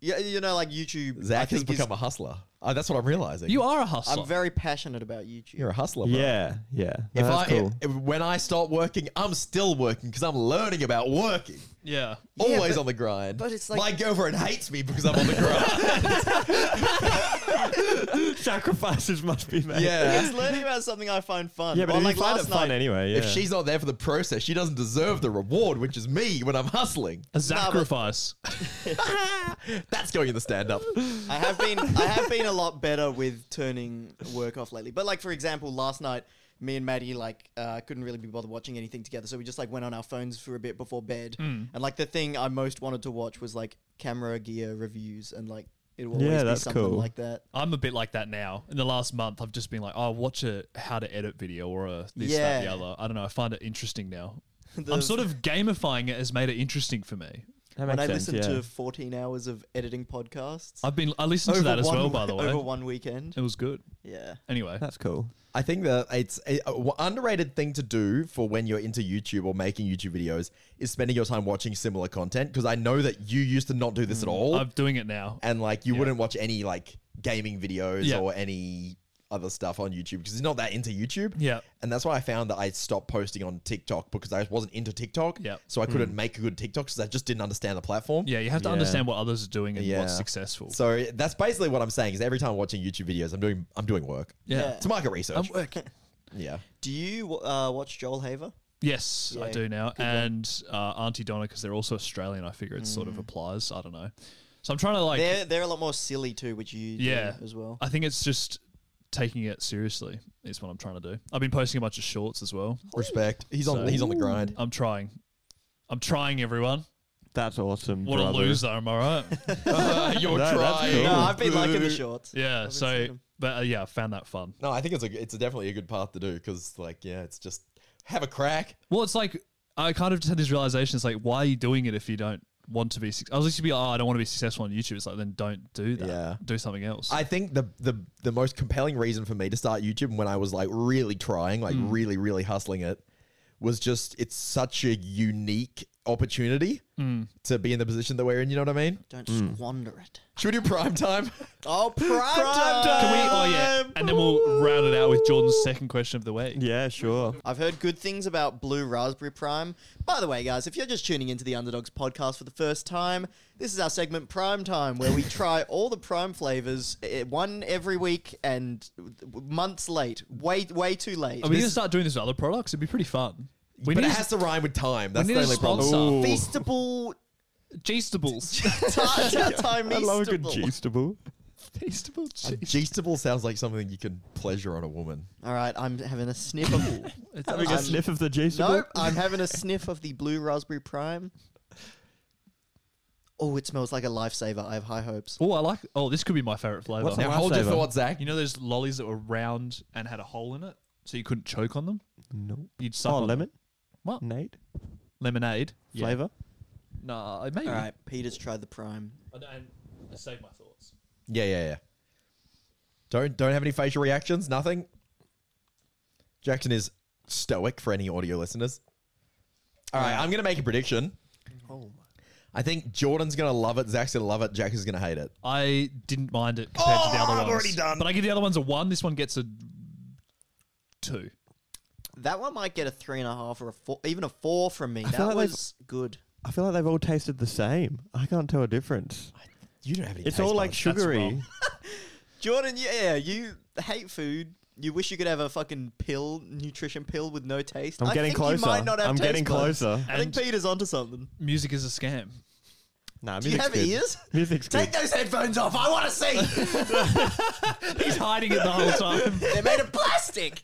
Speaker 3: yeah, you know, like YouTube.
Speaker 2: Zach
Speaker 3: I
Speaker 2: has
Speaker 3: think is-
Speaker 2: become a hustler. Uh, that's what I'm realizing.
Speaker 5: you are a hustler.
Speaker 3: I'm very passionate about YouTube.
Speaker 2: You're a hustler. Bro.
Speaker 4: yeah, yeah, no,
Speaker 2: If I
Speaker 4: that's cool.
Speaker 2: if- when I start working, I'm still working because I'm learning about working.
Speaker 5: yeah.
Speaker 2: Always
Speaker 3: but-
Speaker 2: on the grind.
Speaker 3: but it's like-
Speaker 2: my girlfriend hates me because I'm on the grind.
Speaker 4: Sacrifices must be made.
Speaker 2: yeah.
Speaker 3: It's learning about something I find fun.
Speaker 4: yeah, but
Speaker 3: Or,
Speaker 4: if
Speaker 3: like
Speaker 4: you find it
Speaker 3: last
Speaker 4: fun
Speaker 3: night,
Speaker 4: anyway. Yeah.
Speaker 2: If she's not there for the process, she doesn't deserve the reward, which is me when I'm hustling.
Speaker 5: A sacrifice.
Speaker 2: That's going in the stand up.
Speaker 3: I have been I have been a lot better with turning work off lately. But like for example, last night me and Maddie like uh, couldn't really be bothered watching anything together, so we just like went on our phones for a bit before bed.
Speaker 4: Hmm.
Speaker 3: And like the thing I most wanted to watch was like camera gear reviews and like it will always
Speaker 4: Yeah,
Speaker 3: be
Speaker 4: that's
Speaker 3: something
Speaker 4: cool.
Speaker 3: like that.
Speaker 5: I'm a bit like that now. In the last month, I've just been like, oh, watch a how to edit video or a this, that, the
Speaker 3: Yeah.
Speaker 5: other. I don't know. I find it interesting now. I'm sort of gamifying it has made it interesting for me.
Speaker 4: That
Speaker 3: when
Speaker 4: makes
Speaker 3: I
Speaker 4: sense,
Speaker 3: listened
Speaker 4: yeah.
Speaker 3: to 14 hours of editing podcasts.
Speaker 5: I've been I listened to that as
Speaker 3: one,
Speaker 5: well. By the way,
Speaker 3: Over one weekend.
Speaker 5: it was good.
Speaker 3: Yeah.
Speaker 5: Anyway,
Speaker 4: that's cool.
Speaker 2: I think that it's a, a w- underrated thing to do for when you're into YouTube or making YouTube videos is spending your time watching similar content because I know that you used to not do this at all.
Speaker 5: I'm doing it now.
Speaker 2: and like you wouldn't watch any like gaming videos
Speaker 5: Yeah.
Speaker 2: or any other stuff on YouTube because he's not that into YouTube.
Speaker 5: Yeah.
Speaker 2: And that's why I found that I stopped posting on TikTok because I wasn't into TikTok.
Speaker 5: Yep.
Speaker 2: So I couldn't make a good TikTok because I just didn't understand the platform.
Speaker 5: Mm. Yeah, you have to
Speaker 4: Yeah.
Speaker 5: understand what others are doing and
Speaker 2: Yeah.
Speaker 5: what's successful.
Speaker 2: So that's basically what I'm saying is every time I'm watching YouTube videos, I'm doing I'm doing work.
Speaker 5: yeah.
Speaker 3: Yeah.
Speaker 2: It's market research.
Speaker 5: I'm working.
Speaker 2: yeah.
Speaker 3: Do you uh, watch Joel Haver?
Speaker 5: Yes, I
Speaker 3: Yeah,
Speaker 5: do now. And uh, Auntie Donna, because they're also Australian, I figure it sort of applies. I don't know. So I'm trying to like,
Speaker 3: Mm. They're they're a lot more silly too, which you do
Speaker 5: yeah,
Speaker 3: as well.
Speaker 5: I think it's just taking it seriously is what I'm trying to do. I've been posting a bunch of shorts as well.
Speaker 2: Respect. He's on
Speaker 5: So-
Speaker 2: he's on the grind.
Speaker 5: I'm trying. I'm trying, everyone.
Speaker 4: That's awesome.
Speaker 5: What a
Speaker 4: brother.
Speaker 5: loser, am I right?
Speaker 2: you're
Speaker 4: No, that's
Speaker 2: trying.
Speaker 4: cool.
Speaker 3: No, I've been liking the shorts.
Speaker 5: yeah.
Speaker 3: seen
Speaker 5: So,
Speaker 3: 'em.
Speaker 5: but uh, yeah, I found that fun.
Speaker 2: No, I think it's a it's a definitely a good path to do because like yeah, it's just have a crack.
Speaker 5: Well, it's like I kind of just had this realization. It's like, why are you doing it if you don't want to be? Suc- I was used to be, oh, I don't want to be successful on YouTube. It's like, then don't do that.
Speaker 2: Yeah.
Speaker 5: Do something else.
Speaker 2: I think the, the the
Speaker 5: Mm.
Speaker 2: most compelling reason for me to start YouTube when I was like really trying, like really really hustling it, was just it's such a unique opportunity
Speaker 5: Mm.
Speaker 2: to be in the position that we're in. You know what I mean?
Speaker 3: Don't squander it.
Speaker 2: Should we do prime time?
Speaker 3: Oh, prime, time.
Speaker 5: Can we? Oh yeah, and then we'll round it out with Jordan's second question of the week.
Speaker 4: Yeah, sure.
Speaker 3: I've heard good things about Blue Raspberry Prime. By the way, guys, if you're just tuning into the Underdogs podcast for the first time, this is our segment Prime Time, where we try all the prime flavors, eh, one every week and w- months late, way way too late.
Speaker 5: Are we gonna start doing this with other products? It'd be pretty fun. We
Speaker 2: but
Speaker 5: need
Speaker 2: it has to rhyme with time. That's
Speaker 5: we
Speaker 2: the
Speaker 5: need a
Speaker 2: only problem.
Speaker 5: sponsor.
Speaker 3: Feastable,
Speaker 5: Geestables.
Speaker 3: time
Speaker 4: I love a good cheestable.
Speaker 5: Feastable.
Speaker 2: A
Speaker 5: Geestables.
Speaker 2: Geestable sounds like something you can pleasure on a woman.
Speaker 3: All right, I'm having a sniff of.
Speaker 5: It's
Speaker 4: Having a
Speaker 5: awesome.
Speaker 4: sniff of the cheestable.
Speaker 3: no, I'm having a sniff of the Blue Raspberry Prime. Oh, it smells like a lifesaver. I have high hopes.
Speaker 5: Oh, I like. Oh, this could be my favorite flavor.
Speaker 4: What's
Speaker 2: Now
Speaker 4: Now,
Speaker 2: hold your
Speaker 4: lifesaver.
Speaker 2: thought, Zach.
Speaker 5: You know those lollies that were round and had a hole in it, so you couldn't choke on them.
Speaker 4: No.
Speaker 5: You'd suck
Speaker 4: Oh,
Speaker 5: on
Speaker 4: lemon.
Speaker 5: What?
Speaker 4: Nade
Speaker 5: lemonade
Speaker 4: flavor.
Speaker 5: Nah, maybe.
Speaker 3: All right, Peter's tried the Prime.
Speaker 5: I, don't- I saved my thoughts.
Speaker 2: Yeah, yeah, yeah. Don't don't have any facial reactions. Nothing. Jackson is stoic for any audio listeners. All right, I'm gonna make a prediction.
Speaker 3: Oh my.
Speaker 2: I think Jordan's gonna love it. Zach's gonna love it. Jack is gonna hate it.
Speaker 5: I didn't mind it compared to the other
Speaker 2: I've
Speaker 5: ones.
Speaker 2: already done.
Speaker 5: But I give the other ones a one. This one gets a two.
Speaker 3: That one might get a three and a half or a four, even a four from me. that
Speaker 4: feel like they've-
Speaker 3: was good.
Speaker 4: I feel like they've all tasted the same. I can't tell a difference.
Speaker 2: You don't have any.
Speaker 4: It's
Speaker 2: taste
Speaker 4: all like
Speaker 2: buds.
Speaker 4: sugary.
Speaker 3: Jordan, yeah, you hate food. You wish you could have a fucking pill, nutrition pill with no taste.
Speaker 4: I'm
Speaker 3: I
Speaker 4: getting
Speaker 3: think you might
Speaker 4: closer.
Speaker 3: not have
Speaker 4: I'm
Speaker 3: taste
Speaker 4: getting
Speaker 3: buds.
Speaker 4: closer.
Speaker 3: I think
Speaker 5: And-
Speaker 3: Peter's onto something.
Speaker 5: Music is a scam.
Speaker 4: Nah,
Speaker 3: Do you
Speaker 4: music's
Speaker 3: have
Speaker 4: good.
Speaker 3: ears?
Speaker 4: Music's
Speaker 3: Take
Speaker 4: good.
Speaker 3: those headphones off. I want to see.
Speaker 5: He's hiding it the whole time.
Speaker 3: They're made of plastic.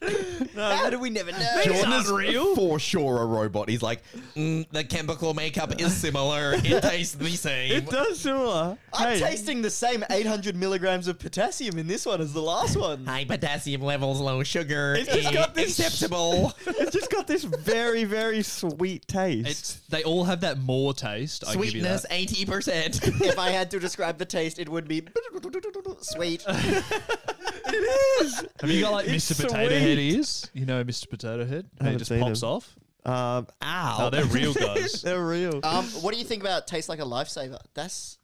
Speaker 3: How do we never know?
Speaker 5: Jordan is real.
Speaker 2: For sure, a robot. He's like, "Mm, the chemical makeup is similar. It tastes the same.
Speaker 4: It does similar.
Speaker 3: I'm
Speaker 4: Hey,
Speaker 3: tasting the same 800 milligrams of potassium in this one as the last one.
Speaker 2: High potassium levels, low sugar.
Speaker 4: It's just got this-
Speaker 2: acceptable.
Speaker 4: It's just got this very, very sweet taste.
Speaker 5: It's, they all have that more taste. I give you that.
Speaker 2: Sweetness eighty percent.
Speaker 3: if I had to describe the taste, it would be sweet.
Speaker 5: Have you got like
Speaker 4: It's
Speaker 5: Mr. Potato Head
Speaker 4: sweet.
Speaker 5: ears? You know Mr. Potato Head? And it
Speaker 4: haven't
Speaker 5: just
Speaker 4: seen
Speaker 5: pops
Speaker 4: him.
Speaker 5: off.
Speaker 4: um, ow.
Speaker 5: Oh, they're real guys.
Speaker 4: they're real.
Speaker 3: Um, what do you think about taste like a lifesaver? That's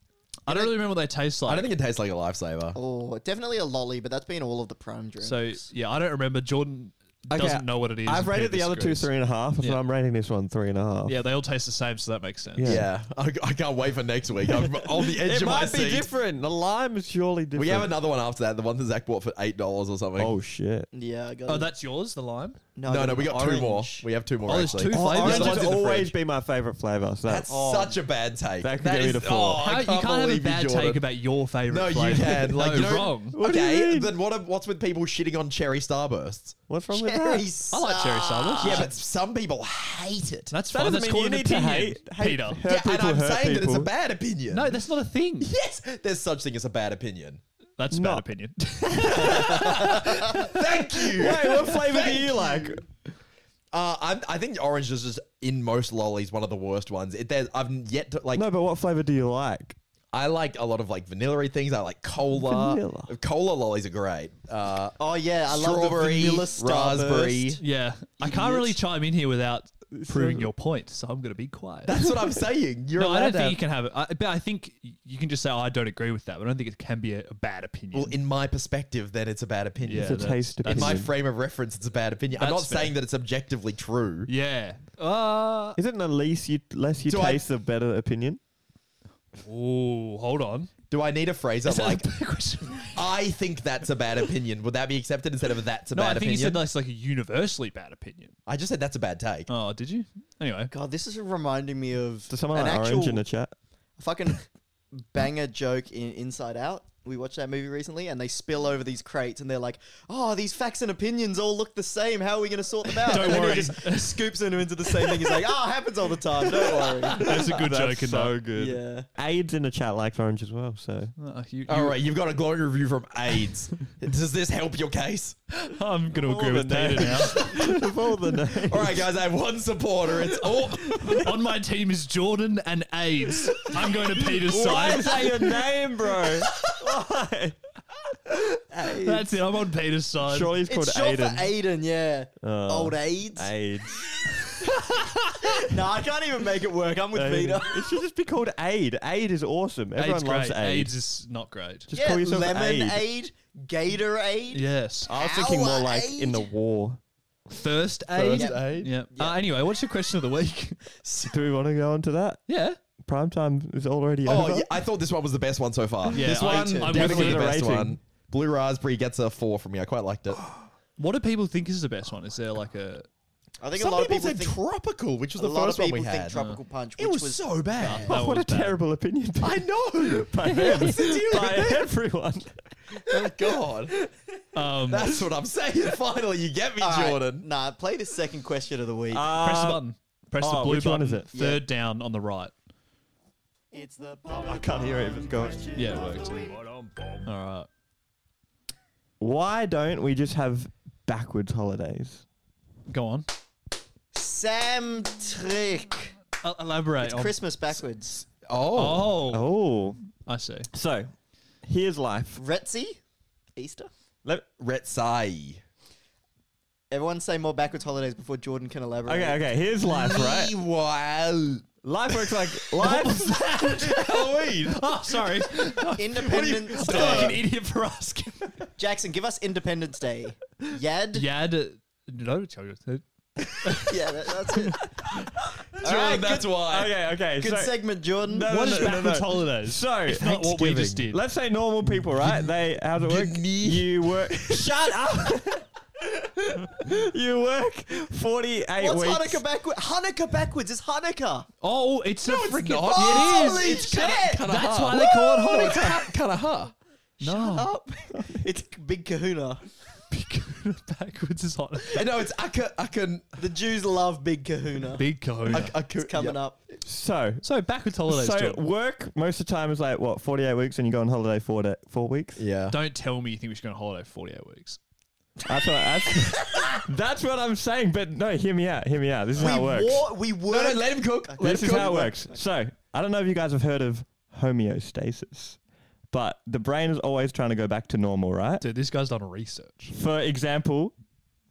Speaker 5: I don't really remember what they taste like.
Speaker 2: I don't think it tastes like a lifesaver.
Speaker 3: oh, definitely a lolly, but that's been all of the prime drinks.
Speaker 5: so. Yeah, I don't remember. Jordan doesn't know what it is.
Speaker 4: I've
Speaker 5: and
Speaker 4: rated the
Speaker 5: Peter
Speaker 4: other two
Speaker 5: disagrees.
Speaker 4: three and a half, so I'm rating this one three and a half.
Speaker 5: Yeah, they all taste the same, so that makes sense.
Speaker 4: Yeah.
Speaker 2: Yeah, I, I can't wait for next week. I'm on the edge
Speaker 4: It
Speaker 2: of my
Speaker 4: might be
Speaker 2: seat.
Speaker 4: different. The lime is surely different.
Speaker 2: We have another one after that. The one that Zach bought for eight dollars or something.
Speaker 4: Oh shit!
Speaker 3: yeah, I got
Speaker 5: Oh,
Speaker 3: it.
Speaker 5: that's yours, the lime.
Speaker 3: I
Speaker 2: no, no, we
Speaker 3: an
Speaker 2: got two more.
Speaker 3: orange.
Speaker 2: We have two more.
Speaker 5: Oh, there's
Speaker 2: actually.
Speaker 5: two flavors.
Speaker 4: Orange
Speaker 5: This
Speaker 4: has
Speaker 5: one's
Speaker 2: in the
Speaker 4: always
Speaker 2: fridge.
Speaker 4: been my favorite flavor. So
Speaker 2: That's such a bad take.
Speaker 4: That could get
Speaker 2: is-
Speaker 4: rid of four.
Speaker 2: Oh,
Speaker 5: How-
Speaker 2: I
Speaker 5: you
Speaker 2: can't
Speaker 5: can't have a
Speaker 2: believe you,
Speaker 5: bad
Speaker 2: Jordan.
Speaker 5: take about your favorite.
Speaker 2: No, you
Speaker 5: flavor.
Speaker 2: can. Like,
Speaker 5: no,
Speaker 2: you know-
Speaker 5: wrong.
Speaker 4: What do you
Speaker 2: okay,
Speaker 4: mean?
Speaker 2: then what? ab- What's with people shitting on cherry starbursts?
Speaker 4: what's wrong with
Speaker 3: Cherry
Speaker 4: that?
Speaker 5: I like cherry starbursts.
Speaker 2: Yeah, but some people hate it.
Speaker 5: that's
Speaker 4: That doesn't
Speaker 5: fine. That's
Speaker 4: mean
Speaker 5: called
Speaker 4: you
Speaker 5: an
Speaker 4: need to
Speaker 5: opinion,
Speaker 4: hate- hate-
Speaker 5: Peter.
Speaker 4: hurt
Speaker 2: yeah, and
Speaker 4: people,
Speaker 2: I'm
Speaker 4: hurt
Speaker 2: saying that it's a
Speaker 4: people.
Speaker 2: bad opinion.
Speaker 5: No, that's not a thing.
Speaker 2: yes, there's such thing as a bad opinion.
Speaker 5: That's
Speaker 4: No.
Speaker 5: bad opinion.
Speaker 2: Thank you.
Speaker 4: Wait, what flavor do you like?
Speaker 2: Uh, I'm, I think orange is just in most lollies one of the worst ones. It, there's- I've yet to like.
Speaker 4: No, but what flavor do you like?
Speaker 2: I like a lot of like vanilla things. I like cola.
Speaker 4: Vanilla.
Speaker 2: Cola lollies are great. Uh,
Speaker 3: Oh yeah, I love the
Speaker 2: strawberry,
Speaker 3: vanilla
Speaker 2: raspberry.
Speaker 3: Starburst.
Speaker 5: yeah, I can't really chime in here without proving your point, so I'm going to be quiet.
Speaker 2: That's what I'm saying. You're
Speaker 5: no,
Speaker 2: allowed
Speaker 5: I don't
Speaker 2: to
Speaker 5: think
Speaker 2: have-
Speaker 5: you can have it. I, but I think you can just say, oh, I don't agree with that. But I don't think it can be a, a bad opinion.
Speaker 2: Well, in my perspective, then it's a bad opinion.
Speaker 5: Yeah,
Speaker 4: It's a
Speaker 5: that's-
Speaker 4: taste
Speaker 5: that's-
Speaker 2: in my
Speaker 4: opinion.
Speaker 2: frame of reference, it's a bad opinion. I'm not
Speaker 5: That's fair.
Speaker 2: saying that it's objectively true.
Speaker 5: yeah. Uh,
Speaker 4: Isn't the least you less you
Speaker 2: Do I-
Speaker 4: taste, the better opinion?
Speaker 5: ooh, hold on.
Speaker 2: Do I need a phrase that like
Speaker 5: question?
Speaker 2: I think that's a bad opinion? Would that be accepted instead of that's a
Speaker 5: No, I
Speaker 2: bad
Speaker 5: think you
Speaker 2: opinion?
Speaker 5: said that's like a universally bad opinion.
Speaker 2: I just said that's a bad take.
Speaker 5: Oh, did you? Anyway.
Speaker 3: God, this is reminding me of
Speaker 4: Does someone
Speaker 3: an
Speaker 4: like
Speaker 3: actual
Speaker 4: orange in the chat?
Speaker 3: fucking banger joke in Inside Out. We watched that movie recently, and they spill over these crates, and they're like, "Oh, these facts and opinions all look the same. How are we going to sort them out?"
Speaker 5: Don't
Speaker 3: and then
Speaker 5: worry.
Speaker 3: he just scoops them into the same thing. He's like, "Ah, oh, happens all the time. Don't worry."
Speaker 5: That's a good joke. in that.
Speaker 4: Ah, good.
Speaker 3: Yeah.
Speaker 4: AIDS in the chat likes orange as well. So
Speaker 5: Uh, you-
Speaker 2: All
Speaker 5: you-
Speaker 2: right, you've got a glowing review from AIDS. Does this help your case?
Speaker 5: I'm going to agree
Speaker 4: All
Speaker 5: with
Speaker 4: the
Speaker 5: Peter now.
Speaker 4: of all the names,
Speaker 2: All right, guys, I have one supporter. It's all.
Speaker 5: On my team is Jordan and AIDS. I'm going to Peter's
Speaker 4: why
Speaker 5: side.
Speaker 4: is that your name, bro? Why?
Speaker 5: That's it. I'm on Peter's side.
Speaker 4: Surely it's called Uh,
Speaker 3: It's short for
Speaker 4: Aiden.
Speaker 3: Aiden, yeah. Old AIDS.
Speaker 4: AIDS.
Speaker 3: no, I can't even make it work. I'm with Peter.
Speaker 4: it should just be called Aid. Aid is awesome. Everyone
Speaker 5: AIDS
Speaker 4: loves
Speaker 5: great.
Speaker 4: Aid.
Speaker 5: AIDS is not great.
Speaker 4: just
Speaker 3: yeah,
Speaker 4: call yourself Aid.
Speaker 3: Lemonade, Gatorade.
Speaker 5: yes.
Speaker 4: I was thinking more like in the war.
Speaker 5: First aid.
Speaker 4: First aid.
Speaker 5: Yeah. Uh, anyway, what's your question of the week?
Speaker 4: Do we want to go on to that?
Speaker 5: yeah.
Speaker 4: Prime time is already
Speaker 2: Oh,
Speaker 4: over.
Speaker 2: yeah, I thought this one was the best one so far.
Speaker 5: Yeah,
Speaker 2: this
Speaker 5: I-
Speaker 2: one,
Speaker 5: I'm with
Speaker 2: definitely
Speaker 5: you.
Speaker 2: the best
Speaker 4: Rating.
Speaker 2: one. Blue Raspberry gets a four from me. I quite liked it.
Speaker 5: What do people think is the best one? Is there like a
Speaker 3: I think
Speaker 2: Some
Speaker 3: a lot
Speaker 2: people,
Speaker 3: of people
Speaker 2: said
Speaker 3: think
Speaker 2: tropical, which was
Speaker 3: a
Speaker 2: the
Speaker 3: lot of
Speaker 2: first one
Speaker 3: people
Speaker 2: we
Speaker 3: think
Speaker 2: had.
Speaker 3: tropical punch. Which
Speaker 2: it was so bad.
Speaker 5: that
Speaker 4: what a
Speaker 5: was bad.
Speaker 4: terrible opinion. to-
Speaker 2: I know.
Speaker 4: by them. by everyone.
Speaker 2: Oh God,
Speaker 5: um, press
Speaker 2: that's what I'm saying. Finally, you get me,
Speaker 3: All right,
Speaker 2: Jordan.
Speaker 3: Nah, play the second question of the week.
Speaker 5: the button. Press
Speaker 4: oh,
Speaker 5: the blue
Speaker 4: which
Speaker 5: button.
Speaker 4: one is it?
Speaker 5: Third down on the right.
Speaker 3: it's the
Speaker 4: I can't hear it if it's going.
Speaker 5: Yeah, it worked. All right.
Speaker 4: Why don't we just have backwards holidays?
Speaker 5: Go on.
Speaker 3: Sam Trick.
Speaker 5: El- elaborate.
Speaker 3: It's
Speaker 5: on-
Speaker 3: Christmas backwards.
Speaker 2: Oh,
Speaker 5: Oh,
Speaker 4: Oh,
Speaker 5: I see.
Speaker 4: so here's life.
Speaker 3: Retzi? Easter?
Speaker 4: Let,
Speaker 2: Retsai.
Speaker 3: Everyone say more backwards holidays before Jordan can elaborate.
Speaker 4: okay, okay. Here's life, right?
Speaker 2: Wow.
Speaker 4: Life works like life.
Speaker 2: Halloween.
Speaker 5: Oh, sorry.
Speaker 3: Independence
Speaker 5: I feel like an
Speaker 3: Day.
Speaker 5: idiot for asking.
Speaker 3: Jackson, give us Independence Day. Yad?
Speaker 5: Yad. uh, No, Jojo, uh,
Speaker 3: Yeah, that, that's it.
Speaker 2: Jordan, that's why.
Speaker 4: okay, okay.
Speaker 3: Good
Speaker 4: so,
Speaker 3: segment, Jordan.
Speaker 4: No, no,
Speaker 5: What
Speaker 4: no,
Speaker 5: is
Speaker 4: no, no,
Speaker 5: backwards
Speaker 4: no.
Speaker 5: holidays?
Speaker 4: So
Speaker 5: It's not what we just did.
Speaker 4: Let's say normal people, right? They how's it work? You work. Shut up. you work forty-eight
Speaker 3: What's
Speaker 4: weeks.
Speaker 3: Hanukkah backwards? Hanukkah backwards is Hanukkah.
Speaker 5: Oh, it's a freaking.
Speaker 2: not.
Speaker 5: It is.
Speaker 3: Holy
Speaker 5: It's
Speaker 3: shit!
Speaker 5: That's why they call it holiday.
Speaker 2: Kind of her.
Speaker 5: No,
Speaker 3: Up. it's Big Kahuna.
Speaker 5: backwards is hot.
Speaker 2: No, it's Aka. Aka.
Speaker 3: The Jews love Big Kahuna.
Speaker 5: Big kahuna.
Speaker 2: Aka.
Speaker 3: it's coming up.
Speaker 4: So
Speaker 5: so backwards holidays.
Speaker 4: so
Speaker 5: Jordan.
Speaker 4: work most of the time is like what forty-eight weeks, and you go on holiday four da four weeks.
Speaker 2: Yeah.
Speaker 5: Don't tell me you think we should go on holiday for 48 weeks.
Speaker 4: That's what, I, that's, that's what I'm saying. But no, hear me out. Hear me out. This is how it works.
Speaker 3: War, we work.
Speaker 2: No, no, let him cook. Let
Speaker 4: this
Speaker 2: him
Speaker 4: is
Speaker 2: cook.
Speaker 4: how it works. So, I don't know if you guys have heard of homeostasis, but the brain is always trying to go back to normal, right?
Speaker 5: Dude, this guy's done research.
Speaker 4: For example,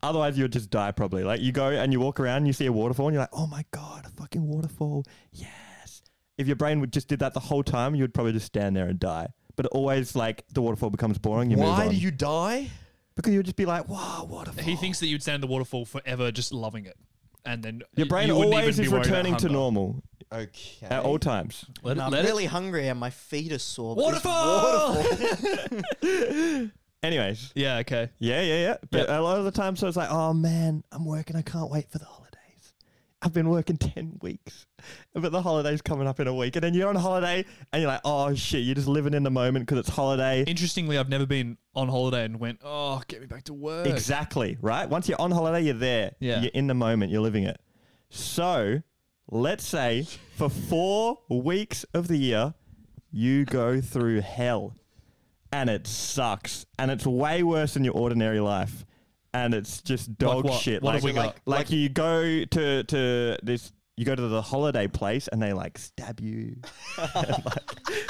Speaker 4: otherwise you'll just die probably. Like you go and you walk around, and you see a waterfall, and you're like, "Oh my god, a fucking waterfall!" Yes. If your brain would just did that the whole time, you'd probably just stand there and die. But always, like the waterfall becomes boring. You move
Speaker 2: Why
Speaker 4: on.
Speaker 2: do you die?
Speaker 4: Because you'll just be like, "Wow, waterfall."
Speaker 5: He thinks that you'd stand in the waterfall forever just loving it. And then
Speaker 4: your brain
Speaker 5: you wouldn't
Speaker 4: always
Speaker 5: even
Speaker 4: is
Speaker 5: be worried about
Speaker 4: returning to
Speaker 5: hunger.
Speaker 4: normal
Speaker 2: Okay.
Speaker 4: at all times.
Speaker 5: Let,
Speaker 3: And I'm
Speaker 5: let
Speaker 3: really
Speaker 5: it.
Speaker 3: hungry and my feet are sore. but this
Speaker 5: Waterfall!
Speaker 4: Anyways,
Speaker 5: Yeah, okay.
Speaker 4: Yeah, yeah, yeah. But
Speaker 5: Yeah.
Speaker 4: a lot of the time, so it's like, oh man, I'm working. I can't wait for the holidays. I've been working 10 weeks, but the holiday's coming up in a week. And then you're on holiday and you're like, oh shit, you're just living in the moment because it's holiday.
Speaker 5: Interestingly, I've never been on holiday and went, oh, get me back to work.
Speaker 4: Exactly, right? Once you're on holiday, you're there.
Speaker 5: Yeah.
Speaker 4: You're in the moment, you're living it. So let's say for four weeks of the year, you go through hell and it sucks and it's way worse than your ordinary life. And it's just dog
Speaker 5: what?
Speaker 4: shit. like,
Speaker 5: What have we
Speaker 4: like,
Speaker 5: got?
Speaker 4: like you go to, to this, you go to the holiday place and they like stab you. and, like,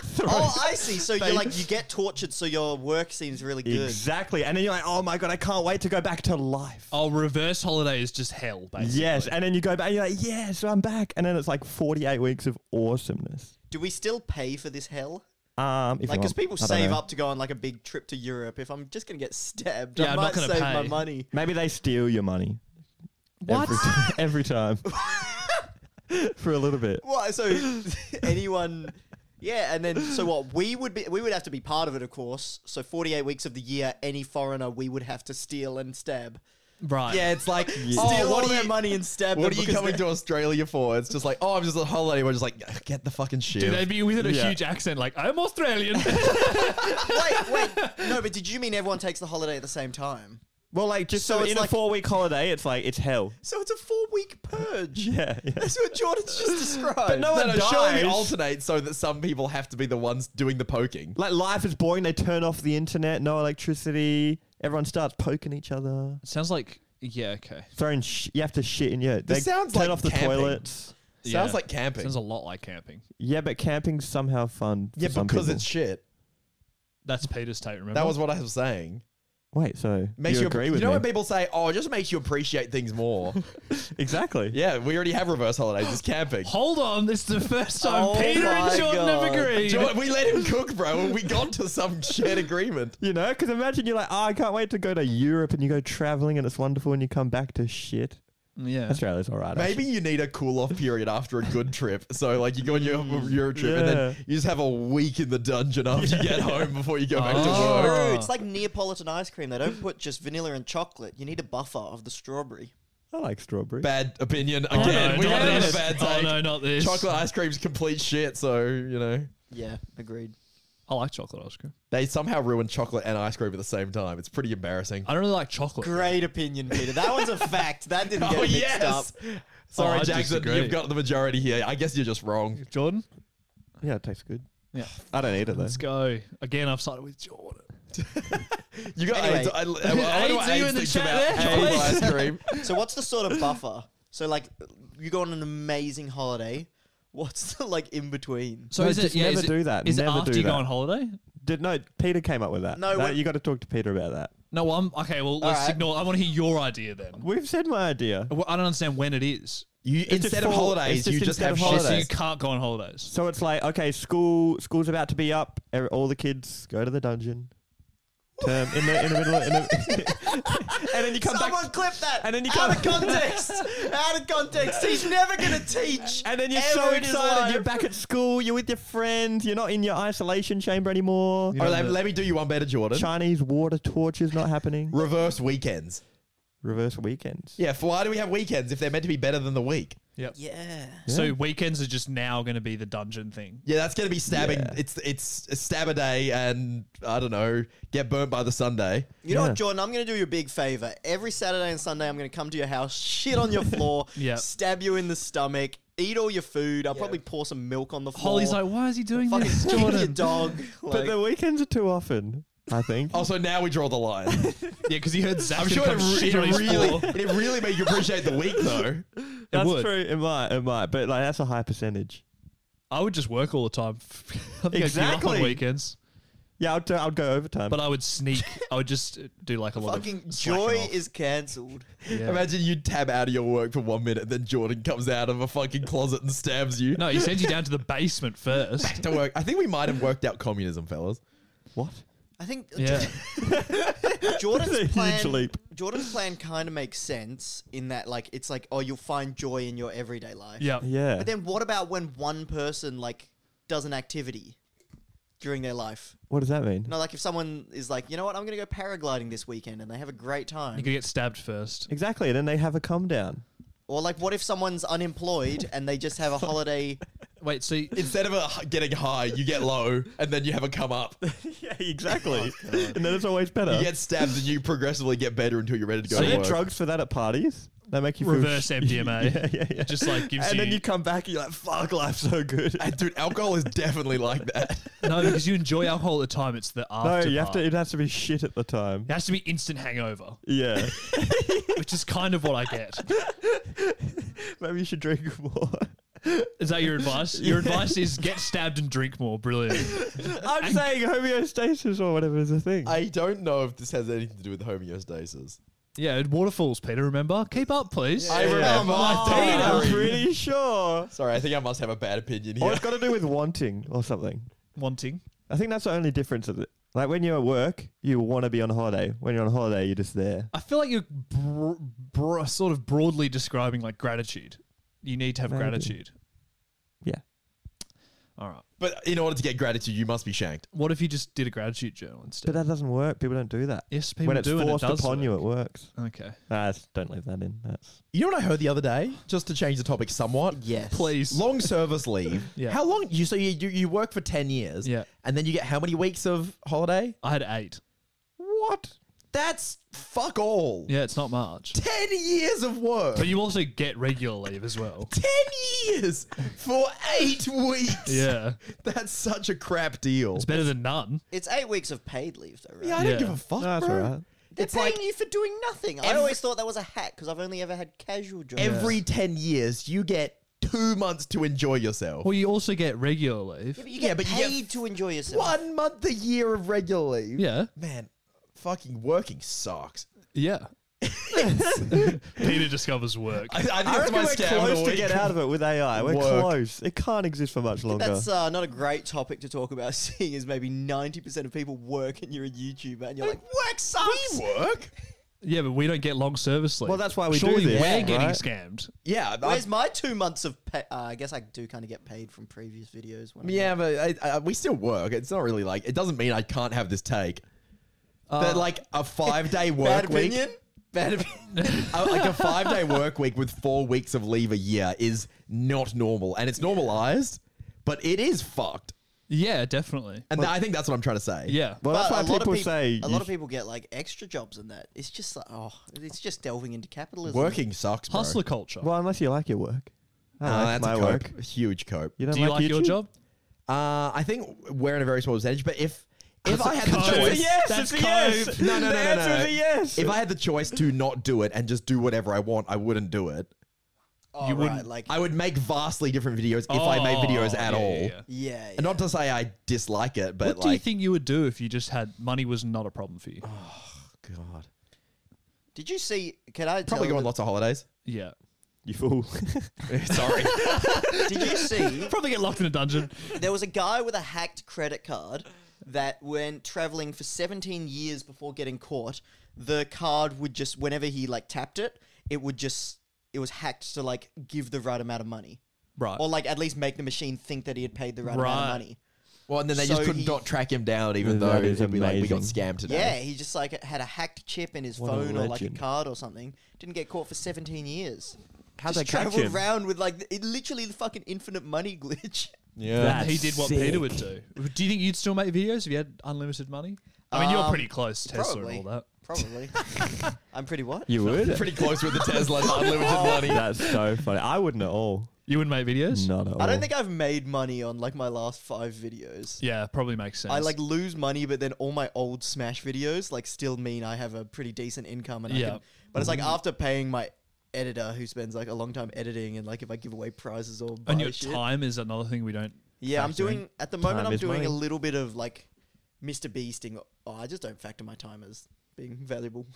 Speaker 4: throw-
Speaker 3: Oh, I see. So
Speaker 4: They-
Speaker 3: you're like you get tortured, so your work seems really good.
Speaker 4: exactly. And then you're like, oh my God, I can't wait to go back to life.
Speaker 5: Oh, reverse holiday is just hell, basically.
Speaker 4: Yes, and then you go back, and you're like, yeah, so I'm back, and then it's like 48 weeks of awesomeness.
Speaker 3: Do we still pay for this hell?
Speaker 4: Um, if
Speaker 3: Like, because
Speaker 4: you want-
Speaker 3: people
Speaker 4: I don't
Speaker 3: save
Speaker 4: know.
Speaker 3: up to go on like a big trip to Europe. If I'm just gonna get stabbed,
Speaker 5: Yeah,
Speaker 3: I
Speaker 5: I'm
Speaker 3: might
Speaker 5: not gonna
Speaker 3: save my
Speaker 5: pay.
Speaker 3: money.
Speaker 4: Maybe they steal your money. Every, ti- every time. For a little bit.
Speaker 3: What? So anyone? Yeah, and then so what? We would be we would have to be part of it, of course. So 48 weeks of the year, any foreigner we would have to steal and stab.
Speaker 5: Right.
Speaker 2: Yeah, it's like
Speaker 3: steal
Speaker 2: oh,
Speaker 3: all
Speaker 2: what are
Speaker 3: their
Speaker 2: you?
Speaker 3: money and stab
Speaker 2: What
Speaker 3: them
Speaker 2: are you
Speaker 3: because
Speaker 2: coming
Speaker 3: they're-
Speaker 2: to Australia for? It's just like, oh, I'm just on holiday. We're just like, "Ugh, get the fucking shit.
Speaker 5: Dude, they'd be with a
Speaker 4: Yeah.
Speaker 5: huge accent, like, I'm Australian.
Speaker 3: wait, wait. No, but did you mean everyone takes the holiday at the same time?
Speaker 4: Well, like, just
Speaker 3: So
Speaker 4: so,
Speaker 3: it's
Speaker 4: in
Speaker 3: like-
Speaker 4: a four week holiday, it's like, it's hell.
Speaker 3: So it's a four week purge.
Speaker 4: Yeah. yeah.
Speaker 3: That's what Jordan's just described. But
Speaker 4: no one
Speaker 2: no, no, surely
Speaker 4: dies.
Speaker 2: we alternate so that some people have to be the ones doing the poking.
Speaker 4: Like, life is boring. They turn off the internet, no electricity. Everyone starts poking each other.
Speaker 5: Sounds like, yeah, okay.
Speaker 4: Throwing sh- you have to shit in your. They
Speaker 2: sounds
Speaker 4: turn
Speaker 2: like
Speaker 4: off the
Speaker 2: camping.
Speaker 4: toilets.
Speaker 2: Sounds
Speaker 5: Yeah.
Speaker 2: like camping.
Speaker 5: Sounds a lot like camping.
Speaker 4: Yeah, but camping's somehow fun. for
Speaker 2: yeah,
Speaker 4: some
Speaker 2: because
Speaker 4: people.
Speaker 2: it's shit. Uh-huh.
Speaker 5: That's Peter's take, remember?
Speaker 2: That was what I was saying.
Speaker 4: Wait, so
Speaker 2: Makes
Speaker 4: you, agree with
Speaker 2: You know
Speaker 4: me?
Speaker 2: when people say, "Oh, it just makes you appreciate things more."
Speaker 4: exactly.
Speaker 2: yeah, we already have reverse holidays. It's camping.
Speaker 5: Hold on, this is the first time
Speaker 3: Oh
Speaker 5: Peter and
Speaker 3: my
Speaker 5: Jordan have
Speaker 3: God.
Speaker 5: agreed.
Speaker 2: Jordan, we let him cook, bro, and we got to some shared agreement.
Speaker 4: You know, because imagine you're like, oh, I can't wait to go to Europe and you go traveling and it's wonderful and you come back to shit.
Speaker 5: yeah.
Speaker 4: Australia's all right.
Speaker 2: Maybe
Speaker 4: actually.
Speaker 2: you need a cool off period after a good trip. So, like, you go on your Euro trip and then
Speaker 4: yeah.
Speaker 2: you just have a week in the dungeon after you get home before you go back
Speaker 5: Oh.
Speaker 2: to work.
Speaker 3: Bro, it's like Neapolitan ice cream. They don't put just vanilla and chocolate. You need a buffer of the strawberry.
Speaker 4: I like strawberry.
Speaker 2: Bad opinion.
Speaker 5: Oh,
Speaker 2: Again,
Speaker 5: no,
Speaker 2: we
Speaker 5: not
Speaker 2: had another
Speaker 5: this.
Speaker 2: bad
Speaker 5: Oh
Speaker 2: take.
Speaker 5: no, not this.
Speaker 2: Chocolate ice cream's complete shit, so, you know.
Speaker 3: Yeah, agreed.
Speaker 5: I like chocolate ice cream.
Speaker 2: They somehow ruined chocolate and ice cream at the same time. It's pretty embarrassing.
Speaker 5: I don't really like chocolate.
Speaker 3: Great opinion, Peter. That one's a fact. That didn't get
Speaker 2: Oh,
Speaker 3: mixed
Speaker 2: yes!
Speaker 3: up.
Speaker 2: Sorry,
Speaker 5: Oh, I
Speaker 2: Jackson,
Speaker 5: disagree.
Speaker 2: you've got the majority here. I guess you're just wrong.
Speaker 5: Jordan,
Speaker 4: Yeah, it tastes good.
Speaker 5: Yeah.
Speaker 4: I don't eat it though.
Speaker 5: let's go. Again, I've started with Jordan.
Speaker 2: You got
Speaker 3: Anyway.
Speaker 2: AIDS. I, I, I wonder what
Speaker 5: AIDS, are you
Speaker 2: AIDS
Speaker 5: in the
Speaker 2: thinks
Speaker 5: chat
Speaker 2: about
Speaker 5: there,
Speaker 2: AIDS
Speaker 5: please?
Speaker 2: ice cream.
Speaker 3: So what's the sort of buffer? So like you go on an amazing holiday. What's the like in between?
Speaker 5: So
Speaker 4: No,
Speaker 5: is it
Speaker 4: just
Speaker 5: yeah,
Speaker 4: never
Speaker 5: is it-
Speaker 4: do that,
Speaker 5: Is
Speaker 4: never
Speaker 5: it after
Speaker 4: do
Speaker 5: you go
Speaker 4: that.
Speaker 5: on holiday?
Speaker 4: Did no? Peter came up with that.
Speaker 3: No,
Speaker 4: That-
Speaker 3: we-
Speaker 4: you got to talk to Peter about that.
Speaker 5: No, I'm okay. Well, let's
Speaker 3: right.
Speaker 5: ignore. I want to hear your idea then.
Speaker 4: We've said my idea.
Speaker 5: Well, I don't understand when it is.
Speaker 2: You
Speaker 4: just
Speaker 2: instead of
Speaker 4: full-
Speaker 2: holidays,
Speaker 4: it's just
Speaker 2: you just
Speaker 4: instead
Speaker 2: have
Speaker 4: of
Speaker 5: Oh, so you
Speaker 2: holidays.
Speaker 5: can't go on holidays.
Speaker 4: So it's like, okay, school school's about to be up. Ev- All the kids go to the dungeon. Term in the in the middle. Of, in the, and then you come
Speaker 3: Someone
Speaker 4: back.
Speaker 3: clip that.
Speaker 4: and then you
Speaker 3: out
Speaker 4: come-
Speaker 3: of context. out of context. He's never gonna teach.
Speaker 4: And then you're
Speaker 3: ever
Speaker 4: so
Speaker 3: in his
Speaker 4: excited.
Speaker 3: life.
Speaker 4: You're back at school. You're with your friends. You're not in your isolation chamber anymore.
Speaker 2: Oh, let, let me do you one better, Jordan.
Speaker 4: Chinese water torture's not happening.
Speaker 2: Reverse weekends.
Speaker 4: Reverse weekends.
Speaker 2: Yeah, for why do we have weekends if they're meant to be better than the week?
Speaker 3: Yeah.
Speaker 5: So weekends are just now going to be the dungeon thing.
Speaker 2: Yeah, that's gonna be stabbing.
Speaker 4: Yeah.
Speaker 2: It's it's a stab a day, and I don't know, get burnt by the Sunday.
Speaker 3: You know
Speaker 4: Yeah.
Speaker 3: what, Jordan? I'm going to do you a big favor. Every Saturday and Sunday, I'm going to come to your house, shit on your floor,
Speaker 5: Yeah.
Speaker 3: stab you in the stomach, eat all your food. I'll probably pour some milk on the floor.
Speaker 5: Holly's like, why is he doing
Speaker 3: fucking
Speaker 5: this,
Speaker 3: kick your
Speaker 5: Jordan?
Speaker 3: dog.
Speaker 4: But
Speaker 3: Like,
Speaker 4: the weekends are too often. I think.
Speaker 2: Also, now we draw the line.
Speaker 5: yeah, because he heard Zach.
Speaker 2: I'm sure it,
Speaker 5: come
Speaker 2: re- it
Speaker 5: shit on his
Speaker 2: really
Speaker 5: floor.
Speaker 2: it really made you appreciate the week though.
Speaker 4: that's
Speaker 5: would.
Speaker 4: true. It might. It might. But like, that's a high percentage.
Speaker 5: I would just work all the time. I think I'd give up
Speaker 4: Exactly.
Speaker 5: on weekends,
Speaker 4: Yeah, I'd, I'd go overtime.
Speaker 5: but I would sneak. I would just do like a lot
Speaker 3: fucking
Speaker 5: of slacking
Speaker 3: joy
Speaker 5: off.
Speaker 3: is cancelled.
Speaker 5: Yeah.
Speaker 2: Imagine you tab out of your work for one minute, then Jordan comes out of a fucking closet and stabs you.
Speaker 5: No, he sends you down to the basement first.
Speaker 2: to work. I think we might have worked out communism, fellas.
Speaker 4: what?
Speaker 3: I think
Speaker 5: Yeah.
Speaker 4: That's a
Speaker 3: Jordan's
Speaker 4: huge
Speaker 3: plan.
Speaker 4: leap.
Speaker 3: Jordan's plan kind of makes sense in that, like, it's like, oh, you'll find joy in your everyday life.
Speaker 5: Yeah.
Speaker 4: Yeah.
Speaker 3: But then, what about when one person like does an activity during their life?
Speaker 4: what does that mean?
Speaker 3: No, like if someone is like, you know what, I'm gonna go paragliding this weekend, and they have a great time.
Speaker 5: You could get stabbed first.
Speaker 4: Exactly. Then they have a come down.
Speaker 3: Or like, what if someone's unemployed and they just have a holiday?
Speaker 5: Wait, so
Speaker 2: Instead of a, getting high, you get low, and then you have a come up. You
Speaker 4: yeah, exactly. Oh, and then it's always better.
Speaker 2: get stabbed, and you progressively get better until you're ready to go
Speaker 4: Are
Speaker 2: to
Speaker 4: there
Speaker 2: work.
Speaker 4: drugs for that at parties? They make you feel
Speaker 5: reverse
Speaker 4: sh-
Speaker 5: MDMA.
Speaker 4: Yeah, yeah, yeah.
Speaker 5: Just like gives
Speaker 4: and
Speaker 5: you.
Speaker 4: then you come back and you're like, fuck, life's so good.
Speaker 2: And dude, alcohol is definitely like that.
Speaker 5: no, because you enjoy alcohol at the time. It's the
Speaker 4: no,
Speaker 5: after.
Speaker 4: you have
Speaker 5: part.
Speaker 4: to, it has to be shit at the time.
Speaker 5: It has to be instant hangover,
Speaker 4: Yeah.
Speaker 5: which is kind of what I get.
Speaker 4: Maybe you should drink more.
Speaker 5: Is that your advice? Your advice is get stabbed and drink more. Brilliant.
Speaker 4: I'm saying homeostasis or whatever is a thing.
Speaker 2: I don't know if this has anything to do with homeostasis.
Speaker 5: Yeah, and waterfalls, Peter, remember? Keep up, please.
Speaker 2: I remember.
Speaker 4: I'm
Speaker 2: Peter.
Speaker 4: pretty sure.
Speaker 2: Sorry, I think I must have a bad opinion
Speaker 4: Or
Speaker 2: here.
Speaker 4: it's got to do with wanting or something.
Speaker 5: Wanting.
Speaker 4: I think that's the only difference of it. Like when you're at work, you want to be on holiday. When you're on holiday, you're just there.
Speaker 5: I feel like you're br- br- sort of broadly describing like gratitude. You need to have
Speaker 4: Maybe.
Speaker 5: gratitude.
Speaker 4: Yeah.
Speaker 5: All right.
Speaker 2: But in order to get gratitude, you must be shanked.
Speaker 5: What if you just did a gratitude journal
Speaker 4: But
Speaker 5: instead?
Speaker 4: that doesn't work. People don't do that.
Speaker 5: yes, people
Speaker 4: when it's
Speaker 5: do, and it
Speaker 4: forced
Speaker 5: does
Speaker 4: upon you,
Speaker 5: work.
Speaker 4: it works.
Speaker 5: Okay.
Speaker 4: Nah, it's- don't leave that in. That's
Speaker 2: You know what I heard the other day? Just to change the topic somewhat.
Speaker 3: Yes.
Speaker 5: Please.
Speaker 2: Long service leave.
Speaker 5: Yeah.
Speaker 2: How long? You so you, you you work for ten years.
Speaker 5: Yeah.
Speaker 2: And then you get how many weeks of holiday?
Speaker 5: I had eight.
Speaker 2: What? That's fuck all.
Speaker 5: Yeah, it's not much.
Speaker 2: 10 years of work.
Speaker 5: But you also get regular leave as well.
Speaker 2: 10 years for eight weeks.
Speaker 5: Yeah.
Speaker 2: That's such a crap deal.
Speaker 5: It's better than none.
Speaker 3: It's eight weeks of paid leave, though, right?
Speaker 2: Yeah, I don't
Speaker 5: Yeah.
Speaker 2: give a fuck,
Speaker 4: No, that's
Speaker 2: bro.
Speaker 4: alright.
Speaker 3: They're
Speaker 2: It's
Speaker 3: paying
Speaker 2: like
Speaker 3: you for doing nothing. I always thought that was a hack because I've only ever had casual jobs.
Speaker 2: every 10 years, you get two months to enjoy yourself.
Speaker 5: Well, you also get regular leave.
Speaker 3: you
Speaker 2: yeah,
Speaker 3: get
Speaker 2: but you
Speaker 3: paid
Speaker 2: get
Speaker 3: to enjoy yourself.
Speaker 2: One month a year of regular leave.
Speaker 5: Yeah.
Speaker 2: Man, fucking working sucks.
Speaker 5: Yeah. Peter discovers work.
Speaker 2: I, I think
Speaker 4: I
Speaker 2: that's
Speaker 4: reckon
Speaker 2: my
Speaker 4: we're
Speaker 2: scam of the
Speaker 4: close to
Speaker 2: week.
Speaker 4: get out of it with AI. We're
Speaker 2: Work.
Speaker 4: close. It can't exist for much longer.
Speaker 3: That's uh, not a great topic to talk about, seeing as maybe 90% of people work and you're a YouTuber and you're like,
Speaker 2: work sucks. We work.
Speaker 5: Yeah, but we don't get long service leave.
Speaker 4: Well, that's why we do
Speaker 5: Surely
Speaker 4: this,
Speaker 5: We're
Speaker 4: right?
Speaker 5: getting scammed.
Speaker 2: Yeah, I-
Speaker 3: where's my two months of pay? Uh, I guess I do kind of get paid from previous videos. When I'm
Speaker 2: yeah, but I, I, we still work. It's not really like it doesn't mean I can't have this take. but like a five day work
Speaker 3: Bad
Speaker 2: week,
Speaker 3: opinion?
Speaker 2: bad opinion. Uh, like a five day work week with four weeks of leave a year is not normal, and it's normalized, but it is fucked.
Speaker 5: Yeah, definitely.
Speaker 2: And I think that's what I'm trying to say.
Speaker 5: Yeah.
Speaker 4: well, that's
Speaker 3: But
Speaker 4: why
Speaker 3: a lot of
Speaker 4: people
Speaker 3: peop-
Speaker 4: say
Speaker 3: a
Speaker 4: you
Speaker 3: lot of people get like extra jobs in that. It's just like oh, it's just delving into capitalism.
Speaker 2: working sucks. Bro.
Speaker 5: Hustler culture.
Speaker 4: Well, unless you like your work.
Speaker 3: Oh,
Speaker 4: I
Speaker 2: Uh,
Speaker 4: like
Speaker 2: that's
Speaker 4: my
Speaker 2: a cope.
Speaker 4: work.
Speaker 2: Huge cope.
Speaker 4: You don't
Speaker 5: do you like your
Speaker 4: YouTube?
Speaker 5: job?
Speaker 2: Uh, I think we're in a very small percentage, but if if I had the
Speaker 5: cope.
Speaker 2: choice,
Speaker 5: It's a yes, That's it's a yes. cope.
Speaker 2: No, no, no, no,
Speaker 4: The
Speaker 2: no,
Speaker 4: answer
Speaker 2: no.
Speaker 4: is a yes.
Speaker 2: If I had the choice to not do it and just do whatever I want, I wouldn't do it.
Speaker 3: Oh,
Speaker 5: You
Speaker 3: right,
Speaker 5: wouldn't-
Speaker 3: like
Speaker 2: I would make vastly different videos if I made videos
Speaker 5: Oh,
Speaker 2: at
Speaker 5: yeah,
Speaker 2: all.
Speaker 5: yeah, yeah.
Speaker 3: yeah, yeah.
Speaker 2: And not to say I dislike it, but
Speaker 5: What do you
Speaker 2: like, Oh.
Speaker 5: think you would do if you just had money was not a problem for you?
Speaker 2: God,
Speaker 3: Did you see? Can I
Speaker 2: probably
Speaker 3: tell
Speaker 2: go on
Speaker 3: the-
Speaker 2: lots of holidays.
Speaker 5: Yeah.
Speaker 4: You fool.
Speaker 2: Sorry,
Speaker 3: Did you see?
Speaker 5: Probably get locked in a dungeon.
Speaker 3: There was a guy with a hacked credit card that went traveling for 17 years before getting caught. The card would just, whenever he like tapped it, it would just, it was hacked to like give the right amount of money.
Speaker 5: Right.
Speaker 3: Or like at least make the machine think that he had paid the right, amount
Speaker 5: Right.
Speaker 3: of money.
Speaker 2: well, and then they
Speaker 3: So
Speaker 2: just couldn't
Speaker 3: he-
Speaker 2: not track him down, even
Speaker 4: That
Speaker 2: though
Speaker 4: is
Speaker 2: it'd be like we got
Speaker 4: amazing.
Speaker 2: scammed
Speaker 3: Yeah,
Speaker 2: today.
Speaker 3: he just like had a hacked chip in his
Speaker 4: What a
Speaker 3: phone or like a
Speaker 4: legend.
Speaker 3: card or something. Didn't get caught for 17 years.
Speaker 4: How'd
Speaker 3: just
Speaker 4: they catch
Speaker 3: traveled
Speaker 4: him?
Speaker 3: around with like it, literally the fucking infinite money glitch.
Speaker 2: Yeah,
Speaker 4: That's
Speaker 5: he did what Peter would do. Do you think you'd still make videos if you had unlimited money? I mean, you're
Speaker 3: Um,
Speaker 5: pretty close, Tesla
Speaker 3: probably.
Speaker 5: and all that.
Speaker 3: Probably. I'm pretty what?
Speaker 4: You would?
Speaker 2: pretty close with the Tesla and unlimited money.
Speaker 4: That's so funny. I wouldn't at all.
Speaker 5: You wouldn't make videos?
Speaker 4: Not at all.
Speaker 3: I don't think I've made money on like my last five videos.
Speaker 5: Yeah, probably makes sense.
Speaker 3: I like lose money, but then all my old Smash videos like still mean I have a pretty decent income. And
Speaker 5: Yeah. Mm-hmm.
Speaker 3: I can, but it's like after paying my editor, who spends like a long time editing, and like if I give away prizes or buy
Speaker 5: and your
Speaker 3: shit.
Speaker 5: time is another thing we don't.
Speaker 3: Yeah, I'm
Speaker 5: factor in.
Speaker 3: doing at the moment.
Speaker 4: Time
Speaker 3: I'm
Speaker 4: is
Speaker 3: doing a
Speaker 4: money.
Speaker 3: little bit of like Mr. Beasting. Oh, I just don't factor my time as being valuable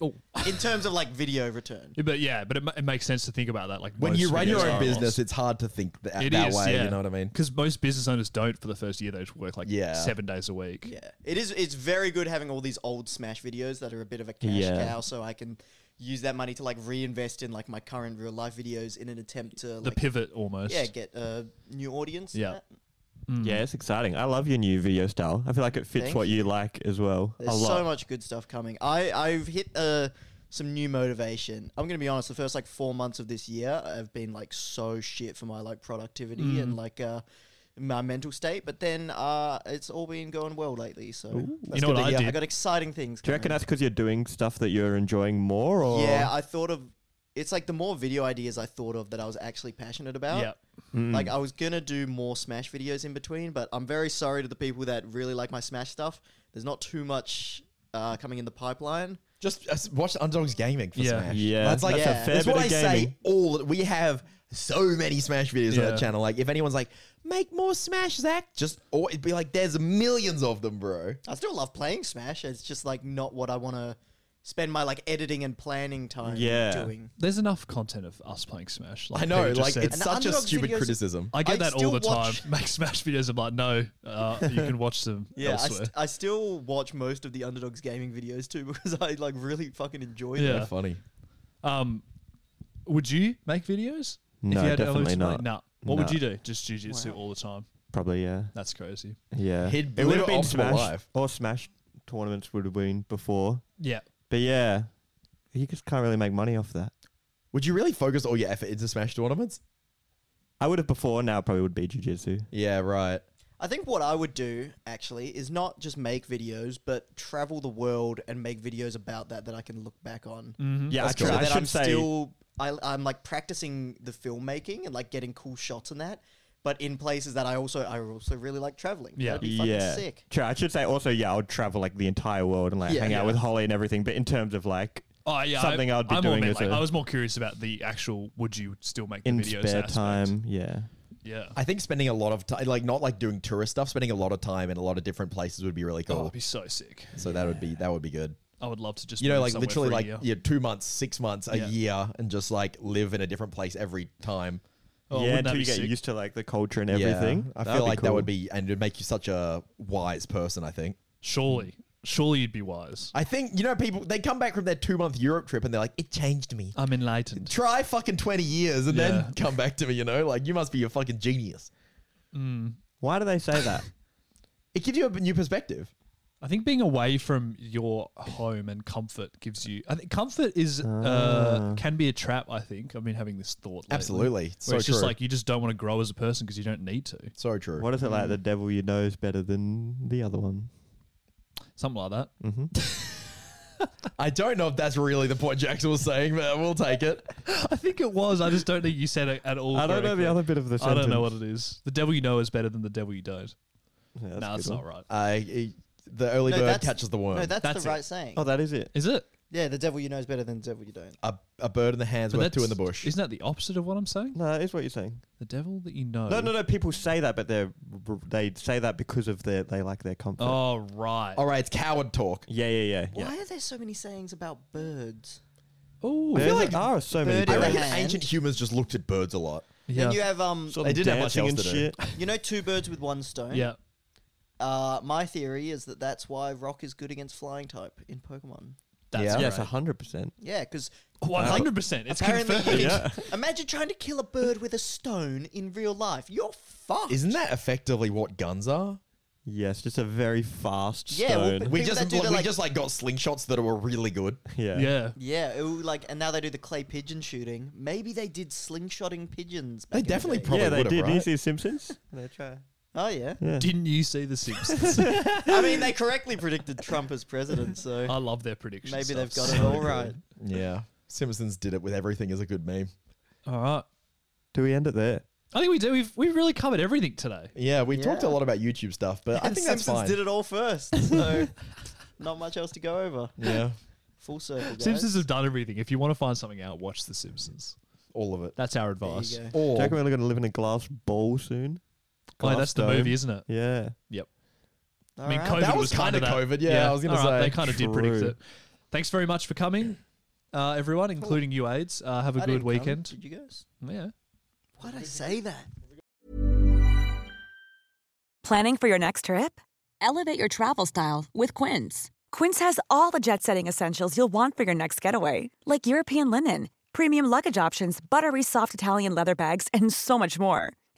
Speaker 5: Oh.
Speaker 3: in terms of like video return.
Speaker 5: But yeah, but it, ma- it makes sense to think about that. Like
Speaker 2: When
Speaker 5: most
Speaker 2: you run
Speaker 5: videos
Speaker 2: your
Speaker 5: are
Speaker 2: own
Speaker 5: a
Speaker 2: business,
Speaker 5: loss.
Speaker 2: it's hard to think th-
Speaker 5: It
Speaker 2: that
Speaker 5: is,
Speaker 2: way.
Speaker 5: yeah.
Speaker 2: You know what I mean?
Speaker 5: Because most business owners don't for the first year. They just work like
Speaker 2: Yeah.
Speaker 5: seven days a week.
Speaker 3: Yeah, it is. It's very good having all these old Smash videos that are a bit of a cash
Speaker 4: Yeah.
Speaker 3: cow, so I can use that money to like reinvest in like my current real life videos in an attempt to
Speaker 5: The
Speaker 3: like,
Speaker 5: pivot almost.
Speaker 3: Yeah, get a new audience. and
Speaker 5: Yeah.
Speaker 3: that.
Speaker 4: Yeah, it's exciting. I love your new video style. I feel like it fits
Speaker 3: Thank
Speaker 4: what you like as well. a
Speaker 3: There's
Speaker 4: lot.
Speaker 3: so much good stuff coming. I I've hit uh, some new motivation. I'm gonna be honest. The first like four months of this year, I've been like so shit for my like productivity
Speaker 5: Mm.
Speaker 3: and like uh, my mental state. But then uh, it's all been going well lately. So
Speaker 5: You know what I
Speaker 3: I
Speaker 5: did?
Speaker 3: got exciting things.
Speaker 4: Do you
Speaker 3: Coming.
Speaker 4: reckon that's because you're doing stuff that you're enjoying more? Or
Speaker 3: Yeah, I thought of. It's like the more video ideas I thought of that I was actually passionate about.
Speaker 5: Yeah. Mm.
Speaker 3: Like I was gonna do more Smash videos in between, but I'm very sorry to the people that really like my Smash stuff. There's not too much uh, coming in the pipeline.
Speaker 2: Just uh, watch Underdogs Gaming for
Speaker 5: Yeah.
Speaker 2: Smash.
Speaker 4: Yeah,
Speaker 2: that's like
Speaker 3: that's a Yeah. fair
Speaker 2: that's
Speaker 4: bit
Speaker 2: what I
Speaker 4: of
Speaker 2: say.
Speaker 4: gaming.
Speaker 2: All we have so many Smash videos on
Speaker 5: Yeah.
Speaker 2: the channel. Like if anyone's like, make more Smash, Zach, just or it'd be like, there's millions of them, bro.
Speaker 3: I still love playing Smash. It's just like not what I want to spend my like editing and planning time
Speaker 4: Yeah.
Speaker 3: doing.
Speaker 5: There's enough content of us playing Smash. Like
Speaker 2: I know,
Speaker 5: Peter just
Speaker 2: Oh, like
Speaker 5: said.
Speaker 2: it's
Speaker 3: And
Speaker 2: such a
Speaker 3: Underdogs
Speaker 2: stupid
Speaker 3: videos-
Speaker 2: criticism.
Speaker 5: I get
Speaker 3: I'd
Speaker 5: that all
Speaker 3: still
Speaker 5: the
Speaker 3: watch-
Speaker 5: time. Make Smash videos. I'm like, no, uh, you can watch them
Speaker 3: Yeah, I,
Speaker 5: elsewhere.
Speaker 3: st- I still watch most of the Underdogs gaming videos too because I like really fucking enjoy them.
Speaker 5: yeah.
Speaker 2: funny.
Speaker 5: Um, would you make videos?
Speaker 4: No, definitely
Speaker 5: unlimited money?
Speaker 4: not.
Speaker 5: Nah. What would
Speaker 4: No.
Speaker 5: you do? Just jujitsu all the time.
Speaker 4: Probably, yeah.
Speaker 5: That's crazy.
Speaker 4: Yeah.
Speaker 2: He'd
Speaker 4: it would
Speaker 2: live
Speaker 4: have
Speaker 2: an
Speaker 4: been
Speaker 2: optimal
Speaker 4: Smash.
Speaker 2: life.
Speaker 4: Or Smash tournaments would have been before.
Speaker 5: Yeah.
Speaker 4: But yeah, you just can't really make money off that.
Speaker 2: Would you really focus all your effort into Smash tournaments?
Speaker 4: I would have before, now probably would be jujitsu.
Speaker 2: Yeah, right.
Speaker 3: I think what I would do actually is not just make videos, but travel the world and make videos about that that I can look back on.
Speaker 4: Yeah, I,
Speaker 3: So
Speaker 4: tr- I
Speaker 3: that
Speaker 4: should
Speaker 3: I'm
Speaker 4: say.
Speaker 3: still I, I'm like practicing the filmmaking and like getting cool shots and that, but in places that I also I also really like traveling.
Speaker 5: Yeah.
Speaker 3: That'd be fucking
Speaker 4: yeah.
Speaker 3: sick.
Speaker 4: True. I should say also, yeah, I would travel like the entire world and like
Speaker 3: Yeah,
Speaker 4: hang
Speaker 3: yeah.
Speaker 4: out with Holly and everything. But in terms of like
Speaker 5: Oh yeah,
Speaker 4: Something
Speaker 5: I,
Speaker 4: I'd be
Speaker 5: I'm more
Speaker 4: doing
Speaker 5: meant
Speaker 4: as
Speaker 5: like,
Speaker 4: a-
Speaker 5: I was more curious about the actual. Would you still make the
Speaker 4: in
Speaker 5: videos
Speaker 4: spare
Speaker 5: aspect.
Speaker 4: time, yeah.
Speaker 5: Yeah.
Speaker 2: I think spending a lot of time, like not like doing tourist stuff, spending a lot of time in a lot of different places would be really
Speaker 5: Oh,
Speaker 2: cool.
Speaker 5: it'd be so sick.
Speaker 2: so that would be that would be good.
Speaker 5: I would love to just
Speaker 2: You know,
Speaker 5: move
Speaker 2: like
Speaker 5: somewhere
Speaker 2: literally
Speaker 5: for a
Speaker 2: like
Speaker 5: year.
Speaker 2: yeah, two months, six months, a
Speaker 5: Yeah.
Speaker 2: year, and just like live in a different place every time.
Speaker 5: Oh,
Speaker 4: yeah,
Speaker 5: wouldn't that
Speaker 4: until
Speaker 5: be
Speaker 4: you get
Speaker 5: sick?
Speaker 4: used to like the culture and everything.
Speaker 2: I
Speaker 4: That'd
Speaker 2: feel
Speaker 4: be
Speaker 2: like that
Speaker 4: cool.
Speaker 2: would be, and it'd make you such a wise person. I think.
Speaker 5: Surely, surely you'd be wise.
Speaker 2: I think you know people. They come back from their two month Europe trip and they're like, "It changed me."
Speaker 5: I'm enlightened.
Speaker 2: Try fucking twenty years and
Speaker 5: Yeah.
Speaker 2: then come back to me. You know, like you must be a fucking genius.
Speaker 4: Why do they say that?
Speaker 2: It gives you a new perspective.
Speaker 5: I think being away from your home and comfort gives you. I think comfort is
Speaker 4: Ah.
Speaker 5: uh, can be a trap. I think I've been having this thought. Lately,
Speaker 2: Absolutely.
Speaker 5: where
Speaker 2: It's so
Speaker 5: it's just
Speaker 2: true.
Speaker 5: like you just don't want to grow as a person because you don't need to.
Speaker 2: So true.
Speaker 4: what is it like? The devil you know is better than the other one.
Speaker 5: Something like that.
Speaker 4: Mm.
Speaker 2: I don't know if that's really the point Jackson was saying, but we'll take it.
Speaker 5: I think it was. I just don't think you said it at all.
Speaker 4: I don't know
Speaker 5: correctly.
Speaker 4: the other bit of the
Speaker 5: I
Speaker 4: sentence.
Speaker 5: don't know what it is. The devil you know is better than the devil you don't.
Speaker 4: Yeah, that's
Speaker 5: No, nah,
Speaker 4: a
Speaker 5: it's
Speaker 4: good
Speaker 5: not
Speaker 4: one.
Speaker 5: right.
Speaker 2: I, e, the early
Speaker 3: No,
Speaker 2: bird
Speaker 3: that's-
Speaker 2: catches the worm.
Speaker 3: No, that's,
Speaker 5: That's
Speaker 3: the
Speaker 5: it.
Speaker 3: right saying.
Speaker 4: Oh, that is it.
Speaker 5: Is it?
Speaker 3: Yeah, the devil you know is better than the devil you don't.
Speaker 2: a, a bird in the hands worth two in the
Speaker 5: that's-
Speaker 2: bush.
Speaker 5: Isn't that the opposite of what I'm saying?
Speaker 4: No, that is what you're saying.
Speaker 5: The devil that you know.
Speaker 4: No, no, no. People say that, but they are they say that because of their they like their comfort.
Speaker 5: Oh right.
Speaker 2: All right, it's coward talk.
Speaker 4: Yeah, yeah, yeah, yeah.
Speaker 3: Why are there so many sayings about birds?
Speaker 5: Oh
Speaker 4: There
Speaker 2: like
Speaker 4: are so many.
Speaker 3: bird in
Speaker 2: I
Speaker 3: the
Speaker 4: birds.
Speaker 2: reckon
Speaker 3: hand.
Speaker 2: ancient humans just looked at birds a lot.
Speaker 5: yeah.
Speaker 3: Then you have um,
Speaker 4: Sort
Speaker 2: They
Speaker 4: of
Speaker 2: didn't have much
Speaker 4: dancing
Speaker 2: else to do.
Speaker 4: and shit.
Speaker 3: you know, two birds with one stone.
Speaker 5: yeah.
Speaker 3: Uh, my theory is that that's why rock is good against flying type in Pokemon.
Speaker 5: That's
Speaker 2: Yeah.
Speaker 5: right.
Speaker 4: Yes, hundred percent.
Speaker 3: Yeah, because
Speaker 5: One hundred percent. It's
Speaker 3: apparently,
Speaker 5: confirmed.
Speaker 3: you
Speaker 4: Yeah.
Speaker 3: can- imagine trying to kill a bird with a stone in real life. You're fucked.
Speaker 2: Isn't that effectively what guns are?
Speaker 4: Yes, just a very fast
Speaker 3: Yeah, well,
Speaker 4: stone.
Speaker 3: but-
Speaker 2: We
Speaker 3: People
Speaker 2: just
Speaker 3: that do
Speaker 2: we
Speaker 3: the, like-
Speaker 2: just like got slingshots that were really good.
Speaker 4: yeah.
Speaker 5: Yeah.
Speaker 3: Yeah, it would, like, and now they do the clay pigeon shooting. Maybe they did slingshotting pigeons. Back
Speaker 2: They
Speaker 3: in the
Speaker 2: definitely
Speaker 3: day.
Speaker 2: probably
Speaker 4: yeah, they
Speaker 2: would've,
Speaker 4: did.
Speaker 2: right?
Speaker 4: You see Simpsons? they try.
Speaker 3: Oh yeah.
Speaker 4: Yeah.
Speaker 5: Didn't you see The Simpsons?
Speaker 3: I mean, they correctly predicted Trump as president,
Speaker 5: I
Speaker 3: so
Speaker 5: love their predictions.
Speaker 3: maybe
Speaker 5: so
Speaker 3: they've got
Speaker 5: it's
Speaker 3: it
Speaker 5: so
Speaker 3: all
Speaker 5: good.
Speaker 3: right.
Speaker 2: Yeah. Simpsons did it with everything as a good meme.
Speaker 5: All right.
Speaker 4: Do we end it there?
Speaker 5: I think we do. We've we've really covered everything today.
Speaker 2: Yeah, we talked a
Speaker 3: Yeah.
Speaker 2: lot about YouTube stuff, but I think that's
Speaker 3: Simpsons
Speaker 2: fine.
Speaker 3: did it all first, so not much else to go over.
Speaker 2: Yeah,
Speaker 3: Full circle, guys.
Speaker 5: Simpsons have done everything. If you want to find something out, watch The Simpsons.
Speaker 2: all of it.
Speaker 5: That's our
Speaker 3: There you
Speaker 5: advice.
Speaker 3: go.
Speaker 2: Or
Speaker 4: Jack really going to live in a glass bowl soon.
Speaker 5: Oh,
Speaker 4: Glass
Speaker 5: that's the
Speaker 4: dome.
Speaker 5: movie, isn't it?
Speaker 4: Yeah.
Speaker 5: Yep. I
Speaker 3: All
Speaker 5: mean,
Speaker 3: right.
Speaker 5: COVID
Speaker 2: That
Speaker 5: was,
Speaker 2: was
Speaker 5: kind of
Speaker 2: kinda COVID, yeah, I was gonna
Speaker 5: all
Speaker 2: say.
Speaker 5: they kind of did predict
Speaker 4: True.
Speaker 5: it. Thanks very much for coming, uh, everyone, including you aides. Uh, have a
Speaker 3: I
Speaker 5: good
Speaker 3: didn't come.
Speaker 5: weekend.
Speaker 3: Did you guys?
Speaker 5: Yeah.
Speaker 3: Why'd I say that?
Speaker 7: Planning for your next trip? Elevate your travel style with Quince. Quince has all the jet setting essentials you'll want for your next getaway, like European linen, premium luggage options, buttery soft Italian leather bags, and so much more.